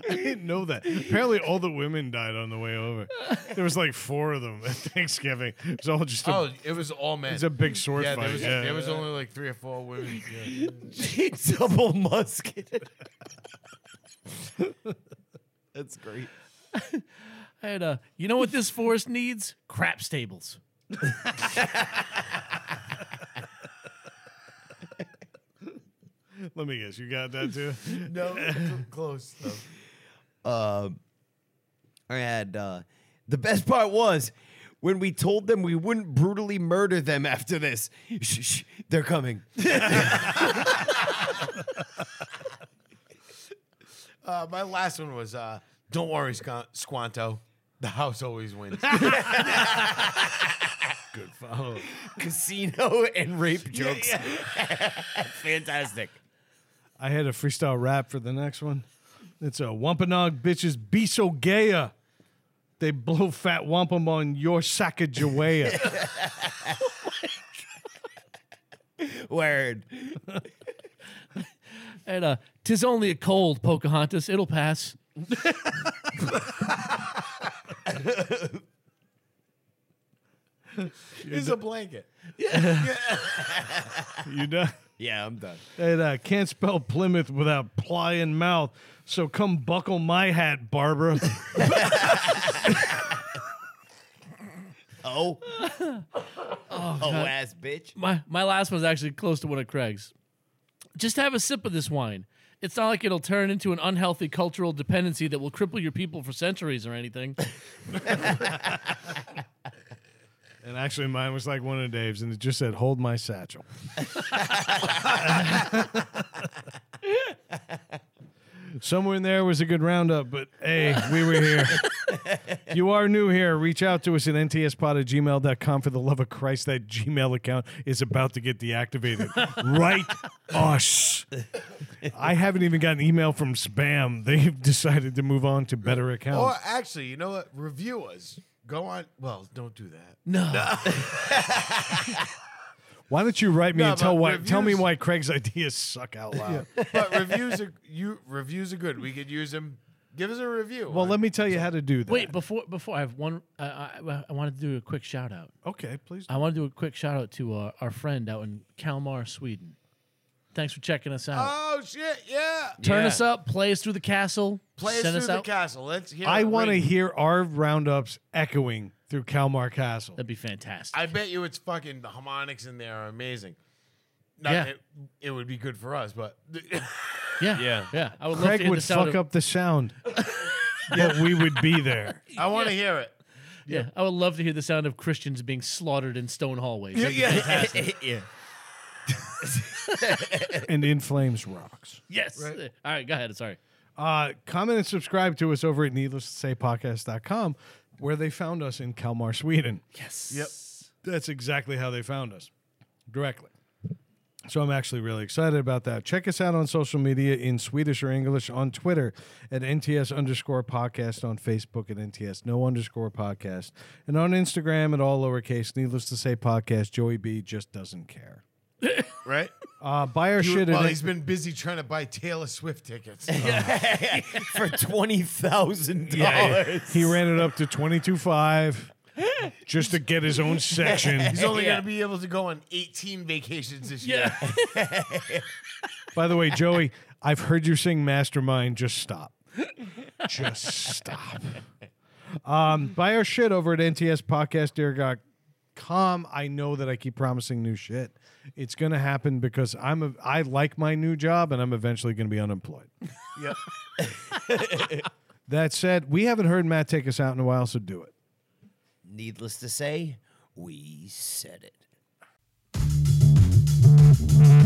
Speaker 2: I didn't know that. Apparently, all the women died on the way over. There was like four of them at Thanksgiving. It was all just a,
Speaker 4: Oh, it was all men.
Speaker 2: it's a big sword
Speaker 4: yeah,
Speaker 2: fight.
Speaker 4: there was,
Speaker 2: yeah,
Speaker 4: there was only like three or four women. Yeah.
Speaker 1: Double musket. That's great.
Speaker 3: I had a, you know what this forest needs? Crap stables.
Speaker 2: Let me guess, you got that too?
Speaker 4: No, cl- close though.
Speaker 1: Um, I had uh, the best part was when we told them we wouldn't brutally murder them after this. Shh, shh, they're coming.
Speaker 4: Uh, my last one was uh, don't worry, Squ- Squanto. The house always wins.
Speaker 1: Casino and rape jokes. Fantastic.
Speaker 2: I had a freestyle rap for the next one. It's a Wampanoag bitches be so gaya. They blow fat wampum on your Sacagawea.
Speaker 1: Word.
Speaker 3: I had a, tis only a cold, Pocahontas. It'll pass.
Speaker 4: It's a blanket.
Speaker 2: you done?
Speaker 1: Yeah, I'm done.
Speaker 2: And uh, can't spell Plymouth without ply in mouth. So come buckle my hat, Barbara.
Speaker 1: Oh. oh, ass bitch.
Speaker 3: My my last one's actually close to one of Craig's. Just have a sip of this wine. It's not like it'll turn into an unhealthy cultural dependency that will cripple your people for centuries or anything.
Speaker 2: And actually, mine was like one of Dave's, and it just said, "Hold my satchel." Somewhere in there was a good roundup, but hey, we were here. if you are new here, reach out to us at ntspod at gmail.com. For the love of Christ, that Gmail account is about to get deactivated. right us. I haven't even gotten email from spam. They've decided to move on to better accounts.
Speaker 4: Or actually, you know what? Review us. Go on. Well, don't do that.
Speaker 3: No.
Speaker 2: Why don't you write me
Speaker 4: No,
Speaker 2: and tell
Speaker 4: but
Speaker 2: why? Tell me
Speaker 4: reviews-
Speaker 2: why Craig's ideas suck out loud.
Speaker 4: But reviews are you reviews are good. We could use them. Give us a review.
Speaker 2: Well,
Speaker 4: on-
Speaker 2: let me tell you how to do that.
Speaker 3: Wait, before before I have one, I, I, I wanted to do a quick shout out.
Speaker 2: okay, please.
Speaker 3: I want to do a quick shout out to uh, our friend out in Kalmar, Sweden. Thanks for checking us out.
Speaker 4: Oh shit! Yeah.
Speaker 3: Turn
Speaker 1: Yeah.
Speaker 3: us up, play us through the castle,
Speaker 4: Play
Speaker 3: send
Speaker 4: us
Speaker 3: us
Speaker 4: through the
Speaker 3: out.
Speaker 4: castle. Let's hear.
Speaker 2: I
Speaker 4: it
Speaker 2: want to
Speaker 4: ring.
Speaker 2: hear our roundups echoing through Kalmar Castle.
Speaker 3: That'd be fantastic.
Speaker 4: I bet you it's fucking the harmonics in there are amazing. Not
Speaker 3: Yeah.
Speaker 4: that it, it would be good for us, but
Speaker 3: yeah,
Speaker 1: Yeah.
Speaker 3: yeah. I would love to
Speaker 2: Craig
Speaker 3: hear
Speaker 2: would
Speaker 3: the sound
Speaker 2: fuck
Speaker 3: of,
Speaker 2: up the sound, but we would be there.
Speaker 4: I want to hear it.
Speaker 3: Yeah, I would love to hear the sound of Christians being slaughtered in stone hallways. That'd be fantastic.
Speaker 1: yeah.
Speaker 2: And in flames rocks.
Speaker 3: yes. All right, go ahead. Sorry.
Speaker 2: Uh, comment and subscribe to us over at needless to say podcast.com, where they found us in Kalmar, Sweden.
Speaker 3: Yes.
Speaker 2: That's exactly how they found us directly. So I'm actually really excited about that. Check us out on social media in Swedish or English on Twitter at NTS underscore podcast, on Facebook at NTS no underscore podcast, and on Instagram at all lowercase, needless to say podcast. Joey B just doesn't care.
Speaker 4: Right?
Speaker 2: Uh, buy our shit
Speaker 4: well,
Speaker 2: at
Speaker 4: he's been busy trying to buy Taylor Swift tickets.
Speaker 1: For twenty thousand dollars.
Speaker 2: He ran it up to 22.5 just to get his own section.
Speaker 4: He's only
Speaker 1: Yeah.
Speaker 4: going to be able to go on 18 vacations this year.
Speaker 3: Yeah.
Speaker 2: By the way, Joey, I've heard you sing Mastermind. Just stop. Just stop. Um, buy our shit over at ntspodcastdear.com. I know that I keep promising new shit. It's going to happen because I'm a, I like my new job and I'm eventually going to be unemployed.
Speaker 4: Yep.
Speaker 2: That said, we haven't heard Matt take us out in a while, so do it.
Speaker 1: Needless to say, we said it.